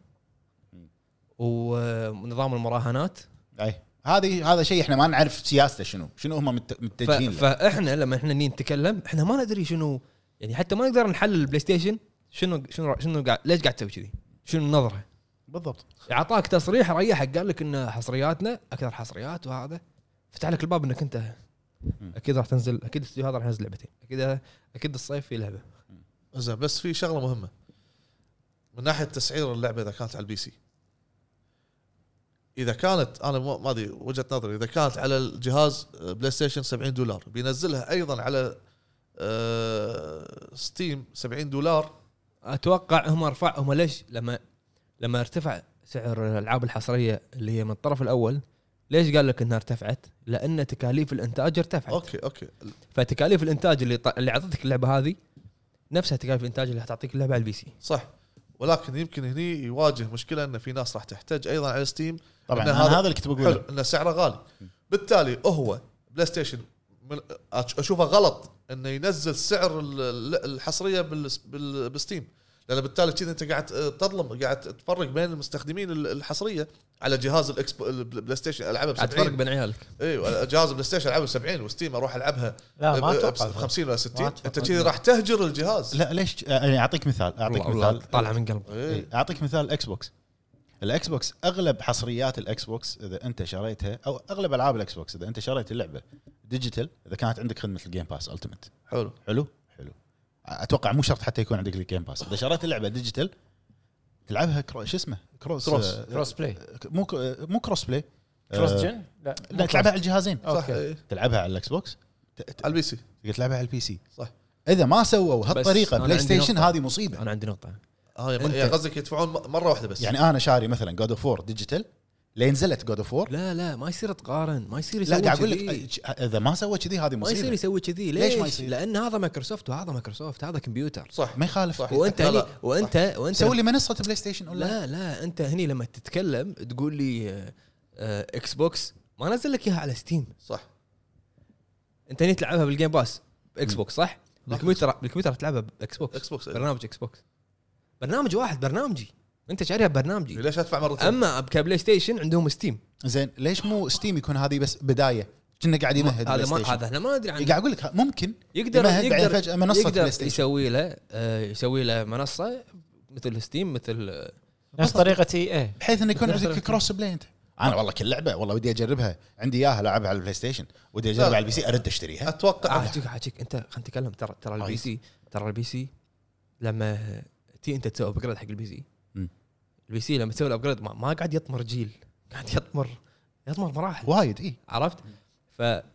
S1: ونظام المراهنات
S3: اي هذه هذا شيء احنا ما نعرف سياسته شنو شنو هم مت-
S1: ف...
S3: متجهين له
S1: فاحنا لما احنا نيجي نتكلم احنا ما ندري شنو يعني حتى ما نقدر نحلل البلاي ستيشن شنو شنو شنو قاعد ليش قاعد تسوي كذي؟ شنو النظره؟
S3: بالضبط
S1: اعطاك تصريح ريحك قال لك ان حصرياتنا اكثر حصريات وهذا فتح لك الباب انك انت اكيد راح تنزل اكيد الاستوديو هذا راح ينزل لعبتين اكيد اكيد الصيف في لعبه
S2: زين بس في شغله مهمه من ناحيه تسعير اللعبه اذا كانت على البي سي اذا كانت انا مو- ما ادري وجهه نظري اذا كانت على الجهاز آه، بلاي ستيشن 70 دولار بينزلها ايضا على آه، ستيم 70 دولار
S1: اتوقع هم رفع هم ليش لما لما ارتفع سعر الالعاب الحصريه اللي هي من الطرف الاول ليش قال لك انها ارتفعت؟ لان تكاليف الانتاج ارتفعت
S2: اوكي اوكي
S1: فتكاليف الانتاج اللي ط... اللي اعطتك اللعبه هذه نفسها تكاليف الانتاج اللي حتعطيك اللعبه على البي سي
S2: صح ولكن يمكن هني يواجه مشكله ان في ناس راح تحتاج ايضا على ستيم
S3: طبعا
S2: إن
S3: انا
S2: هذا-
S3: هذا, اللي كنت
S2: حلو
S3: بقوله
S2: انه سعره غالي بالتالي هو بلاي ستيشن من- أش- اشوفه غلط انه ينزل سعر ال- ال- الحصريه بالس- بال- بالستيم لان بالتالي كذا انت قاعد آه، تظلم قاعد تفرق بين المستخدمين ال- الحصريه على جهاز الاكس البلاي ستيشن العبها ب
S1: عاد فرق
S2: 70
S1: بين عيالك
S2: ايوه جهاز البلاي ستيشن العبها ب 70 وستيم اروح العبها
S4: لا ما
S2: ب
S4: اتوقع
S2: 50 ولا 60
S4: أتوقع.
S2: انت كذي راح تهجر الجهاز
S3: لا ليش يعني اعطيك مثال اعطيك
S1: والله- والله
S3: مثال
S1: طالعه من قلبك
S2: إيه.
S3: إيه، اعطيك مثال الاكس بوكس الاكس بوكس اغلب حصريات الاكس بوكس اذا انت شريتها او اغلب العاب الاكس بوكس اذا انت شريت اللعبه ديجيتال اذا كانت عندك خدمه الجيم باس التمت
S2: حلو
S3: حلو حلو اتوقع مو شرط حتى يكون عندك الجيم باس اذا شريت اللعبه ديجيتال تلعبها كرو... شو اسمه كروس
S2: كروس.
S3: آه،
S4: كروس بلاي
S3: مو ك- آه، مو كروس بلاي آه،
S4: كروس جن لا
S3: لا تلعبها على الجهازين
S2: صح
S4: اوكي
S2: إيه.
S3: تلعبها على الاكس بوكس ت- ت-
S2: على البي سي
S3: تقدر تلعبها على البي سي
S2: صح.
S3: اذا ما سووا هالطريقه
S1: أنا
S3: بلاي
S1: عندي
S3: ستيشن
S1: نقطة.
S3: هذه مصيبه
S1: انا عندي نقطه
S2: اه
S1: أنت-
S2: يعني قصدك يدفعون م- مره واحده بس
S3: يعني انا شاري مثلا جود اوف 4 ديجيتال لين نزلت جود اوف 4
S1: لا لا ما يصير تقارن ما يصير
S3: لا
S1: يسوي
S3: قاعد اقول لك
S1: كذي.
S3: أي- اذا ما سوى كذي هذه
S1: ما يصير
S3: مصيبه
S1: يسوي كذي
S3: ليش
S1: ليش,
S3: ما
S1: ما
S3: يصير؟
S1: لان هذا مايكروسوفت وهذا مايكروسوفت هذا كمبيوتر
S2: صح
S3: ما يخالف
S2: صح.
S1: وانت
S2: لا،
S1: هني
S2: لا.
S1: وانت وانت
S3: سوي لي منصه بلاي ستيشن اون
S1: لا لا انت هني لما تتكلم تقول لي آه، آه، اكس بوكس ما نزل لك اياها على ستيم
S2: صح
S1: انت هني تلعبها بالجيم باس اكس بوكس صح؟ بالكمبيوتر بالكمبيوتر تلعبها باكس بوكس
S2: اكس بوكس إيه.
S1: برنامج اكس بوكس برنامج واحد برنامجي انت شاريها ببرنامجي
S2: ليش ادفع مرتين؟
S1: اما كبلاي ستيشن عندهم ستيم
S3: زين ليش مو ستيم يكون هذه بس بدايه كنا قاعد يمهد
S1: هذا ما
S3: هذا
S1: هذا احنا ما ندري عنه
S3: قاعد اقول لك ه- ممكن
S1: يقدر
S3: يمهد بعدين
S1: يقدر
S3: فجاه منصه بلاي
S1: يقدر
S3: ستيشن
S1: يسوي له آه، يسوي له منصه مثل ستيم مثل
S4: نفس إيه، طريقه اي
S3: بحيث انه يكون
S4: يقدر
S3: عندك كروس بلاي انت انا والله كل لعبه والله ودي اجربها عندي اياها العبها على البلاي ستيشن ودي
S2: لا،
S3: اجربها
S2: لا.
S3: على البي سي ارد اشتريها
S2: اتوقع
S1: حاجيك حاجيك آه، انت خلينا نتكلم ترى ترى البي
S3: عايز.
S1: سي ترى البي سي لما تي انت تسوي ابجريد حق البي سي
S3: مم.
S1: البي سي لما تسوي الابجريد ما, ما قاعد يطمر جيل قاعد يطمر يطمر مراحل
S3: وايد اي
S1: عرفت؟ فانا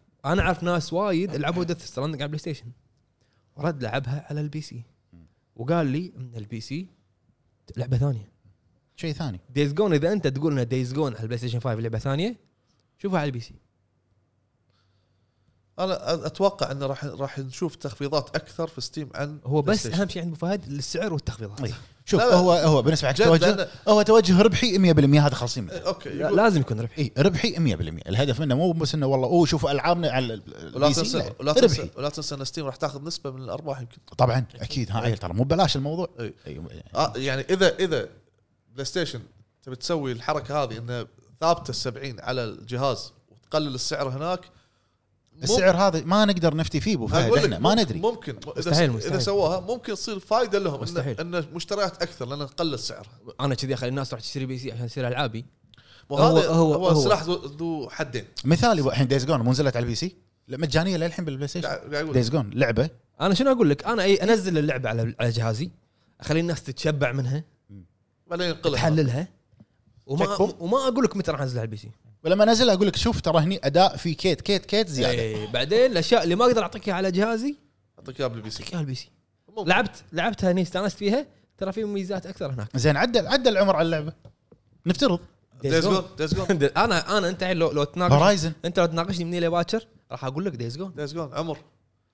S1: اعرف ناس وايد لعبوا ديث ستراند على بلاي ستيشن ورد لعبها على البي سي وقال لي ان البي سي لعبه ثانيه
S3: شيء ثاني
S1: دايز جون اذا انت تقول ان دايز جون على البلاي ستيشن 5 لعبه ثانيه شوفها على البي سي
S2: انا اتوقع انه راح راح نشوف تخفيضات اكثر في ستيم عن
S1: هو بس
S2: PlayStation.
S1: اهم شيء عند ابو فهد السعر والتخفيضات
S3: أي. شوف
S2: لا، لا.
S3: هو هو بالنسبه حق
S2: جد،
S3: توجه
S2: لأن-
S3: هو توجه ربحي 100% هذا خالصين منه
S2: إيه، اوكي
S1: لا-
S2: يقول
S1: لازم يكون ربحي
S3: اي ربحي 100% الهدف منه مو بس انه والله اوه شوفوا العابنا على ال-
S2: ولا
S3: البي سي
S2: تنسى
S3: لا،
S2: ولا
S3: ربحي
S2: تنسى ولا تنسى ان ستيم راح تاخذ نسبه من الارباح يمكن
S3: طبعا اكيد ها عيل ترى مو ببلاش الموضوع
S2: إي.
S3: أي.
S2: آه يعني اذا اذا بلاي ستيشن تبي تسوي الحركه هذه انه ثابته ال 70 على الجهاز وتقلل السعر هناك مم-
S3: السعر هذا ما نقدر نفتي فيه ابو فهد
S2: أقول لك
S3: احنا ما
S2: ممكن-
S3: ندري
S2: ممكن إذا-
S1: مستحيل-
S2: اذا
S1: مستحيل.
S2: سووها ممكن تصير فائده لهم ان
S1: مستحيل.
S2: ان المشتريات اكثر لان قل السعر
S1: انا كذي اخلي الناس تروح تشتري بي سي عشان تصير العابي
S2: وهذا
S1: هو-
S2: هو,
S1: هو-
S2: هو,
S1: هو.
S2: سلاح ذو- ذو حدين
S3: مثالي الحين دايز جون مو نزلت على البي سي لا مجانيه للحين بالبلاي ستيشن
S2: قاعد قاعد أقول.
S3: دايز جون لعبه
S1: انا شنو اقول لك انا أي انزل اللعبه على على جهازي اخلي الناس تتشبع منها
S2: بعدين ينقلها
S1: تحللها وما
S3: تشكم.
S1: وما اقول لك متى راح انزلها على البي سي
S3: ولما نزلها اقول لك شوف ترى هني اداء في كيت كيت كيت زياده
S1: إيه، بعدين الاشياء اللي ما اقدر اعطيك إياها على جهازي
S2: اعطيك اياها بالبي سي
S1: اعطيك إياها على البي سي
S2: ممكن.
S1: لعبت لعبتها هني استانست فيها ترى في مميزات اكثر هناك
S3: زين عدل عدل العمر على اللعبه نفترض
S2: دايز جون دايز جون
S1: انا انا انت الحين لو لو تناقش
S3: هورايزن
S1: انت لو تناقشني مني لباكر راح اقول لك دايز جون
S2: دايز جون عمر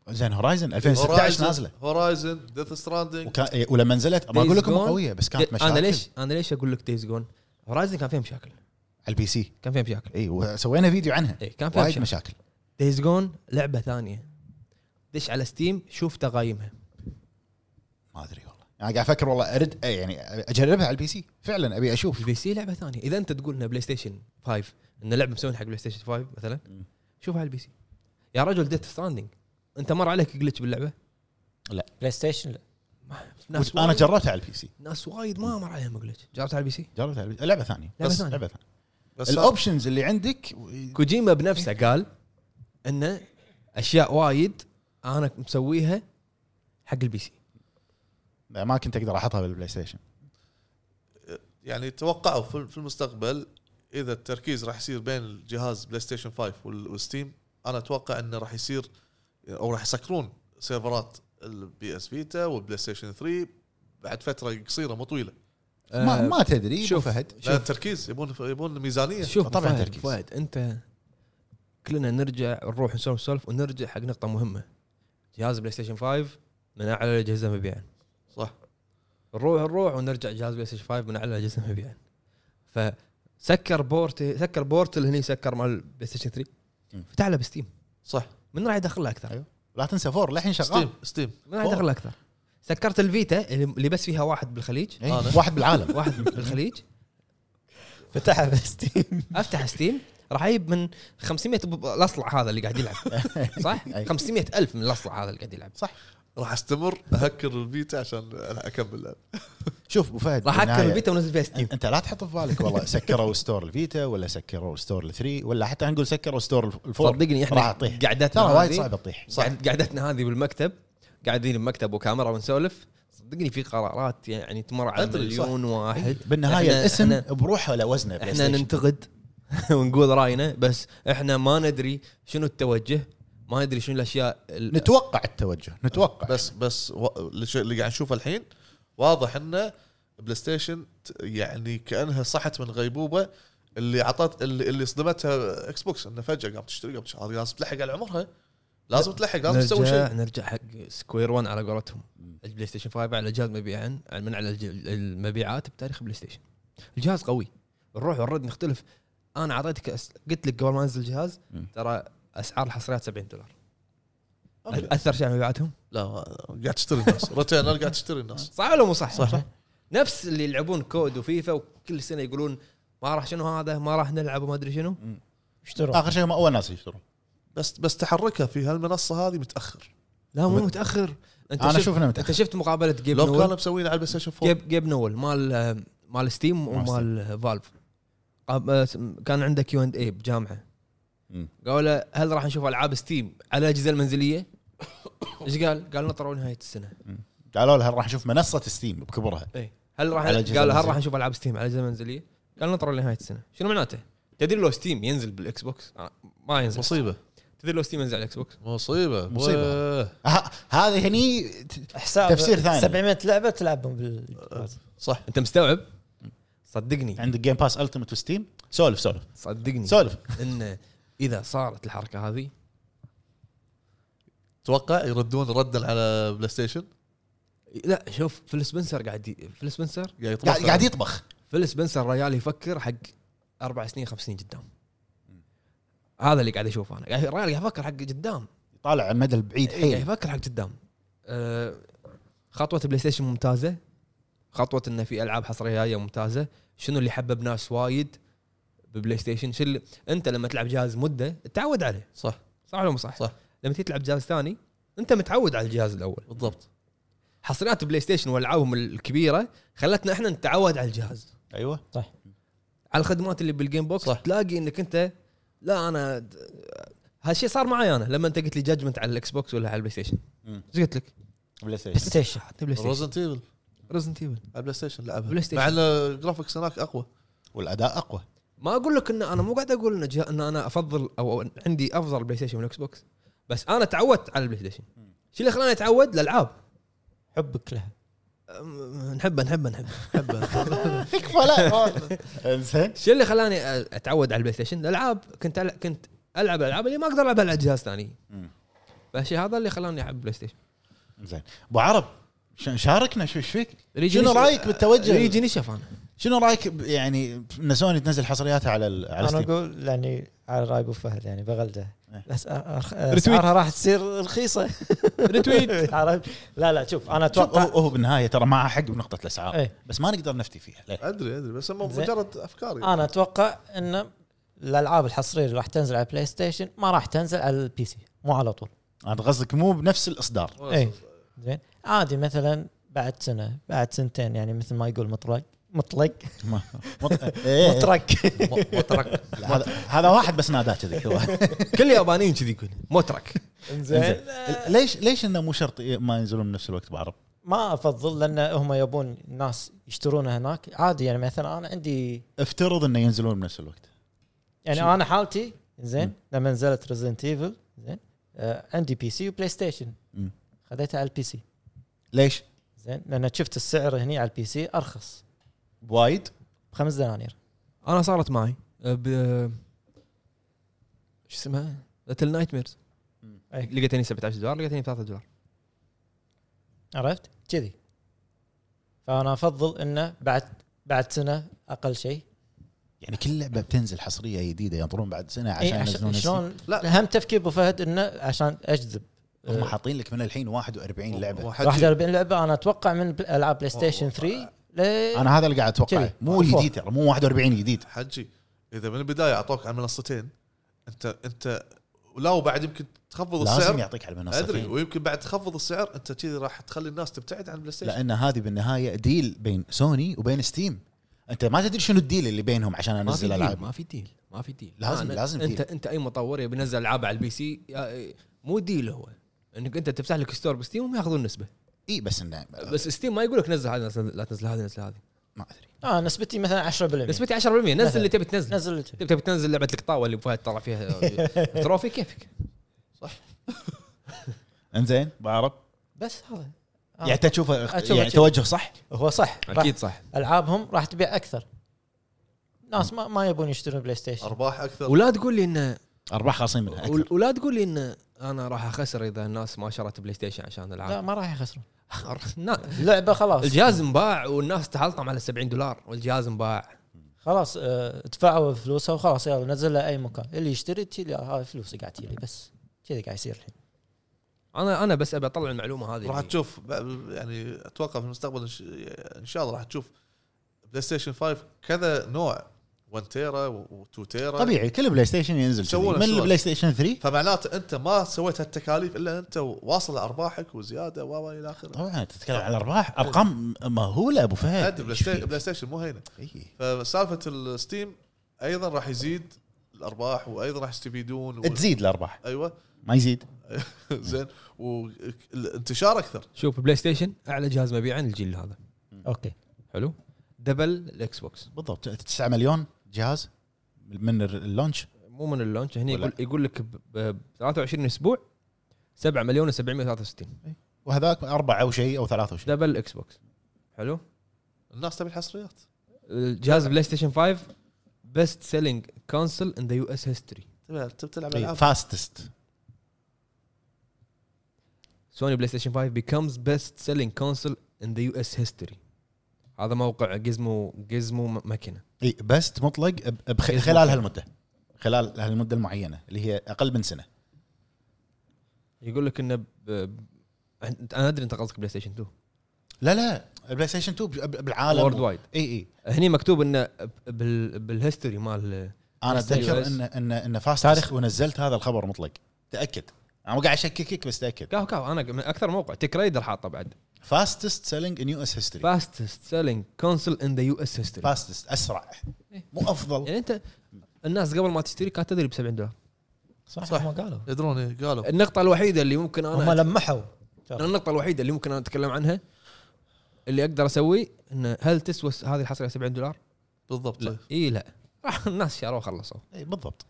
S3: زين هورايزن 2016 نازله
S2: هورايزن ديث ستراندنج
S3: وكان إيه، ولما نزلت ما اقول لكم
S1: Days Gone-
S3: قويه بس كانت مشاكل
S1: انا ليش انا ليش اقول لك دايز جون هورايزن كان فيها مشاكل
S3: على البي سي
S1: كان فيها مشاكل
S3: اي وسوينا فيديو عنها
S1: اي كان فيها
S3: وايد
S1: مشاكل
S3: مشاكل
S1: دايز جون لعبه ثانيه دش على ستيم شوف تقايمها
S3: ما ادري والله انا قاعد افكر والله ارد أي يعني اجربها على البي سي فعلا ابي اشوف
S1: البي سي لعبه ثانيه اذا انت تقول ان بلاي ستيشن 5 ان لعبه مسوين حق بلاي ستيشن 5 مثلا
S3: مم.
S1: شوفها على البي سي يا رجل ديت ستراندنج انت مر عليك جلتش باللعبه
S4: بلاي ستيشن لا
S1: ناس
S3: انا
S1: وايد-
S3: جربتها على البي سي
S1: ناس وايد ما مر عليهم جلتش جربت على البي سي
S3: جربتها على البي سي لعبه ثانيه
S1: لعبة
S3: بس
S1: ثانية.
S3: لعبه ثانيه
S2: بس
S3: الاوبشنز اللي عندك
S1: كوجيما بنفسه قال انه اشياء وايد انا مسويها حق البي سي
S3: ما كنت اقدر احطها بالبلاي ستيشن
S2: يعني توقعوا في في المستقبل اذا التركيز راح يصير بين الجهاز بلاي ستيشن 5 وال- والستيم انا اتوقع انه راح يصير او راح يسكرون سيرفرات البي اس فيتا والبلاي ستيشن 3 بعد فتره قصيره مو طويله
S3: ما, ما تدري
S1: آه،
S3: شوف
S1: شوف.
S3: فهد
S2: لان
S1: شوف
S2: التركيز يبون يبون ميزانيه
S1: شوف
S3: طبعاً
S1: طبعا فهد,
S3: تركيز.
S1: فهد انت كلنا نرجع نروح نسولف سولف ونرجع حق نقطه مهمه جهاز بلاي ستيشن 5 من اعلى الاجهزه مبيعا
S2: صح
S1: نروح نروح ونرجع جهاز بلاي ستيشن 5 من اعلى الاجهزه مبيعا فسكر بورت سكر بورتل هني سكر مال بلاي ستيشن 3
S3: مم.
S1: فتح له بستيم
S2: صح
S1: من راح يدخل له اكثر؟
S3: أيوة. لا تنسى فور للحين شغال
S2: ستيم ستيم
S1: من راح يدخل له اكثر؟ سكرت الفيتا اللي اللي بس فيها واحد بالخليج
S3: إيه،
S2: أنا.
S3: واحد بالعالم
S1: واحد بالخليج
S4: فتحها بستيم
S1: افتح ستيم راح اجيب من 500 ب- الاصلع هذا اللي قاعد يلعب صح؟
S3: أي.
S1: 500 الف من الاصلع هذا اللي قاعد يلعب
S2: راح استمر اهكر البيتا عشان اكمل لعب
S3: شوف ابو فهد
S1: راح اكل
S3: بالنهاية،
S1: البيتا ونزل فيها ستيم
S3: أن- انت لا تحط في بالك والله سكروا ستور الفيتا ولا سكروا ستور الثري ولا حتى نقول سكروا ستور الفور
S1: صدقني
S3: راح
S1: احنا
S3: تطيح
S1: قعدتنا
S3: ترى وايد
S1: هذه-
S3: صعب تطيح
S1: صح. قعدتنا هذه بالمكتب قاعدين بمكتب وكاميرا ونسولف صدقني في قرارات يعني تمر على
S2: أدري، صح.
S1: مليون واحد
S3: بالنهايه
S1: إحنا-
S3: الاسم
S1: إحنا-
S3: بروحه ولا وزنه بلاي
S1: احنا
S3: ستيشن.
S1: ننتقد ونقول راينا بس احنا ما ندري شنو التوجه ما ندري شنو الاشياء ال-
S3: نتوقع التوجه نتوقع
S2: بس بس و... الشيء اللي قاعد نشوفه الحين واضح انه بلاي ستيشن ت- يعني كانها صحت من غيبوبه اللي عطت اللي, اللي صدمتها اكس بوكس انه فجاه قامت تشتري قامت تشتري لازم تلحق على عمرها لازم تلحق لازم تسوي
S1: نرجع
S2: شيء
S1: نرجع حق سكوير 1 على قولتهم البلاي ستيشن 5 على جهاز مبيعا من على الج- المبيعات بتاريخ البلاي ستيشن الجهاز قوي نروح ونرد نختلف انا اعطيتك أس... قلت لك قبل ما انزل الجهاز
S3: مم.
S1: ترى اسعار الحصريات 70 دولار
S2: أبداً.
S1: اثر شيء على مبيعاتهم
S2: لا ما- قاعد تشتري الناس ريتينر قاعد تشتري الناس
S1: صح ولا مو صح؟
S2: صح.
S1: نفس اللي يلعبون كود وفيفا وكل سنه يقولون ما راح شنو هذا ما راح نلعب وما ادري شنو
S4: اشتروا
S3: اخر شيء هم اول ناس يشترون
S2: بس بس تحركها في هالمنصه هذه متاخر
S1: لا مو متاخر انت
S3: انا
S1: شفت-
S3: اشوف انه
S1: انت
S3: متاخر
S1: شفت مقابله جيب
S2: لو كانوا
S1: نول
S2: مسوينها على البلاي ستيشن 4
S1: جيب, جيب نول مال مال ستيم
S3: مال
S1: ومال فالف قام- آه، كان عنده كيو اند اي بجامعه
S3: مم.
S1: قالوا له هل راح نشوف العاب ستيم على الاجهزه المنزليه؟ ايش قال؟ قال نطروا نهايه السنه
S3: قالوا لها راح نشوف منصه ستيم بكبرها
S1: اي هل راح
S3: على أجهزة
S1: قال هل
S3: منزلية.
S1: راح نشوف العاب ستيم على اجهزه منزليه؟ قال نطر لنهايه السنه، شنو معناته؟ تدري لو ستيم ينزل بالاكس بوكس آه، ما ينزل
S2: مصيبه
S1: تدري لو ستيم ينزل على الاكس بوكس
S2: مصيبه
S3: مصيبة.
S2: واه.
S3: ه- هذه هني ت-
S4: حساب
S3: تفسير ثاني. آه.
S4: 700 لعبه تلعبهم بال
S2: صح
S1: انت مستوعب؟ صدقني
S3: عندك جيم باس التيمت وستيم سولف سولف
S1: صدقني
S3: سولف
S1: انه اذا صارت الحركه هذه
S2: توقع يردون ردا على بلاي ستيشن
S1: لا شوف فيل سبنسر قاعد ي- فيل سبنسر
S2: قاعد يطبخ
S3: قاعد قاعد يطبخ
S1: فيل سبنسر ريال يفكر حق اربع سنين خمس سنين قدام هذا اللي قاعد اشوفه انا قاعد الريال قاعد يفكر حق قدام
S3: طالع المدى البعيد
S1: يعني
S3: حيل
S1: فكر حق قدام أه، خطوه بلاي ستيشن ممتازه خطوه انه في العاب حصريه جايه ممتازه شنو اللي حبب ناس وايد ببلاي ستيشن شو اللي انت لما تلعب جهاز مده تعود عليه
S2: صح
S1: صح ولا مو صح؟
S2: صح.
S1: لما تيجي تلعب جهاز ثاني انت متعود على الجهاز الاول
S2: بالضبط
S1: حصريات بلاي ستيشن والعابهم الكبيره خلتنا احنا نتعود على الجهاز
S3: ايوه
S1: على الخدمات اللي بالجيم بوكس
S2: صح.
S1: صح. تلاقي انك انت لا انا د- هالشيء صار معي انا لما انت قلت لي جادجمنت على الاكس بوكس ولا على البلاي ستيشن
S3: مم.
S1: ايش قلت لك؟
S3: بلاي ستيشن
S4: بلاي ستيشن
S1: بلاي ستيشن
S2: روزنت ايفل
S1: ريزنت ايفل
S2: على البلاي ستيشن لعبها
S1: بلاي ستيشن.
S2: مع ان الجرافكس هناك اقوى
S3: والاداء اقوى
S1: ما اقول لك ان انا مو قاعد اقول ان, جه- ان انا افضل او أو عندي افضل بلاي ستيشن من الاكس بوكس بس انا تعودت على البلاي ستيشن شو اللي خلاني اتعود الالعاب
S4: حبك لها
S1: أم- نحبه نحبه نحبه
S3: تكفى لا زين
S1: شو اللي خلاني أ- اتعود على البلاي ستيشن الالعاب كنت ألع... كنت العب الالعاب اللي ما اقدر العبها على جهاز ثاني
S3: مم.
S1: فالشيء هذا اللي خلاني العب بلاي ستيشن
S3: زين ابو عرب ش- شاركنا شو ايش فيك؟
S1: ريجي
S3: شنو
S1: نشف-
S3: رايك بالتوجه؟
S1: ريجي نشف انا
S3: شنو رايك ب- يعني ان سوني تنزل حصرياتها على ال- على
S4: انا
S3: ستيم؟
S4: اقول يعني على راي ابو فهد يعني بغلده
S3: إيه.
S4: بس آه، أ- أرخ-
S1: ريتويت.
S4: اسعارها راح تصير رخيصه
S1: ريتويت
S4: عرفت؟ لا لا شوف انا
S3: شوف، هو
S4: اتوقع
S3: هو بالنهايه ترى معه حق بنقطه الاسعار
S4: إيه.
S3: بس ما نقدر نفتي فيها ليه؟
S2: ادري ادري بس هم
S4: زين.
S2: مجرد افكار
S3: طيب.
S1: آه.
S2: يعني.
S4: انا اتوقع ان الالعاب الحصريه اللي راح تنزل على بلاي ستيشن ما راح تنزل على البي سي مو على طول
S1: إيه.
S3: انت قصدك مو بنفس الاصدار
S4: اي زين عادي مثلا بعد سنه بعد سنتين يعني مثل ما يقول مطلق مطلق
S3: ما- مط- إيه، إيه.
S4: مطرق
S1: مطرك
S3: لا، هذا هذا واحد بس ناداه كذي هو.
S1: كل اليابانيين كذي يقول مطرك
S4: زين
S3: ليش ليش انه مو شرط إيه ما ينزلون بنفس الوقت بعرب؟
S4: ما افضل لان هم يبون ناس يشترونها هناك عادي يعني مثلا انا عندي
S3: افترض انه ينزلون بنفس الوقت
S4: يعني
S3: شو؟
S4: انا حالتي زين
S3: مم.
S4: لما نزلت ريزنت ايفل زين آه عندي بي سي وبلاي ستيشن
S3: مم.
S4: خذيتها على البي سي
S3: ليش؟
S4: زين لان شفت السعر هني على البي سي ارخص
S3: وايد
S4: بخمس دنانير
S1: انا صارت معي أه، ب شو اسمها؟ ليتل نايت ميرز
S4: أي.
S1: لقيتني 17 دولار لقيتني 3 دولار
S4: عرفت كذي فانا افضل انه بعد بعد سنه اقل شيء إيه،
S3: يعني كل لعبه بتنزل حصريه جديده ينطرون بعد سنه
S4: إي،
S3: إيه، عشان
S4: عشان
S3: ينزلون شلون
S4: شلون
S2: لا.
S4: لا هم تفكير ابو فهد انه عشان آه، اجذب
S3: هم حاطين لك من الحين 41 لعبه
S2: وحجي-
S4: 41 لعبه انا اتوقع من بل- العاب بلاي ستيشن
S2: أوه.
S4: 3 ل-
S3: انا هذا اللي قاعد اتوقعه
S4: كذي.
S3: مو
S4: أوه.
S3: جديد ترى مو 41 جديد
S2: حجي اذا من البدايه اعطوك على منصتين انت انت لا وبعد يمكن تخفض
S3: لازم
S2: السعر
S3: يعطيك على
S2: ادري
S3: المنصتين
S2: ويمكن بعد تخفض السعر انت كذي راح تخلي الناس تبتعد عن البلاي ستيشن
S3: لان هذه بالنهايه ديل بين سوني وبين ستيم انت ما تدري شنو الديل اللي بينهم عشان
S1: ما في
S3: انزل
S1: ديل
S3: العاب
S1: ما في ديل ما في ديل
S3: لازم-
S1: أنا-
S3: لازم
S1: انت
S3: ديل.
S1: انت اي مطور يبي ينزل العاب على البي سي يا- مو ديل هو انك انت تفتح لك ستور بستيم وما ياخذون نسبه
S3: اي بس انه
S1: بس ستيم ما يقول لك نزل هذا نزل- لا تنزل هذا نزل هذا
S3: ما ادري
S4: اه نسبتي مثلا 10%
S1: نسبتي 10% نزل
S4: مثلاً.
S1: اللي تبي تنزله
S4: نزل التليفون.
S1: تبي تبي تنزل لعبه القطاوه اللي فهد طلع فيها تروفي كيفك
S3: انزين بعرب
S4: بس هذا آه.
S3: يعني انت تشوفه
S4: أشوفه
S3: يعني
S4: كذي.
S3: توجه صح
S4: هو صح راح
S1: اكيد صح
S4: العابهم راح تبيع اكثر ناس ما, ما يبون يشترون بلاي ستيشن
S2: ارباح اكثر
S1: ولا تقول لي انه
S3: ارباح خاصين منها أكثر.
S1: ول- ولا تقول لي ان انا راح اخسر اذا الناس ما شرت بلاي ستيشن عشان
S4: لا
S1: العاب
S4: ما راح يخسرون
S1: نا-
S4: اللعبه خلاص
S1: الجهاز انباع والناس تحلطم على 70 دولار والجهاز انباع
S4: خلاص آه، دفعوا فلوسها وخلاص يلا نزلها اي مكان اللي يشتري تجي هاي فلوسي قاعد تجي بس كذا قاعد يصير الحين
S1: انا انا بس ابي اطلع المعلومه هذه
S2: راح
S1: اللي-
S2: تشوف ب- يعني اتوقع في المستقبل إن ش- ان شاء الله راح تشوف بلاي ستيشن 5 كذا نوع 1 تيرا و2 تيرا
S3: طبيعي كل بلاي ستيشن ينزل كذي.
S2: سووا له
S3: من
S2: سووا.
S3: البلاي ستيشن 3
S2: فمعناته انت ما سويت هالتكاليف الا انت واصل ارباحك وزياده و الى اخره
S3: طبعا تتكلم عن الارباح
S4: إيه.
S3: ارقام مهوله ابو فهد
S2: أدري بلاي
S3: إيش
S2: ستيشن-
S3: فيك؟
S2: بلاي ستيشن مو هينه
S3: إيه.
S2: فسالفه الستيم ايضا راح يزيد الارباح وايضا راح يستفيدون و...
S3: إيه. تزيد الارباح
S2: ايوه
S3: ما يزيد
S2: زين والانتشار اكثر
S1: شوف بلاي ستيشن اعلى جهاز مبيعا الجيل هذا
S4: اوكي
S1: حلو دبل الاكس بوكس
S3: بالضبط 9 مليون جهاز من ال- اللونش
S1: مو من اللونش هنا
S3: ولا.
S1: يقول يقول لك ب ب 23 اسبوع 7 مليون و763
S3: وهذاك أربعة او شيء او ثلاثة او شيء
S1: دبل الاكس بوكس حلو
S2: الناس تبي الحصريات
S1: الجهاز بلاي ستيشن 5 بيست سيلينج كونسل ان ذا يو اس هيستوري
S2: تبي تبي تلعب
S3: إيه.
S2: العاب
S3: فاستست
S1: سوني بلاي ستيشن 5 becomes best selling console in the US history هذا موقع جيزمو جيزمو ماكينه
S3: اي بست إيه، مطلق ب- بخ-
S1: إيه،
S3: خلال
S1: مطلق.
S3: هالمده خلال هالمده المعينه اللي هي اقل من سنه
S1: يقول لك انه ب... ب- انا ادري انت قصدك بلاي ستيشن 2
S3: لا لا البلاي ستيشن 2 ب- ب- بالعالم إيه،
S1: وورد وايد
S3: اي اي
S1: هني مكتوب انه ب- بال... بالهيستوري مال
S3: انا
S1: بلاي ستيشن
S3: اتذكر
S1: US.
S3: ان ان ان فاست تاريخ ونزلت هذا الخبر مطلق تاكد انا مو قاعد اشككك بس تاكد
S1: كاو كاو انا من اكثر موقع تيك رايدر حاطه بعد
S3: فاستست سيلينج ان يو اس هيستوري
S1: fastest selling console in the US history
S3: فاستست اسرع
S1: إيه.
S3: مو افضل
S1: يعني انت الناس قبل ما تشتري كانت تدري ب 70 دولار
S4: صح, صح. هم قالوا
S2: يدرون إيه، قالوا
S1: النقطه الوحيده اللي ممكن
S4: هم
S1: انا
S4: لمحوا
S1: النقطة الوحيدة اللي ممكن انا اتكلم عنها اللي اقدر اسويه انه هل تسوى س- هذه الحصرية 70 دولار؟
S2: بالضبط
S1: لا اي لا راح الناس شروه خلصوا
S3: اي إيه، بالضبط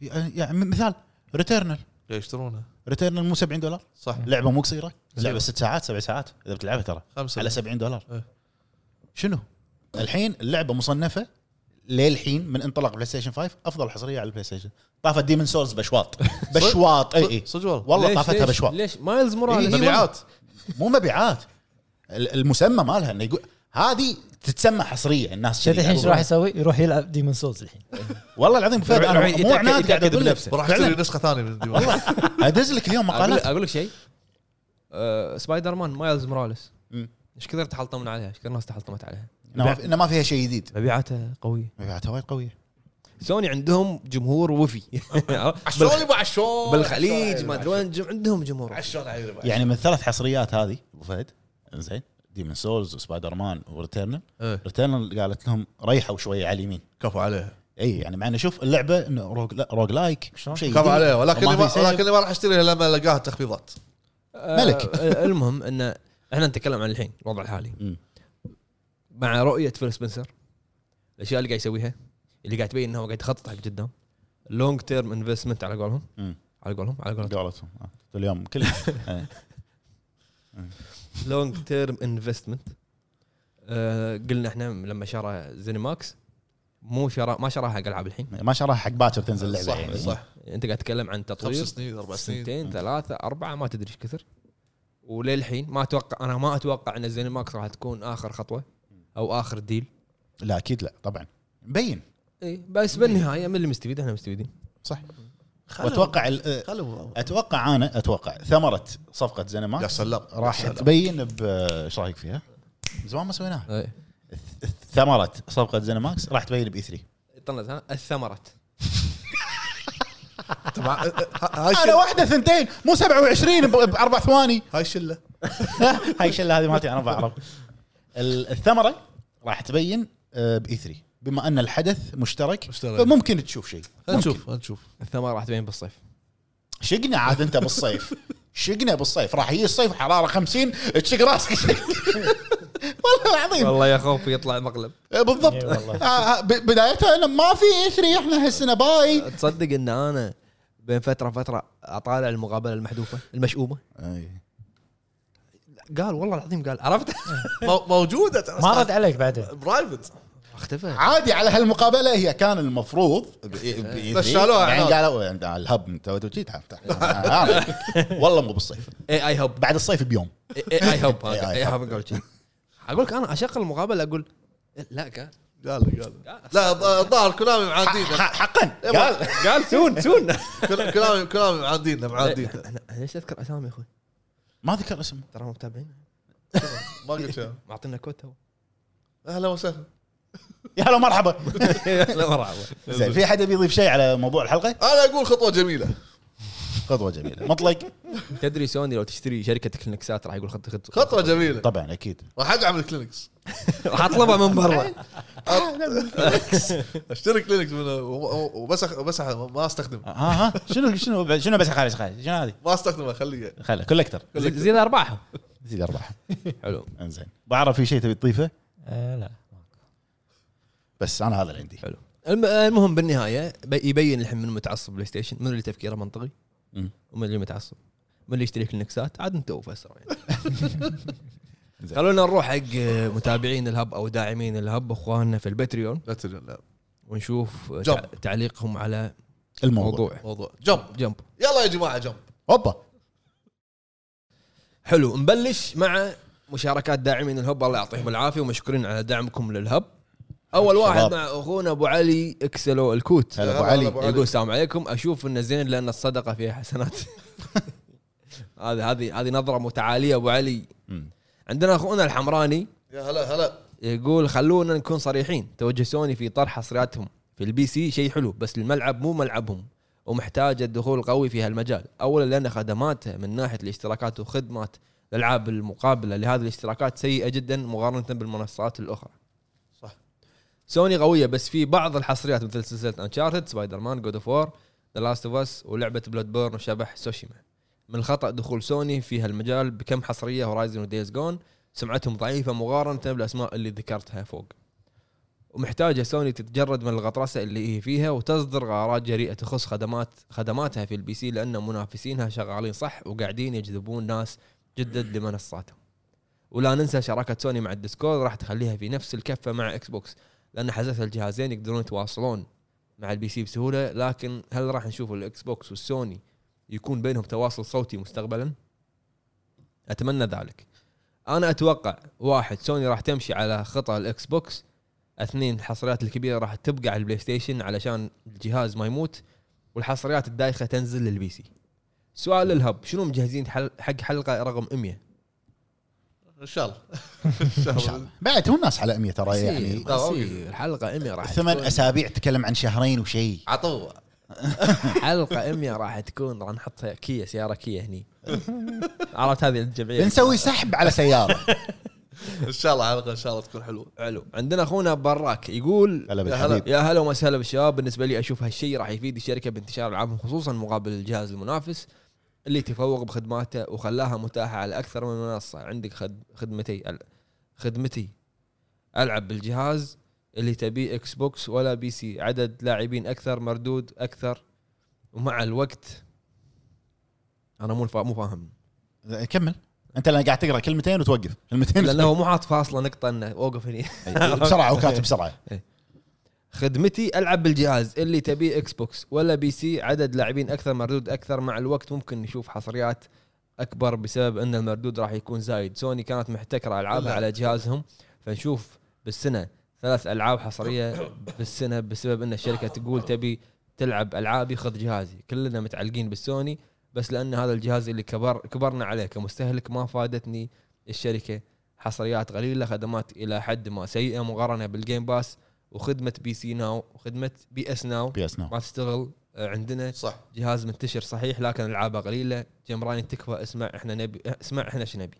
S3: يعني يعني مثال ريتيرنال
S2: قاعد يشترونها
S3: ريتيرنال مو 70 دولار
S2: إيه، صح
S3: لعبه مو قصيره
S2: زين.
S3: لعبه ست ساعات سبع ساعات اذا بتلعبها ترى
S2: خمسه
S3: على 70 دولار
S2: إيه.
S3: شنو الحين اللعبه مصنفه للحين من انطلاق بلاي ستيشن 5 افضل حصريه على البلاي ستيشن طافت ديمن سولز بشواط بشواط اي اي
S2: صدق والله
S3: والله
S1: ليش-
S3: طافتها
S1: ليش-
S3: بشواط
S1: ليش مايلز موراليس
S3: إي، إي،
S2: مبيعات
S3: مو مبيعات ال- المسمى مالها انه يقول هذه تتسمى حصريه الناس
S4: شذي
S3: كذي
S4: الحين ايش راح
S3: يلعبون.
S4: يسوي؟ يروح يلعب ديمون سولز الحين
S3: والله العظيم أبو فهد انا
S1: يروح
S3: مو
S1: يتأكد-
S3: عناد قاعد
S1: يتأكد
S3: اقول لك
S1: بنفسه.
S2: راح
S3: فعلاً.
S2: تشتري نسخه ثانيه من الديوان
S3: والله ادز لك اليوم
S1: اقول
S3: مقالات
S1: أقول لك شيء آه، سبايدر مان مايلز موراليس
S3: مم.
S1: ايش كثر تحلطمنا عليها؟ ايش كثر ناس تحلطمت عليها؟
S3: إنه ما- انه ما فيها شيء جديد
S1: مبيعاتها قوية
S3: مبيعاتها وايد قويه
S1: سوني عندهم جمهور وفي
S2: عشون يبا عشون
S1: بالخليج ما ادري وين جم- عندهم جمهور وفي.
S2: عشون عيوني
S3: يعني من ثلاث حصريات هذه ابو فهد زين ديمن سولز وسبايدر مان وريتيرنال
S2: إيه.
S3: ريتيرنال قالت لهم ريحوا شويه على اليمين
S2: كفو عليه
S3: اي يعني مع انه شوف اللعبه انه روج, لا روج لايك
S4: شلون؟
S3: شيء
S2: كفو
S3: جديد.
S2: عليه ولكن
S3: إيه. وما في
S2: ما
S3: سيف.
S2: ولكن ما راح اشتريها لما القاها تخفيضات
S3: ملك.
S1: آه، المهم ان احنا نتكلم عن الحين الوضع الحالي
S3: مم.
S1: مع رؤيه فيل سبنسر الاشياء اللي قاعد يسويها اللي قاعد تبين انه هو قاعد يخطط حق قدام لونج تيرم انفستمنت على قولهم
S3: مم.
S1: على قولهم على قولهم
S3: قالتهم آه. اليوم كل إيه.
S1: لونج تيرم انفستمنت آه، قلنا احنا لما شرى زينماكس مو شرى ما شراها حق العاب الحين
S3: ما شاء الله حق باكر تنزل اللعبه
S2: صح
S3: يعني.
S2: صح
S1: انت قاعد تتكلم عن
S2: خمس
S1: تطوير
S2: سنين اربع سنين
S1: طيب. سنتين
S3: مم.
S1: ثلاثة أربعة ما تدري ايش كثر وللحين ما أتوقع أنا ما أتوقع أن زينماكس راح تكون آخر خطوة أو آخر ديل
S3: لا اكيد لا طبعا مبين
S1: اي بس بالنهايه من اللي مستفيد احنا مستفيدين
S3: صح
S2: خلوا-
S3: واتوقع ال-
S2: خلوا
S3: اتوقع انا اتوقع ثمره صفقه
S2: يا
S3: زينماكس
S2: سلام
S3: راح تبين ب- ايش رايك فيها؟ زمان ما سويناها الث- ثمره صفقه زينماكس راح تبين E باي 3
S1: طنز ها الثمرة
S2: طبعا هاي
S3: انا
S2: شلة
S3: واحده ثنتين مو 27 ب- باربع ثواني
S2: هاي شلة
S3: هاي الشله هذه مالتي انا بعرف ال- الثمره راح تبين آه، باي 3 بما ان الحدث مشترك
S2: مشترك.
S3: فممكن تشوف شيء
S2: خلينا نشوف خلينا نشوف
S1: الثمرة راح تبين بالصيف
S3: شقنا عاد انت بالصيف شقنا بالصيف راح يجي الصيف حراره 50 تشق راسك والله العظيم
S1: والله يا خوف يطلع مقلب
S3: إيه، بالضبط
S4: إي والله.
S3: آه، آه، ب- بدايتها انه ما في اثري احنا هالسنه باي
S1: تصدق ان انا بين فتره فتره اطالع المقابله المحذوفه المشؤومه قال والله العظيم قال عرفت
S2: مو- موجودة ترى
S4: ما رد عليك بعدين
S2: برايفت
S1: اختفى
S3: عادي على هالمقابله هي كان المفروض ب- ب-
S2: بس شالوها
S3: يعني
S2: عناد.
S3: قالوا انت على الهب انت وجيت تعال- تعال. آه، والله مو بالصيف
S1: اي اي هوب
S3: بعد الصيف بيوم
S1: اي هوب
S3: AI
S1: اي هوب قال شي. اقول لك انا اشغل المقابله اقول لا قال
S2: قال قال لا الظاهر كلامي
S3: ح-
S2: معاندينا
S3: حقا قال
S1: قال سون سون
S2: كل- كلامي كلامي معاندينا معاندينا
S1: انا أنا ليش اذكر اسامي يا اخوي
S3: ما ذكر اسمه
S1: ترى مو متابعين
S2: ما قلت شيء.
S1: معطينا كوت هو
S2: اهلا وسهلا
S3: يا هلا مرحبا
S1: لا مرحبا
S3: زين في حد يبي يضيف شيء على موضوع الحلقه
S2: انا اقول خطوه جميله
S3: خطوه جميله مطلق
S1: تدري سوني لو تشتري شركه كلينكسات راح يقول خط خط
S2: خطوه جميله
S3: طبعا اكيد
S2: راح ادعم الكلينكس
S1: راح اطلبها من برا
S2: اشتري كلينكس من وبس بس ما استخدم
S3: ها ها آه، شنو شنو بعد- شنو بس خالص خالص شنو هذه
S2: ما استخدمه خليه
S3: خله كولكتر
S1: زي- زي الارباح
S3: زيد ارباح
S1: حلو
S3: انزين بعرف في شيء تبي تضيفه
S4: آه لا
S3: بس انا هذا اللي عندي
S1: حلو الم- المهم بالنهايه بي- يبين الحين من متعصب بلاي ستيشن من اللي تفكيره منطقي
S3: مم.
S1: ومن اللي متعصب من اللي يشتري كلينكسات عاد انت وفسر يعني
S3: زين.
S1: خلونا نروح حق متابعين الهب او داعمين الهب اخواننا في الباتريون
S2: لا تجن لا
S1: ونشوف تع-
S2: جمب.
S1: تعليقهم على
S3: الموضوع
S1: موضوع
S2: موضوع جمب
S1: جمب
S2: يلا يا جماعه جمب
S3: هوبا
S1: حلو نبلش مع مشاركات داعمين الهب الله يعطيهم العافيه ومشكورين على دعمكم للهب اول واحد
S3: شباب.
S1: مع اخونا ابو علي اكسلو الكوت
S3: هلا ابو
S2: هلا
S3: علي
S2: أبو علي.
S1: يقول السلام عليكم اشوف انه زين لان الصدقه فيها حسنات هذه هذه هذه نظره متعاليه ابو علي
S3: مم.
S1: عندنا اخونا الحمراني
S2: يا هلا هلا
S1: يقول خلونا نكون صريحين توجه سوني في طرح حصرياتهم في البي سي شيء حلو بس الملعب مو ملعبهم ومحتاجه دخول قوي في هالمجال اولا لان خدماتها من ناحيه الاشتراكات وخدمات الالعاب المقابله لهذه الاشتراكات سيئه جدا مقارنه بالمنصات الاخرى
S2: صح.
S1: سوني قويه بس في بعض الحصريات مثل سلسله انشارتد سبايدر مان جود اوف وور ذا لاست اوف اس ولعبه بلاد بيرن وشبح سوشيما من الخطا دخول سوني في هالمجال بكم حصريه هورايزن ودايز جون سمعتهم ضعيفه مقارنه بالاسماء اللي ذكرتها فوق ومحتاجه سوني تتجرد من الغطرسه اللي هي فيها وتصدر قرارات جريئه تخص خدمات خدماتها في البي سي لان منافسينها شغالين صح وقاعدين يجذبون ناس جدد لمنصاتهم ولا ننسى شراكه سوني مع الديسكورد راح تخليها في نفس الكفه مع اكس بوكس لان حساسه الجهازين يقدرون يتواصلون مع البي سي بسهوله لكن هل راح نشوف الاكس بوكس والسوني يكون بينهم تواصل صوتي مستقبلا اتمنى ذلك انا اتوقع واحد سوني راح تمشي على خطى الاكس بوكس اثنين الحصريات الكبيره راح تبقى على البلاي ستيشن علشان الجهاز ما يموت والحصريات الدايخه تنزل للبي سي سؤال للهب شنو مجهزين حل حق حلقه رقم 100
S2: ان شاء الله
S3: ان شاء الله بعد هو الناس على 100 ترى يعني
S1: يعني الحلقه 100 راح
S3: ثمان
S1: تكون-
S3: اسابيع تكلم عن شهرين وشيء
S2: عطوه
S1: حلقه 100 راح تكون راح نحط كيا سياره كيا هني عرفت هذه الجمعيه
S3: بنسوي سحب على سياره
S2: ان شاء الله حلقه ان شاء الله تكون حلوه
S1: حلو عندنا اخونا براك يقول
S3: هلا
S2: يا هلا.
S3: بالحبيب
S1: يا هلا ومسهلا بالشباب بالنسبه لي اشوف هالشيء راح يفيد الشركه بانتشار العابهم خصوصا مقابل الجهاز المنافس اللي تفوق بخدماته وخلاها متاحه على اكثر من منصه عندك خد خدمتي ال- خدمتي العب بالجهاز اللي تبيه اكس بوكس ولا بي سي عدد لاعبين اكثر مردود اكثر ومع الوقت انا مو الفا- مو فاهم
S3: كمل انت لان قاعد تقرا كلمتين وتوقف كلمتين
S1: لانه هو مو حاط فاصله نقطه انه وقف هنا
S3: أي، بسرعه وكاتب بسرعه
S1: خدمتي العب بالجهاز اللي تبيه اكس بوكس ولا بي سي عدد لاعبين اكثر مردود اكثر مع الوقت ممكن نشوف حصريات اكبر بسبب ان المردود راح يكون زايد سوني كانت محتكره العابها
S2: لا.
S1: على جهازهم فنشوف بالسنه ثلاث العاب حصريه بالسنه بسبب ان الشركه تقول تبي تلعب العابي خذ جهازي كلنا متعلقين بالسوني بس لان هذا الجهاز اللي كبر كبرنا عليه كمستهلك ما فادتني الشركه حصريات قليله خدمات الى حد ما سيئه مقارنه بالجيم باس وخدمه بي سي ناو وخدمه بي اس ناو
S3: بي اس ناو
S1: ما تشتغل آه، عندنا
S2: صح
S1: جهاز منتشر صحيح لكن العابه قليله جمراني تكفى اسمع احنا نبي اسمع احنا شو نبي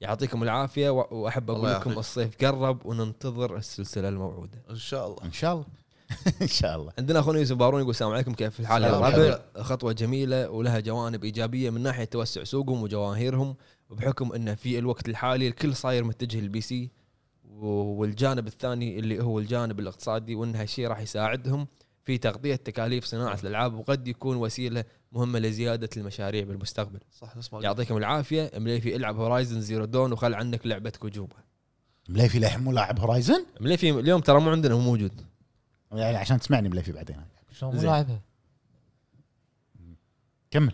S1: يعطيكم العافيه و- واحب اقول
S2: الله
S1: لكم
S2: يعافيك.
S1: الصيف قرب وننتظر السلسله الموعوده
S2: ان شاء الله
S3: ان شاء الله ان شاء الله
S1: عندنا اخونا يوسف بارون يقول السلام عليكم كيف الحال يا
S2: السلام
S1: الربع خطوه جميله ولها جوانب ايجابيه من ناحيه توسع سوقهم وجواهرهم بحكم انه في الوقت الحالي الكل صاير متجه للبي سي و- والجانب الثاني اللي هو الجانب الاقتصادي وان هالشيء راح يساعدهم في تغطيه تكاليف صناعه الالعاب وقد يكون وسيله مهمه لزياده المشاريع بالمستقبل
S2: صح نسمع
S1: يعطيكم العافيه مليفي العب هورايزن زيرو دون وخل عنك لعبه كوجوبا
S3: مليفي للحين مو لاعب هورايزن
S1: مليفي اليوم ترى مو عندنا مو موجود
S3: يعني عشان تسمعني مليفي بعدين
S4: شلون مو
S1: زين.
S4: لاعبها
S3: كمل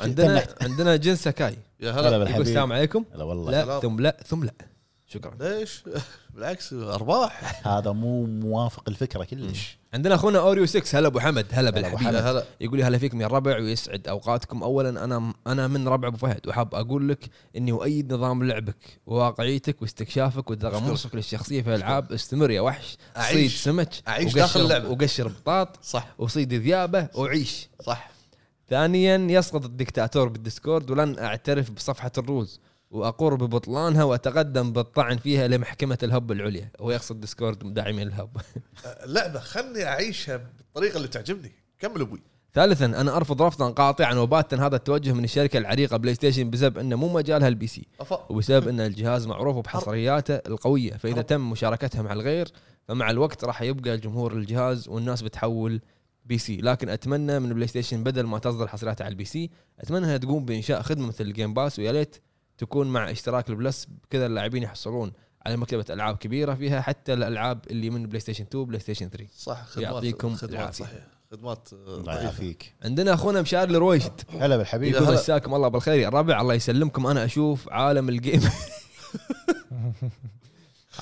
S1: عندنا
S3: تنحت.
S1: عندنا جن سكاي
S2: يا
S3: هلا
S2: هلا
S1: يقول
S3: بالحبيب
S1: السلام عليكم
S3: هلا والله
S1: لا ثم لا ثم لا شكرا
S2: ليش بالعكس ارباح
S3: هذا مو موافق الفكره كلش
S1: عندنا اخونا اوريو 6 هلا ابو حمد هلا
S3: أبو
S1: بالحبيب
S2: يا هلا
S1: يقول لي هلا فيكم يا الربع ويسعد اوقاتكم اولا انا انا من ربع ابو فهد وحاب اقول لك اني اؤيد نظام لعبك وواقعيتك واستكشافك وتغمرسك للشخصيه في الالعاب استمر يا وحش
S2: أعيش.
S1: صيد سمك
S2: أعيش
S1: وقشر-
S2: داخل اللعبة.
S1: وقشر بطاط
S2: صح
S1: وصيد ذيابه وعيش
S2: صح
S1: ثانيا يسقط الدكتاتور بالديسكورد ولن اعترف بصفحه الروز واقر ببطلانها واتقدم بالطعن فيها لمحكمه الهب العليا هو يقصد ديسكورد مداعمين الهب
S2: لعبه أه، خلني اعيشها بالطريقه اللي تعجبني كمل ابوي
S1: ثالثا انا ارفض رفضا قاطعا وباتا هذا التوجه من الشركه العريقه بلاي ستيشن بسبب انه مو مجالها البي سي
S2: أفا.
S1: وبسبب ان الجهاز معروف بحصرياته القويه فاذا تم مشاركتها مع الغير فمع الوقت راح يبقى الجمهور الجهاز والناس بتحول بي سي لكن اتمنى من بلاي ستيشن بدل ما تصدر حصرياتها على البي سي اتمنى انها تقوم بانشاء خدمه مثل الجيم باس ويا ليت تكون مع اشتراك البلس كذا اللاعبين يحصلون على مكتبه العاب كبيره فيها حتى الالعاب اللي من بلاي ستيشن 2 بلاي ستيشن 3
S2: صح خدمات
S1: يعطيكم
S2: خدمات
S1: العافية.
S2: صحيح خدمات
S3: الله
S2: آه،
S3: يعافيك
S1: عندنا اخونا مشعل الرويشد
S3: هلا بالحبيب
S1: يقول
S2: هلا.
S1: مساكم الله بالخير يا ربع الله يسلمكم انا اشوف عالم الجيم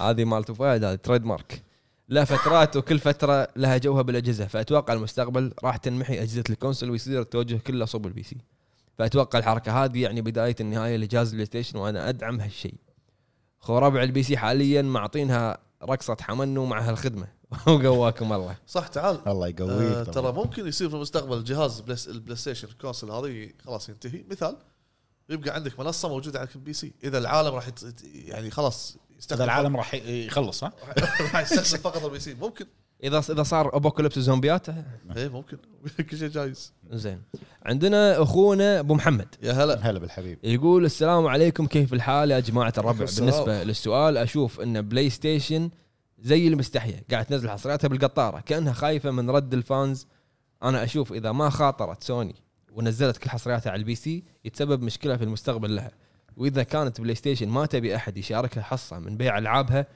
S1: هذه مالت فهد هذه تريد مارك لها فترات وكل فتره لها جوها بالاجهزه فاتوقع المستقبل راح تنمحي اجهزه الكونسول ويصير التوجه كله صوب البي سي فاتوقع الحركه هذه يعني بدايه النهايه لجهاز البلاي ستيشن وانا ادعم هالشيء خو ربع البي سي حاليا معطينها رقصه حمن مع هالخدمه وقواكم الله
S2: صح تعال
S3: الله
S2: آه،
S3: يقويك
S2: ترى ممكن يصير في المستقبل جهاز بلاس- البلاي ستيشن الكونسل هذه خلاص ينتهي مثال يبقى عندك منصه موجوده على البي سي اذا العالم راح يت... يعني خلاص يستخدم
S3: هذا العالم راح يخلص ها
S2: راح يستخدم فقط البي سي ممكن
S1: اذا اذا صار ابوكاليبس زومبيات
S2: اي ممكن كل شيء جايز
S1: زين عندنا اخونا ابو محمد
S2: يا هلا
S3: هلا بالحبيب
S1: يقول السلام عليكم كيف الحال يا جماعه الربع
S2: السلام.
S1: بالنسبه للسؤال اشوف ان بلاي ستيشن زي المستحيه قاعد تنزل حصرياتها بالقطاره كانها خايفه من رد الفانز انا اشوف اذا ما خاطرت سوني ونزلت كل حصرياتها على البي سي يتسبب مشكله في المستقبل لها واذا كانت بلاي ستيشن ما تبي احد يشاركها حصه من بيع العابها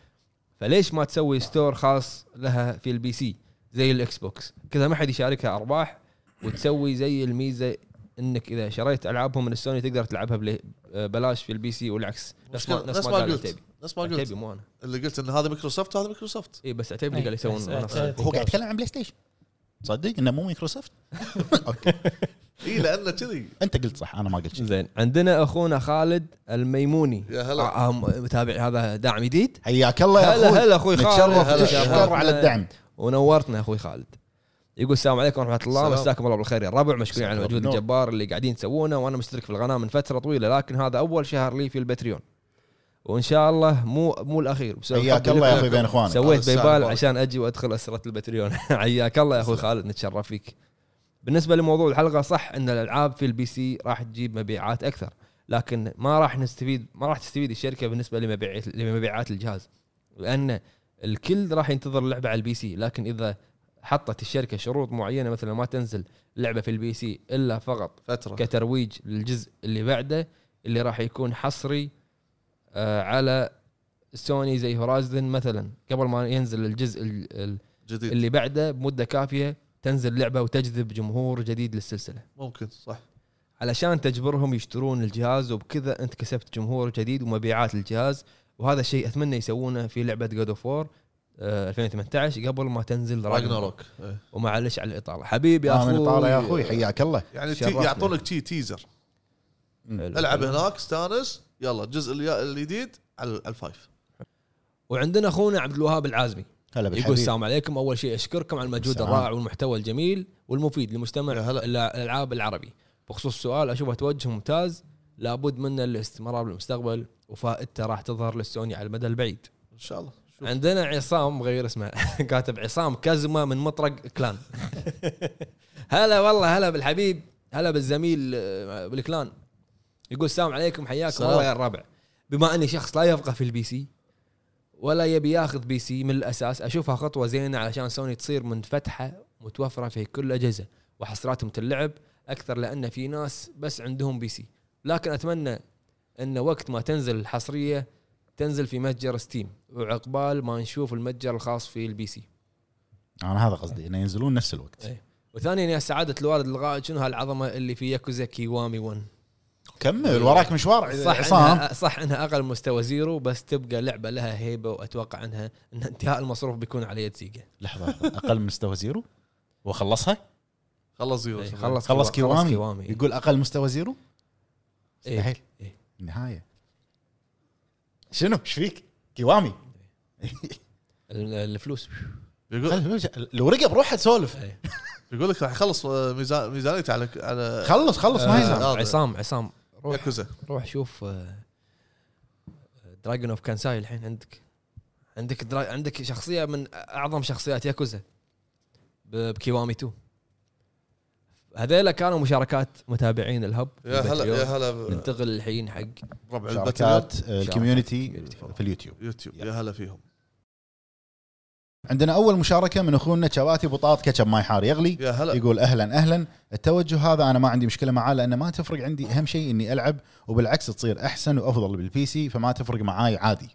S1: فليش ما تسوي ستور خاص لها في البي سي زي الاكس بوكس كذا ما حد يشاركها ارباح وتسوي زي الميزه انك اذا شريت العابهم من السوني تقدر تلعبها بلا- بلاش في البي سي والعكس نفس ما نفس ما قال
S2: قلت
S1: عتيبي
S2: نفس ما
S1: عتيبي
S2: قلت
S1: مو انا
S2: اللي قلت ان هذا مايكروسوفت هذا مايكروسوفت
S1: اي بس عتيبي
S2: إيه،
S1: قال يسوون نفس-
S3: هو قاعد يتكلم عن بلاي ستيشن تصدق انه مو مايكروسوفت اوكي
S2: اي لان كذي
S3: انت قلت صح انا ما قلت شيء
S1: زين عندنا اخونا خالد الميموني
S2: يا هلا.
S1: آه، آه، متابع هذا داعم جديد
S3: حياك الله يا
S1: هلا
S3: اخوي
S1: هلا اخوي خالد
S3: نتشرف
S2: هلا.
S3: تشكر على الدعم
S1: ونورتنا اخوي خالد يقول السلام عليكم ورحمه الله
S2: السلام.
S1: مساكم الله بالخير يا الربع مشكورين على
S3: مساك
S1: المجهود
S3: بالنور.
S1: الجبار اللي قاعدين تسوونه وانا مشترك في القناه من فتره طويله لكن هذا اول شهر لي في البتريون وان شاء الله مو مو الاخير بسبب
S3: حياك
S1: حبي
S3: الله يا
S1: لكم.
S3: اخوي بين اخوانك
S1: سويت
S2: هذا السعر
S1: بيبال
S2: واضح.
S1: عشان اجي وادخل اسره البتريون حياك الله يا اخوي خالد نتشرف فيك بالنسبه لموضوع الحلقه صح ان الالعاب في البي سي راح تجيب مبيعات اكثر لكن ما راح نستفيد ما راح تستفيد الشركه بالنسبه لمبيعات لمبيعات الجهاز لان الكل راح ينتظر اللعبه على البي سي لكن اذا حطت الشركه شروط معينه مثلا ما تنزل اللعبه في البي سي الا فقط
S2: فتره
S1: كترويج للجزء اللي بعده اللي راح يكون حصري آه، على سوني زي هورايزن مثلا قبل ما ينزل الجزء ال- ال-
S2: جديد
S1: اللي بعده بمده كافيه تنزل لعبه وتجذب جمهور جديد للسلسله
S2: ممكن صح
S1: علشان تجبرهم يشترون الجهاز وبكذا انت كسبت جمهور جديد ومبيعات الجهاز وهذا الشيء اتمنى يسوونه في لعبه جود اوف وور 2018 آه، قبل ما تنزل راجناروك
S2: راجناروك إيه.
S1: ومعلش على الاطاله حبيبي يا
S3: انا
S1: اخوي
S3: طالع يا اخوي حياك الله
S2: يعني تي
S1: شرفنا.
S2: يعطونك تي تيزر
S1: حلو.
S2: العب هناك استانس يلا الجزء الجا- الجديد على على الفايف
S1: وعندنا اخونا عبد الوهاب العازمي
S3: هلا
S1: يقول
S3: بالحبيب
S1: السلام عليكم اول شيء اشكركم على المجهود
S3: السلام.
S1: الرائع والمحتوى الجميل والمفيد لمجتمع
S2: يا هلا.
S1: الالعاب العربي بخصوص السؤال اشوفه توجه ممتاز لابد منه للاستمرار بالمستقبل وفائدته راح تظهر للسوني على المدى البعيد
S2: ان شاء الله شوف.
S1: عندنا عصام غير اسمه كاتب عصام كزمه من مطرق كلان هلا والله هلا بالحبيب هلا بالزميل آه، بالكلان يقول السلام عليكم حياكم
S2: سلام.
S1: الله يا الربع بما اني شخص لا يفقه في البي سي ولا يبي ياخذ بي سي من الاساس اشوفها خطوه زينه علشان سوني تصير من فتحه متوفره في كل الاجهزه وحصراتهم اللعب اكثر لان في ناس بس عندهم بي سي لكن اتمنى ان وقت ما تنزل الحصريه تنزل في متجر ستيم وعقبال ما نشوف المتجر الخاص في البي سي
S3: انا هذا قصدي انه ينزلون نفس الوقت
S1: إيه. وثانيا يا سعاده الوالد الغائب شنو هالعظمه اللي في ياكوزا كيوامي 1
S3: كمل وراك مشوار
S1: إيه. صح
S3: عصام
S1: انها صح انها اقل مستوى زيرو بس تبقى لعبه لها هيبه واتوقع انها ان انتهاء المصروف بيكون على يد سيجا
S3: لحظه اقل مستوى زيرو وخلصها
S2: خلص زيرو
S1: إيه،
S2: خلص
S1: خلص
S3: خلص
S1: كيوامي,
S3: كيوامي,
S1: كيوامي. إيه.
S3: يقول اقل مستوى زيرو
S1: إيه.
S3: مستحيل.
S1: إيه.
S3: نهايه شنو ايش فيك؟ كيوامي
S1: ال- الفلوس
S2: يقول
S3: خل- لو رقى بروحه تسولف
S1: إيه.
S2: يقول لك راح يخلص آه، ميزان ميزانيته على على
S3: خلص خلص ما يزعل
S2: آه.
S1: عصام عصام روح
S2: ياكوزا
S1: روح شوف آه، دراجون اوف كانساي الحين عندك عندك درا... عندك شخصيه من اعظم شخصيات ياكوزا ب- بكيوامي 2 هذيلا كانوا مشاركات متابعين الهب
S2: يا هلا يا
S1: البتريون.
S2: هلا ب-
S1: ننتقل الحين حق
S2: ربع البتريون
S3: شركات آه، الكوميونتي في اليوتيوب
S2: يوتيوب يا هلا فيهم
S3: عندنا اول مشاركه من اخونا شباتي بطاط كاتشب ماي حار يغلي
S2: يا هلا
S3: يقول اهلا اهلا التوجه هذا انا ما عندي مشكله معاه لانه ما تفرق عندي اهم شيء اني العب وبالعكس تصير احسن وافضل بالبي سي فما تفرق معاي عادي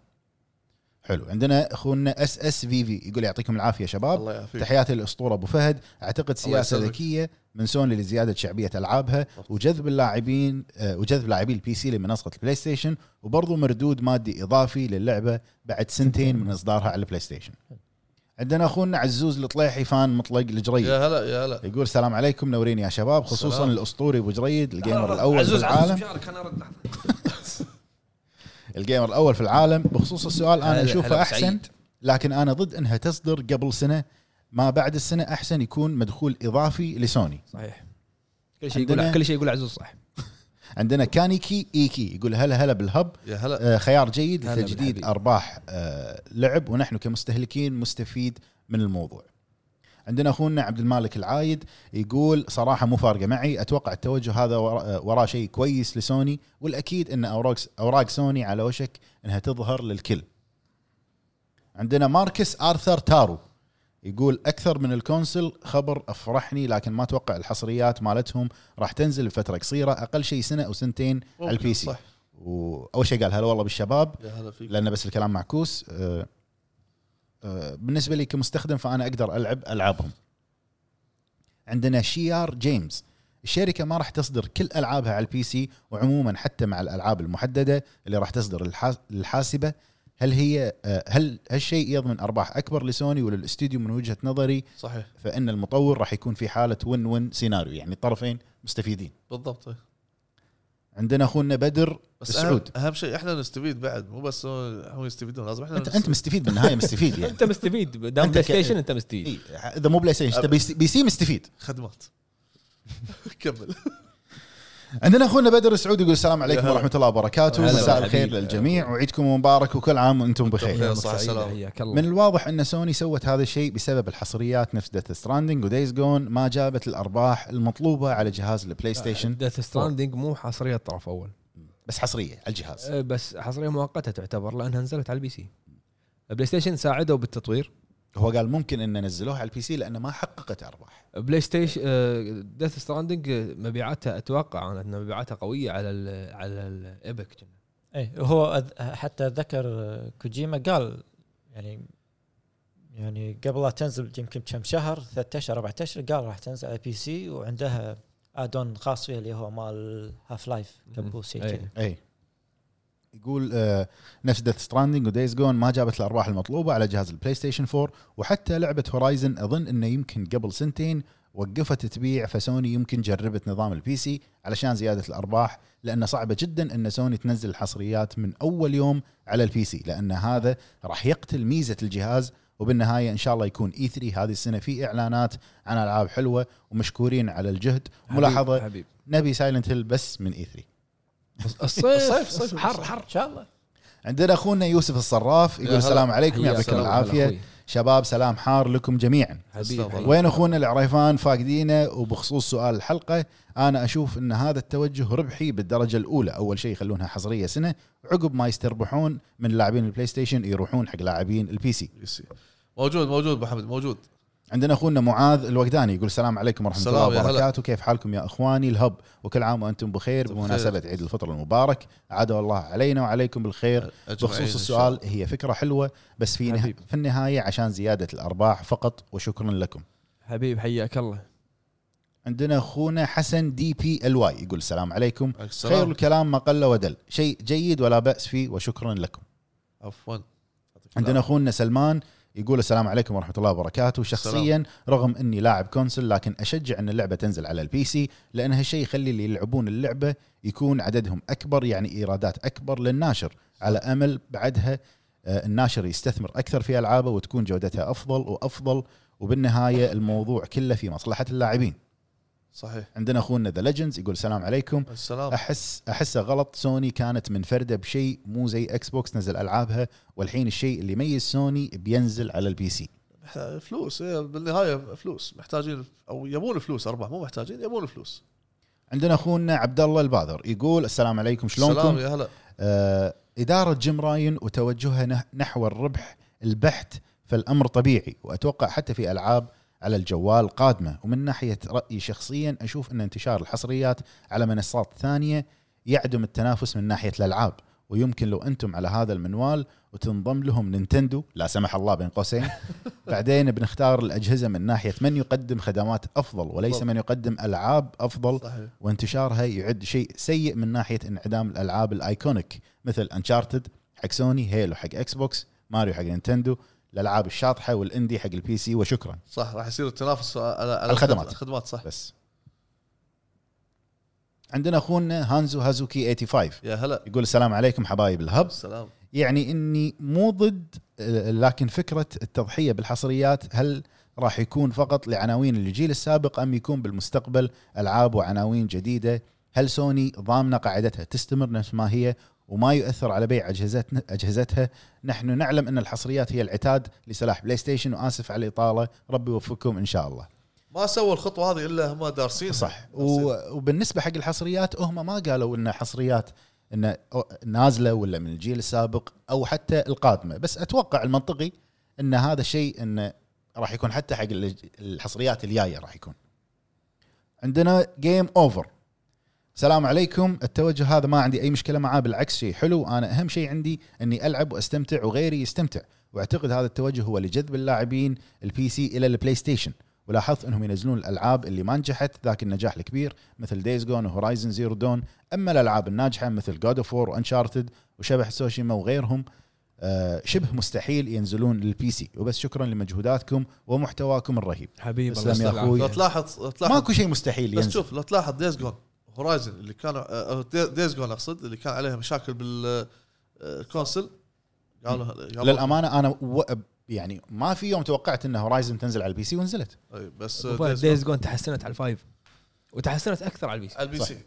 S3: حلو عندنا اخونا اس اس في في يقول يعطيكم العافيه شباب
S2: الله يعافيك
S3: تحياتي للاسطوره ابو فهد اعتقد سياسه
S2: إيه. يسلمك.
S3: ذكيه من سوني لزياده شعبيه العابها وجذب اللاعبين آه، وجذب لاعبي البي سي لمنصه البلاي ستيشن وبرضه مردود مادي اضافي للعبه بعد سنتين من اصدارها على البلاي ستيشن. عندنا اخونا عزوز الطليحي فان مطلق الجريد
S2: يا هلا يا هلا
S3: يقول السلام عليكم نورين يا شباب خصوصا
S2: سلام.
S3: الاسطوري ابو جريد الجيمر الاول في العالم
S1: مشارك انا ارد لحظه
S3: الجيمر الاول في العالم بخصوص السؤال انا
S1: هلا- هلا
S3: اشوفه احسن
S1: بسعيد.
S3: لكن انا ضد انها تصدر قبل سنه ما بعد السنه احسن يكون مدخول اضافي لسوني
S1: صحيح كل شيء يقول
S3: عندنا-
S1: كل شيء يقول عزوز صح
S3: عندنا كانيكي ايكي يقول هلا هلا بالهب
S2: يا هلا
S3: آه، خيار جيد
S1: هلا
S3: لتجديد
S1: بالحبيب.
S3: ارباح آه، لعب ونحن كمستهلكين مستفيد من الموضوع عندنا اخونا عبد المالك العايد يقول صراحه مو فارقه معي اتوقع التوجه هذا ورا- آه، وراه شيء كويس لسوني والاكيد ان اوراق اوراق سوني على وشك انها تظهر للكل عندنا ماركس ارثر تارو يقول اكثر من الكونسل خبر افرحني لكن ما اتوقع الحصريات مالتهم راح تنزل لفتره قصيره اقل شيء سنه او سنتين على
S2: ممكن،
S3: البي سي
S2: صح
S3: واول شيء قال هلا والله بالشباب
S2: يا هلا فيك
S3: لان بس الكلام معكوس آه، آه، بالنسبه لي كمستخدم فانا اقدر العب العابهم عندنا شيار جيمز الشركه ما راح تصدر كل العابها على البي سي وعموما حتى مع الالعاب المحدده اللي راح تصدر للحا- للحاسبه هل هي آه، هل هالشيء يضمن ارباح اكبر لسوني وللاستوديو من وجهه نظري
S2: صحيح
S3: فان المطور راح يكون في حاله وين وين سيناريو يعني الطرفين مستفيدين
S2: بالضبط إيه.
S3: عندنا اخونا بدر
S2: بس أهم,
S3: السعود
S2: اهم شيء احنا نستفيد بعد مو بس هم يستفيدون لازم احنا
S3: انت
S2: نستفيد.
S3: انت مستفيد بالنهايه مستفيد يعني
S1: انت مستفيد دام
S3: أنت
S1: بلاي
S3: ك-
S1: ستيشن انت مستفيد
S3: إيه، اذا مو بلاي ستيشن انت بي سي- بي سي مستفيد
S2: خدمات كمل
S3: عندنا اخونا بدر السعود يقول السلام عليكم
S2: هلا.
S3: ورحمه الله وبركاته
S1: هلا
S3: مساء
S1: بالحبيب.
S3: الخير للجميع وعيدكم مبارك وكل عام وانتم بخير
S2: بخير. صح
S1: سعيدة،
S2: السلام.
S1: حياك الله
S3: من الواضح ان سوني سوت هذا الشيء بسبب الحصريات نفس ديث ستراندنج ودايز جون ما جابت الارباح المطلوبه على جهاز البلاي ستيشن
S1: ديث ستراندنج مو حصريه طرف اول
S3: بس حصريه على الجهاز
S1: أه، بس حصريه مؤقته تعتبر لانها نزلت على البي سي بلاي ستيشن ساعدوا بالتطوير
S3: هو قال ممكن ان نزلوها على البي سي لانه ما حققت ارباح
S1: بلاي ستيشن ديث ستراندنج أه، مبيعاتها اتوقع انا ان مبيعاتها قويه على ال على الايبك
S4: اي إيه، هو أذ- حتى ذكر آه، كوجيما قال يعني يعني قبل لا تنزل يمكن كم شهر ثلاثة اشهر اربع اشهر قال راح تنزل على بي سي وعندها ادون خاص فيها اللي هو مال هاف لايف كبوس
S1: أي.
S4: كذا
S3: اي يقول آه نفس ديث ستراندنج ودايز جون ما جابت الارباح المطلوبه على جهاز البلاي ستيشن 4 وحتى لعبه هورايزن اظن انه يمكن قبل سنتين وقفت تبيع فسوني يمكن جربت نظام البي سي علشان زياده الارباح لانه صعبه جدا ان سوني تنزل الحصريات من اول يوم على البي سي لان هذا راح يقتل ميزه الجهاز وبالنهايه ان شاء الله يكون اي 3 هذه السنه في اعلانات عن العاب حلوه ومشكورين على الجهد ملاحظه
S1: حبيب
S3: نبي سايلنت هيل بس من E اي 3
S1: الصيف
S2: صيف.
S1: حر حر
S4: ان شاء الله
S3: عندنا اخونا يوسف الصراف يقول
S2: يا هلا.
S3: السلام عليكم
S1: حياك
S3: يعطيكم
S1: الله
S3: العافيه
S1: أخوي.
S3: شباب سلام حار لكم جميعا
S1: حبيب
S2: أستغفر
S1: وين
S2: الله.
S3: وين اخونا العريفان فاقدينه وبخصوص سؤال الحلقه انا اشوف ان هذا التوجه ربحي بالدرجه الاولى اول شيء يخلونها حصريه سنه عقب ما يستربحون من لاعبين البلاي ستيشن يروحون حق لاعبين البي سي
S2: يسي. موجود موجود محمد موجود
S3: عندنا اخونا معاذ الوغداني يقول السلام عليكم ورحمه
S2: السلام
S3: الله
S2: يا هلا.
S3: وبركاته كيف حالكم يا اخواني الهب وكل عام وانتم بخير
S2: بخير.
S3: بمناسبه عيد الفطر المبارك عاد الله علينا وعليكم بالخير
S2: أجمعين إن
S3: بخصوص
S2: شاء
S3: السؤال هي فكره حلوه بس في نه...
S1: حبيب.
S3: في النهايه عشان زياده الارباح فقط وشكرا لكم
S1: حبيب حياك الله
S3: عندنا اخونا حسن دي بي ال واي يقول السلام عليكم
S2: الله.
S3: خير
S2: السلام
S3: الكلام ما قل ودل شيء جيد ولا باس فيه وشكرا لكم
S2: عفوا
S3: عندنا اخونا سلمان يقول السلام عليكم ورحمه الله وبركاته شخصيا رغم اني لاعب كونسل لكن اشجع ان اللعبه تنزل على البي سي لان هالشيء يخلي اللي يلعبون اللعبه يكون عددهم اكبر يعني ايرادات اكبر للناشر على امل بعدها آه، الناشر يستثمر اكثر في العابه وتكون جودتها افضل وافضل وبالنهايه الموضوع كله في مصلحه اللاعبين
S2: صحيح
S3: عندنا اخونا ذا ليجندز يقول السلام عليكم
S2: السلام
S3: احس احسه غلط سوني كانت منفرده بشيء مو زي اكس بوكس نزل العابها والحين الشيء اللي يميز سوني بينزل على البي سي
S2: إحنا فلوس إيه، بالنهايه فلوس محتاجين او يبون فلوس ارباح مو محتاجين يبون فلوس
S3: عندنا اخونا عبد الله الباذر يقول السلام عليكم
S2: السلام
S3: شلونكم
S2: يا هلا
S3: آه اداره جيم راين وتوجهها نه- نحو الربح البحت فالامر طبيعي واتوقع حتى في العاب على الجوال قادمه ومن ناحيه رايي شخصيا اشوف ان انتشار الحصريات على منصات ثانيه يعدم التنافس من ناحيه الالعاب ويمكن لو انتم على هذا المنوال وتنضم لهم نينتندو لا سمح الله بين قوسين بعدين بنختار الاجهزه من ناحيه من يقدم خدمات افضل وليس من يقدم العاب افضل
S2: صحيح
S3: وانتشارها يعد شيء سيء من ناحيه انعدام الالعاب الايكونيك مثل انشارتد حق سوني هيلو حق اكس بوكس ماريو حق نينتندو الالعاب الشاطحه والاندي حق البي سي وشكرا
S2: صح راح يصير التنافس على على
S3: الخدمات.
S2: الخدمات صح
S3: بس عندنا اخونا هانزو هازوكي 85
S2: يا هلا
S3: يقول السلام عليكم حبايب الهب
S2: السلام
S3: يعني اني مو ضد آه، لكن فكره التضحيه بالحصريات هل راح يكون فقط لعناوين الجيل السابق ام يكون بالمستقبل العاب وعناوين جديده؟ هل سوني ضامنه قاعدتها تستمر نفس ما هي وما يؤثر على بيع اجهزتنا اجهزتها؟ نحن نعلم ان الحصريات هي العتاد لسلاح بلاي ستيشن واسف على الاطاله، ربي يوفقكم ان شاء الله.
S2: ما سووا الخطوه هذه الا هم دارسين
S3: صح
S2: و...
S3: و- وبالنسبه حق الحصريات هم ما قالوا ان حصريات ان نازله ولا من الجيل السابق او حتى القادمه بس اتوقع المنطقي ان هذا الشيء انه راح يكون حتى حق الج- الحصريات الجايه راح يكون عندنا جيم اوفر السلام عليكم التوجه هذا ما عندي اي مشكله معاه بالعكس شيء حلو انا اهم شيء عندي اني العب واستمتع وغيري يستمتع واعتقد هذا التوجه هو لجذب اللاعبين البي سي الى البلاي ستيشن ولاحظت انهم ينزلون الالعاب اللي ما نجحت ذاك النجاح الكبير مثل دايز جون وهورايزن زيرو دون اما الالعاب الناجحه مثل جود اوف وور وانشارتد وشبح سوشيما وغيرهم آه، شبه مستحيل ينزلون للبي سي وبس شكرا لمجهوداتكم ومحتواكم الرهيب
S1: حبيب
S3: تسلم
S1: الله
S3: يا
S1: يستر
S3: أخوي.
S2: لو
S1: عنك.
S2: تلاحظ لو تلاحظ
S3: ماكو شيء مستحيل
S2: بس
S3: ينزل
S2: شوف لو تلاحظ دايز جون هورايزن اللي كانوا آه، دايز جون اقصد اللي كان عليها مشاكل بالكونسل قالوا قالوا-
S3: للامانه انا و... يعني ما في يوم توقعت ان هورايزن تنزل على البي سي ونزلت
S2: أي، بس
S1: وفهد
S2: Days Gone
S1: دايز جون تحسنت على الفايف وتحسنت اكثر على البي سي
S2: على البي
S3: صح.
S2: سي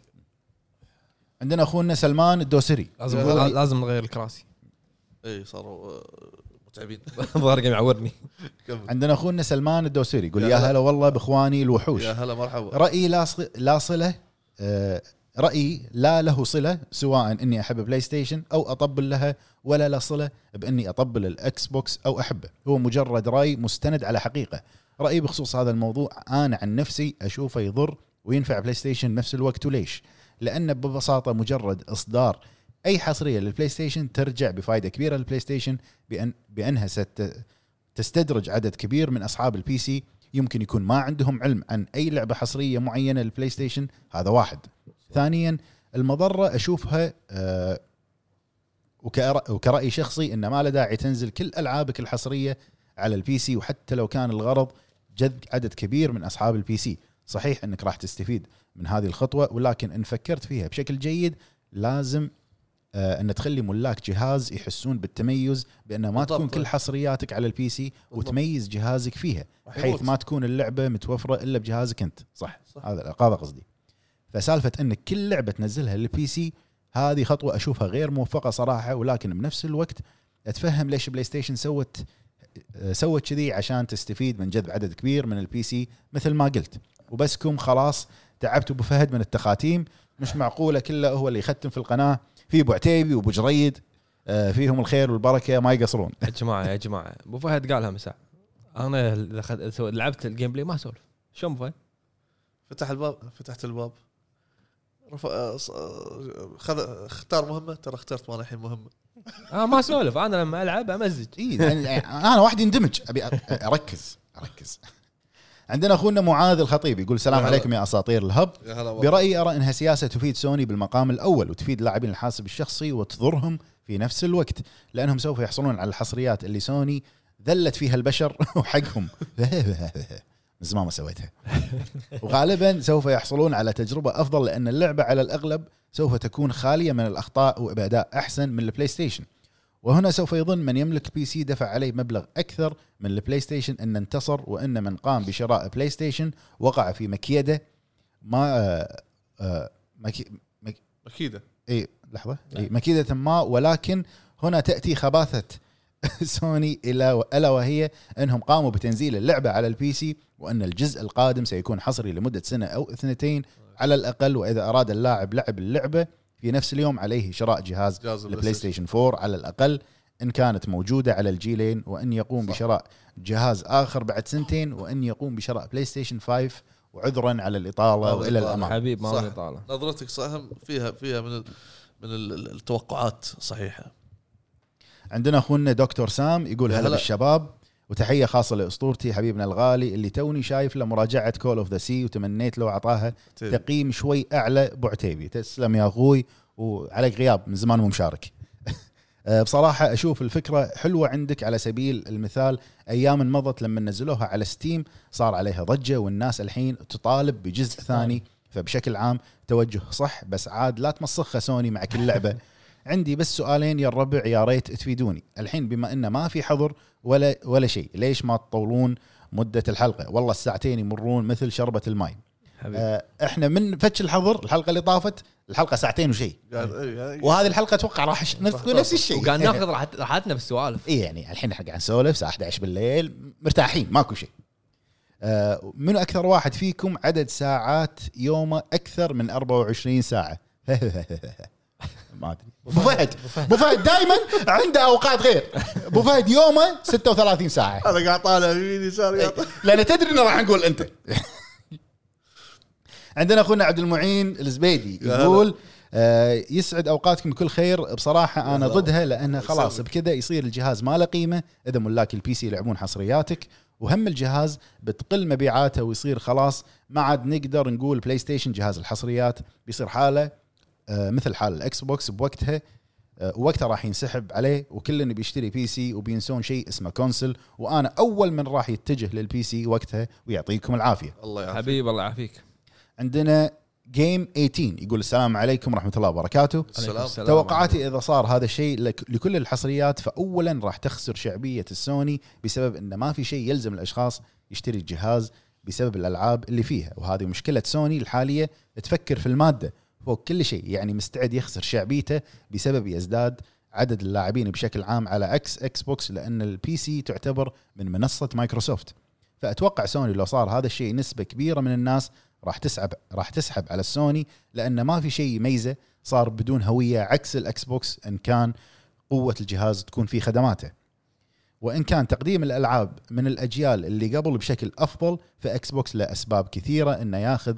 S3: عندنا اخونا سلمان الدوسري
S1: لازم
S2: لا، لا.
S1: لازم نغير الكراسي
S2: اي صاروا آه، متعبين
S1: ظهري قاعد يعورني
S2: كمل
S3: عندنا اخونا سلمان الدوسري يقول
S2: يا
S3: يا
S2: هلا.
S3: هلا والله باخواني الوحوش
S2: يا هلا مرحبا
S3: رايي لا ص- لا صله آه، رايي لا له صله سواء اني احب بلاي ستيشن او اطبل لها ولا لا صله باني اطبل الاكس بوكس او احبه هو مجرد راي مستند على حقيقه رايي بخصوص هذا الموضوع انا عن نفسي اشوفه يضر وينفع بلاي ستيشن بنفس الوقت وليش لان ببساطه مجرد اصدار اي حصريه للبلاي ستيشن ترجع بفائده كبيره للبلاي ستيشن بان بانها ست تستدرج عدد كبير من اصحاب البي سي يمكن يكون ما عندهم علم عن اي لعبه حصريه معينه للبلاي ستيشن هذا واحد ثانيا المضره اشوفها آه، وكأر- وكراي شخصي ان ما له داعي تنزل كل العابك الحصريه على البي سي وحتى لو كان الغرض جذب عدد كبير من اصحاب البي سي صحيح انك راح تستفيد من هذه الخطوه ولكن ان فكرت فيها بشكل جيد لازم آه، ان تخلي ملاك جهاز يحسون بالتميز بان ما
S2: بالضبط.
S3: تكون كل حصرياتك على البي سي
S2: بالضبط.
S3: وتميز جهازك فيها
S2: راح
S3: بحيث
S2: يموت.
S3: ما آه. تكون اللعبه متوفره الا بجهازك انت صح,
S2: صح.
S3: صح. هذا هذا قصدي فسالفه ان كل لعبه تنزلها للبي سي هذه خطوه اشوفها غير موفقه صراحه ولكن بنفس الوقت اتفهم ليش بلاي ستيشن سوت آه، سوت كذي عشان تستفيد من جذب عدد كبير من البي سي مثل ما قلت وبسكم خلاص تعبت ابو فهد من التخاتيم مش معقوله كله هو اللي يختم في القناه في ابو عتيبي وابو جريد آه، فيهم الخير والبركه ما يقصرون
S1: يا جماعه يا جماعه ابو فهد قالها مساء انا دخلت- سو- لعبت الجيم بلاي ما اسولف شلون ابو فهد؟
S2: فتح الباب فتحت الباب رفع آه، ص- آه، خذ اختار مهمه ترى اخترت وانا الحين مهمه
S1: اه ما اسولف انا لما العب امزج
S3: اي يعني انا واحد يندمج ابي أ- اركز اركز عندنا اخونا معاذ الخطيب يقول السلام
S2: هلا.
S3: عليكم يا اساطير الهب
S2: يا هلا والله.
S3: برايي ارى انها سياسه تفيد سوني بالمقام الاول وتفيد لاعبين الحاسب الشخصي وتضرهم في نفس الوقت لانهم سوف يحصلون على الحصريات اللي سوني ذلت فيها البشر وحقهم من زمان ما سويتها وغالبا سوف يحصلون على تجربه افضل لان اللعبه على الاغلب سوف تكون خاليه من الاخطاء وابداء احسن من البلاي ستيشن وهنا سوف يظن من يملك البي سي دفع عليه مبلغ اكثر من البلاي ستيشن ان انتصر وان من قام بشراء بلاي ستيشن وقع في مكيده ما آه، آه، مكي إيه، مك-
S2: اكيد
S3: اي لحظه
S2: نعم.
S3: اي مكيده ما ولكن هنا تاتي خباثه سوني الى الا وهي انهم قاموا بتنزيل اللعبه على البي سي وان الجزء القادم سيكون حصري لمده سنه او اثنتين على الاقل واذا اراد اللاعب لعب اللعبه في نفس اليوم عليه شراء جهاز
S2: جهاز
S3: البلاي ستيشن 4 على الاقل ان كانت موجوده على الجيلين وان يقوم
S2: صح.
S3: صح. بشراء جهاز اخر بعد سنتين وان يقوم بشراء بلاي ستيشن 5 وعذرا على الاطاله
S2: على
S3: والى
S2: الإطالة.
S3: الامام
S1: حبيب ما
S2: صح.
S1: أبي طالع
S2: نظرتك صح فيها فيها من ال- من ال- التوقعات صحيحه
S3: عندنا اخونا دكتور سام يقول
S2: يا
S3: هلا
S2: هلا.
S3: بالشباب وتحيه خاصه لاسطورتي حبيبنا الغالي اللي توني شايف له مراجعه كول اوف ذا سي وتمنيت لو اعطاها تقييم شوي اعلى بعتيبي تسلم يا اخوي وعليك غياب من زمان مو مشارك أه، بصراحة أشوف الفكرة حلوة عندك على سبيل المثال أيام مضت لما نزلوها على ستيم صار عليها ضجة والناس الحين تطالب بجزء ثاني فبشكل عام توجه صح بس عاد لا تمسخها سوني مع كل لعبة عندي بس سؤالين يا الربع يا ريت تفيدوني الحين بما أنه ما في حظر ولا ولا شيء ليش ما تطولون مدة الحلقة والله الساعتين يمرون مثل شربة الماء
S1: حبيب
S3: آه، احنا من فتش الحظر الحلقه اللي طافت الحلقه ساعتين وشيء
S2: قاعد- إي، يعني-
S3: وهذه الحلقه اتوقع راح ش- نذكر نفس الشيء
S1: وقاعد ناخذ راحت- راحتنا بالسوالف
S3: اي يعني الحين احنا قاعد نسولف الساعه 11 بالليل مرتاحين ماكو شيء آه، منو اكثر واحد فيكم عدد ساعات يومه اكثر من 24 ساعه ما ادري ابو فهد ابو فهد دائما عنده اوقات غير ابو فهد يومه 36 ساعه
S2: انا قاعد طالع يمين يسار قاعد طالع.
S3: لان تدري انه راح نقول انت عندنا اخونا عبد المعين الزبيدي
S2: يا هلا.
S3: يقول آه، يسعد اوقاتكم بكل خير بصراحه انا
S2: هلا.
S3: ضدها لانه خلاص
S2: يسلمك.
S3: بكذا يصير الجهاز ما له قيمه اذا ملاك البي سي يلعبون حصرياتك وهم الجهاز بتقل مبيعاته ويصير خلاص ما عاد نقدر نقول بلاي ستيشن جهاز الحصريات بيصير حاله آه، مثل حال الاكس بوكس بوقتها آه، وقتها راح ينسحب عليه وكل اللي بيشتري بي سي وبينسون شيء اسمه كونسل وانا اول من راح يتجه للبي سي وقتها ويعطيكم العافيه
S2: الله يعافيك
S1: حبيب الله يعافيك
S3: عندنا جيم 18 يقول السلام عليكم ورحمه الله وبركاته
S1: عليكم
S2: السلام
S1: السلام.
S3: توقعاتي اذا صار هذا الشيء لك- لكل الحصريات فاولا راح تخسر شعبيه السوني بسبب ان ما في شيء يلزم الاشخاص يشتري الجهاز بسبب الالعاب اللي فيها وهذه مشكله سوني الحاليه تفكر في الماده فوق كل شيء يعني مستعد يخسر شعبيته بسبب يزداد عدد اللاعبين بشكل عام على عكس اكس بوكس لان البي سي تعتبر من منصه مايكروسوفت فاتوقع سوني لو صار هذا الشيء نسبه كبيره من الناس راح تسحب راح تسحب على السوني لان ما في شيء يميزه صار بدون هويه عكس الاكس بوكس ان كان قوه الجهاز تكون في خدماته وان كان تقديم الالعاب من الاجيال اللي قبل بشكل افضل فاكس بوكس لاسباب كثيره انه ياخذ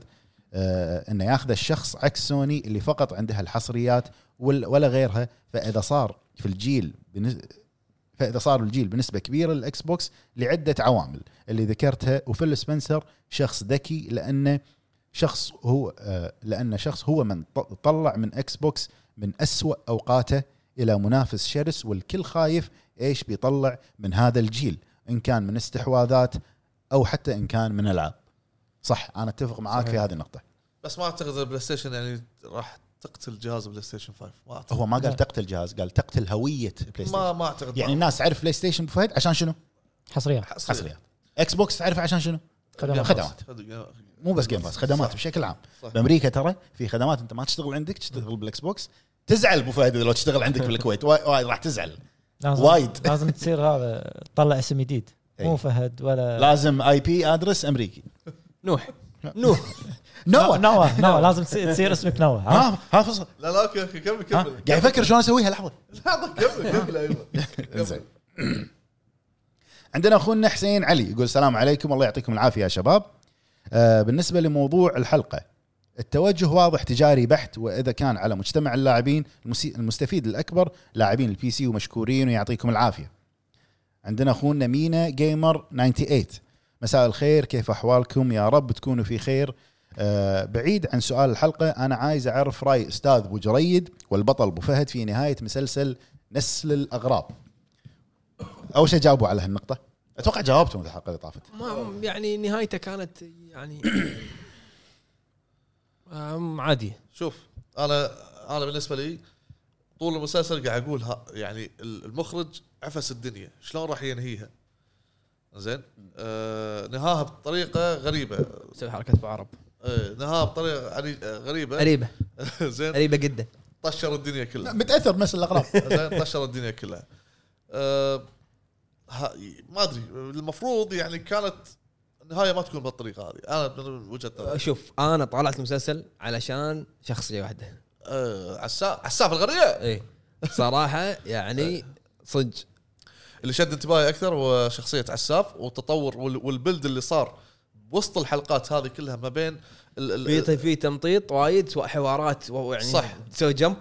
S3: آه، انه ياخذ الشخص عكس سوني اللي فقط عندها الحصريات وال- ولا غيرها فاذا صار في الجيل بنس- فاذا صار الجيل بنسبه كبيره للاكس بوكس لعده عوامل اللي ذكرتها وفيل سبنسر شخص ذكي لانه شخص هو آه، لانه شخص هو من ط- طلع من اكس بوكس من أسوأ اوقاته الى منافس شرس والكل خايف ايش بيطلع من هذا الجيل ان كان من استحواذات او حتى ان كان من العاب صح انا اتفق معاك في
S4: صحيح.
S3: هذه النقطه
S2: بس ما اعتقد البلاي ستيشن يعني راح تقتل جهاز البلاي ستيشن 5 ما اعتقد
S3: هو ما قال
S4: نعم.
S3: تقتل جهاز قال تقتل هويه بلاي
S2: ما
S3: ستيشن
S2: ما اعتقد
S3: يعني
S2: ما-
S3: الناس تعرف بلاي ستيشن أبو فهد عشان شنو
S4: حصريات
S3: حصريات اكس بوكس تعرفه عشان شنو
S4: خدمات.
S3: خدمات.
S2: خدمات.
S3: مو بس جيم باس خدمات
S2: صح.
S3: بشكل عام
S2: صح.
S3: بامريكا ترى في خدمات انت ما تشتغل عندك تشتغل بالاكس بوكس تزعل ابو فهد إذا لو تشتغل عندك بالكويت وايد وايد راح تزعل
S4: لازم
S3: وايد.
S4: لازم تصير هذا تطلع اسم جديد
S3: إيه.
S4: مو فهد ولا
S3: لازم اي بي ادرس امريكي
S1: نوح نوح
S3: نو نو
S4: نوا نوا لازم تصير تصير اسمك نوا عرفت؟
S3: ها ها فصل
S2: لا لا اوكي اوكي كمل
S3: ها
S2: كمل
S3: قاعد يفكر شلون اسويها لحظه
S2: لحظه كمل كمل ايوه كمل.
S3: زين عندنا اخونا حسين علي يقول السلام عليكم الله يعطيكم العافيه يا شباب آه، بالنسبه لموضوع الحلقه التوجه واضح تجاري بحت واذا كان على مجتمع اللاعبين المسي- المستفيد الاكبر لاعبين البي سي ومشكورين ويعطيكم العافيه عندنا اخونا مينا جيمر 98 مساء الخير كيف احوالكم يا رب تكونوا في خير آه، بعيد عن سؤال الحلقه انا عايز اعرف راي استاذ ابو جريد والبطل ابو فهد في نهايه مسلسل نسل الاغراب اول شيء جاوبوا على هالنقطه اتوقع جاوبتم الحلقه اللي طافت
S1: ما يعني نهايته كانت يعني أم، آه، عادي
S2: شوف انا انا بالنسبه لي طول المسلسل قاعد اقول ها يعني المخرج عفس الدنيا شلون راح ينهيها زين آه نهاها بطريقه غريبه
S1: سوي حركه ابو عرب
S3: أه.
S2: آه نهاها بطريقه عري- آه، غريبه
S1: قريبه
S2: زين
S1: قريبه جدا
S2: طشر الدنيا كلها
S3: متاثر بنسل الاغراب
S2: زين طشر الدنيا كلها آه ها ما ادري المفروض يعني كانت النهايه ما تكون بالطريقه هذه انا من وجهه نظري
S1: شوف انا طالعت المسلسل علشان شخصيه واحده
S2: آه عساف عساف الغريه
S1: اي صراحه يعني صدق
S2: اللي شد انتباهي اكثر هو شخصيه عساف والتطور وال- والبلد اللي صار وسط الحلقات هذه كلها ما بين
S1: في
S2: ال- ال-
S1: في تمطيط وايد سواء حوارات و- يعني
S2: صح.
S1: تسوي جمب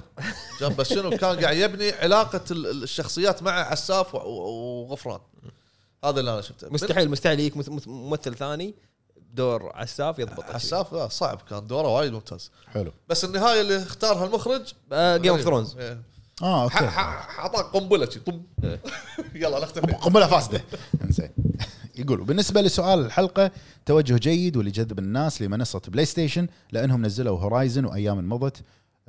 S2: جنب بس شنو كان قاعد يبني علاقه ال- ال- الشخصيات مع عساف و- و- وغفران هذا اللي انا شفته
S1: مستحيل مستحيل يجيك مس- مس- ممثل ثاني بدور عساف يضبط
S2: عساف لا صعب كان دوره وايد ممتاز
S3: حلو
S2: بس النهايه اللي اختارها المخرج
S1: جيم اوف ثرونز
S2: إيه.
S3: اه
S2: ح-
S3: اوكي
S2: ح- اعطاك قنبله شي، طم يلا نختفي
S3: قنبله فاسده زين يقولوا بالنسبه لسؤال الحلقه توجه جيد واللي جذب الناس لمنصه بلاي ستيشن لانهم نزلوا هورايزن وايام مضت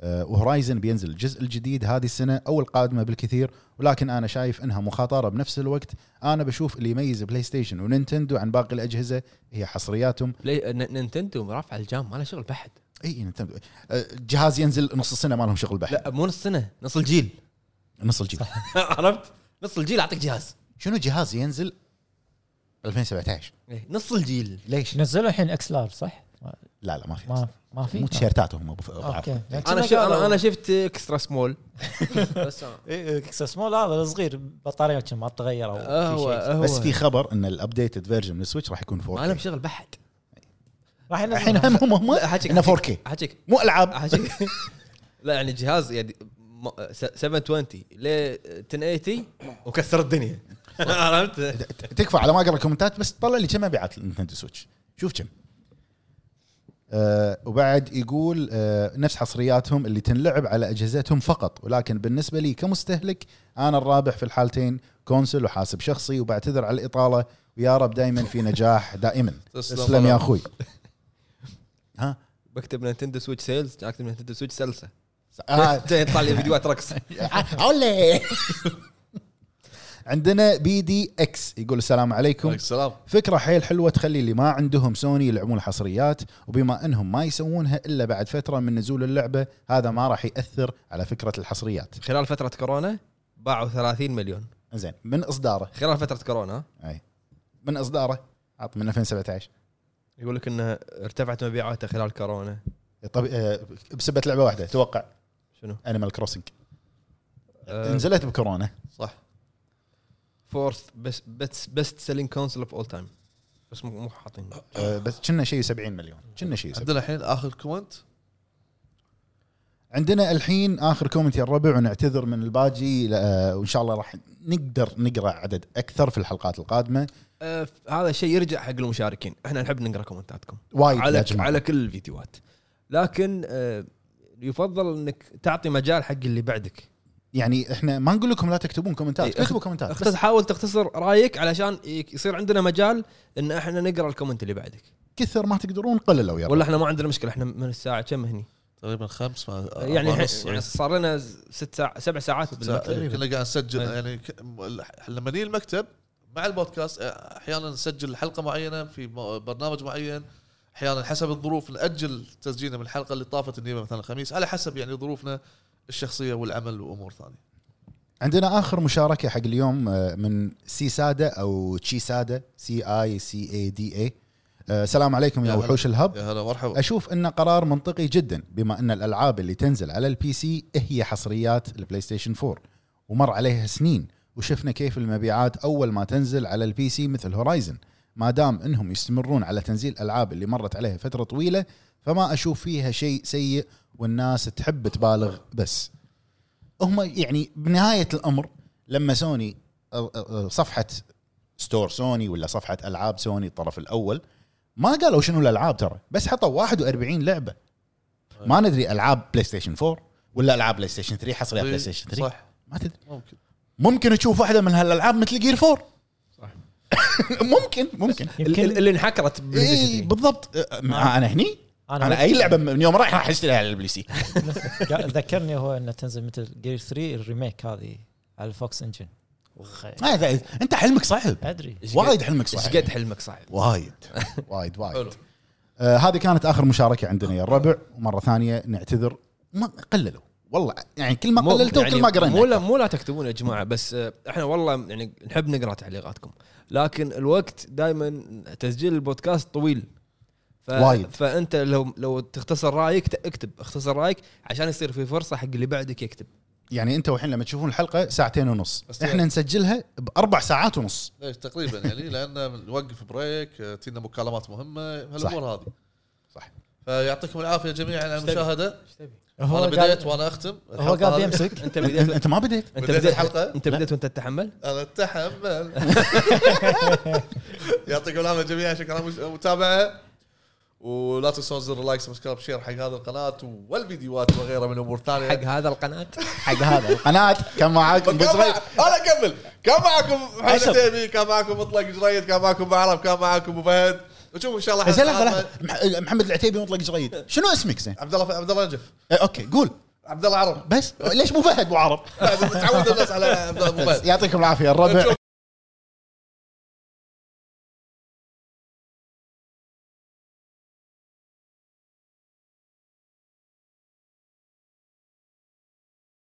S3: آه، وهورايزن بينزل الجزء الجديد هذه السنه او القادمه بالكثير ولكن انا شايف انها مخاطره بنفس الوقت انا بشوف اللي يميز بلاي ستيشن ونينتندو عن باقي الاجهزه هي حصرياتهم
S1: بلاي- ن- نينتندو رافعه الجام ما لها شغل بحد
S3: اي نينتندو آه، جهاز ينزل نص السنه ما لهم شغل بحد
S1: لا مو نص سنه نص الجيل
S3: نص الجيل
S1: عرفت نص الجيل اعطيك جهاز
S3: شنو جهاز ينزل 2017
S1: إيه، نص الجيل
S3: ليش
S4: نزلوا الحين اكس لار صح؟ ما-
S3: لا لا ما في
S4: ما ما في آه. يعني
S3: مو تيشيرتات هم ابو أبو عرب.
S4: اوكي
S1: انا شف... انا انا شفت اكسترا سمول بس آه،
S4: اكس سمول هذا الصغير بطاريه كم ما تتغير او في
S1: هو
S4: شيء.
S1: هو
S3: بس في خبر ان الابديتد فيرجن من السويتش راح يكون
S1: ما لهم
S3: 4K
S1: شغل بحد
S4: راح ينزل-
S3: الحين هم هم هم
S1: لا، حاجك-
S3: انه
S1: حاجك-
S3: 4K
S1: احكيك
S3: مو العاب
S1: احكيك لا يعني جهاز يعني م- س- 720 ل 1080 وكسر الدنيا عرفت؟
S3: تكفى على ما اقرا الكومنتات بس طلع لي كم مبيعات النينتندو سويتش شوف كم آه وبعد يقول آه نفس حصرياتهم اللي تنلعب على اجهزتهم فقط ولكن بالنسبه لي كمستهلك انا الرابح في الحالتين كونسل وحاسب شخصي وبعتذر على الاطاله ويا رب دائما في نجاح دائما
S2: تسلم.
S3: تسلم يا اخوي ها
S1: بكتب نينتندو سويتش سيلز اكتب نينتندو سويتش سلسه
S3: آه
S1: يطلع لي فيديوهات رقص
S3: اولي عندنا بي دي اكس يقول السلام عليكم
S2: عليك السلام
S3: فكرة حيل حلوة تخلي اللي ما عندهم سوني يلعبون الحصريات وبما انهم ما يسوونها الا بعد فترة من نزول اللعبة هذا ما راح يأثر على فكرة الحصريات.
S1: خلال فتره كورونا باعوا 30 مليون
S3: زين من اصداره
S1: خلال فتره كورونا ها؟
S3: من اصداره عط من 2017
S1: يقول لك انها ارتفعت مبيعاته خلال كورونا
S3: طب آه، بسبة لعبة واحدة توقع
S1: شنو؟
S3: انيمال كروسنج
S1: آه،
S3: نزلت بكورونا
S2: صح
S1: فورث بس بس بيست سيلينج كونسل اوف اول تايم بس مو مو حاطين
S3: آه، بس كنا شيء 70 مليون كنا شيء 70
S2: عندنا الحين اخر كومنت
S3: عندنا الحين اخر كومنت يا الربع ونعتذر من الباجي لا- وان شاء الله راح نقدر نقرا عدد اكثر في الحلقات القادمه
S1: آه، هذا الشيء يرجع حق المشاركين احنا نحب نقرا كومنتاتكم
S3: وايد يا
S1: على
S3: جماعة.
S1: على كل الفيديوهات لكن آه، يفضل انك تعطي مجال حق اللي بعدك
S3: يعني احنا ما نقول لكم لا تكتبون كومنتات
S1: إي،
S3: اكتبوا كومنتات
S1: اختص حاول تختصر رايك علشان ي- يصير عندنا مجال ان احنا نقرا الكومنت اللي بعدك
S3: كثر ما تقدرون قللوا يا رب
S1: ولا احنا ما عندنا مشكله احنا من الساعه كم هني
S2: تقريبا خمس ما
S3: آه،
S1: يعني,
S2: أربعة
S1: إحنا-
S2: ونص.
S1: يعني صار لنا ز- ست ساعة سبع ساعات
S2: ساعة.
S1: بالمكتب.
S2: كنا قاعد نسجل
S4: طيب.
S1: أي.
S2: يعني ك- م- لما نيجي المكتب مع البودكاست احيانا نسجل حلقه معينه في م- برنامج معين احيانا حسب الظروف ناجل تسجيلنا من الحلقه اللي طافت نجيبها مثلا الخميس على حسب يعني ظروفنا الشخصيه والعمل وامور ثانيه
S3: عندنا اخر مشاركه حق اليوم آه، من سي ساده او تشي ساده سي اي سي اي دي اي آه، السلام عليكم يا
S2: يا هلا.
S3: وحوش الهب
S2: يا هلا مرحبا
S3: اشوف انه قرار منطقي جدا بما ان الالعاب اللي تنزل على البي سي هي حصريات البلاي ستيشن 4 ومر عليها سنين وشفنا كيف المبيعات اول ما تنزل على البي سي مثل هورايزن ما دام انهم يستمرون على تنزيل العاب اللي مرت عليها فتره طويله فما اشوف فيها شيء سيء والناس تحب تبالغ بس هم يعني بنهايه الامر لما سوني أه، أه، صفحه ستور سوني ولا صفحه العاب سوني الطرف الاول ما قالوا شنو الالعاب ترى بس حطوا 41 لعبه ما ندري العاب بلاي ستيشن 4 ولا العاب بلاي ستيشن 3 حصريات بلاي ستيشن 3
S2: صح
S3: ما تدري
S2: ممكن
S3: ممكن تشوف واحده من هالالعاب مثل جير 4
S1: صح.
S3: ممكن ممكن
S1: ال- ال-
S4: يمكن
S1: اللي انحكرت بالفيديو
S3: اي
S1: شيتي.
S3: بالضبط أه، مع انا هني انا اي لعبه من يوم رايح راح اشتريها على البلاي سي
S4: قا- ذكرني هو انه تنزل مثل جير 3 الريميك هذه على الفوكس انجن
S3: ما أدري، انت حلمك صعب
S4: ادري
S1: إيش قد-
S3: وايد حلمك
S1: ايش
S3: صعب
S1: قد حلمك صعب
S3: وايد وايد وايد
S2: حلو.
S3: آه هذه كانت اخر مشاركه عندنا يا الربع ومره ثانيه نعتذر ما قللوا والله يعني كل ما
S1: مو-
S3: قللتوا
S1: يعني
S3: كل ما قرينا
S1: مو لا مو لا تكتبون يا جماعه بس آه، احنا والله يعني نحب نقرا تعليقاتكم لكن الوقت دائما تسجيل البودكاست طويل ف...
S3: وايد.
S1: فانت لو لو تختصر رايك ت- اكتب اختصر رايك عشان يصير في فرصه حق اللي بعدك يكتب
S3: يعني انت والحين لما تشوفون الحلقه ساعتين ونص
S2: بس
S3: احنا نسجلها باربع ساعات ونص
S2: ليش تقريبا يعني لان نوقف بريك آه، تينا مكالمات مهمه هالامور هذه
S3: صح.
S2: فيعطيكم العافيه جميعا على
S4: إيش تبي؟
S2: المشاهده
S4: هو
S2: انا بديت
S4: قاعد
S2: وانا اختم
S4: هو
S2: الحلقة
S4: قاعد
S2: هذه.
S4: يمسك
S1: انت
S3: انت,
S1: بديت
S3: انت ما بديت
S1: انت
S2: بديت
S1: بديت
S2: الحلقة؟
S1: انت بديت وانت تتحمل
S2: انا اتحمل يعطيكم العافيه جميعا شكرا على المتابعه ولا تنسون زر لايك سبسكرايب شير حق هذه القناه والفيديوهات وغيرها من امور
S1: حق
S2: ثانيه
S1: هذا القناه
S3: حق هذا القناه كان معاك
S2: كان
S3: ابو زريف.
S2: مع- انا اكمل كان معاكم محمد
S3: أشرف.
S2: تيمي كان معاكم مطلق جريد كان معاكم معرب كان معاكم ابو فهد نشوف ان شاء الله
S3: زين
S2: حلقة
S3: لحظه
S2: عامة.
S3: لحظه مح- محمد العتيبي مطلق جريد شنو اسمك زين؟
S2: عبد الله عبد الله نجف
S3: اه، اوكي قول
S2: عبد الله عرب
S3: بس ليش مو فهد ابو عرب؟
S2: تعود الناس على عبد الله ابو فهد
S3: يعطيكم العافيه الربع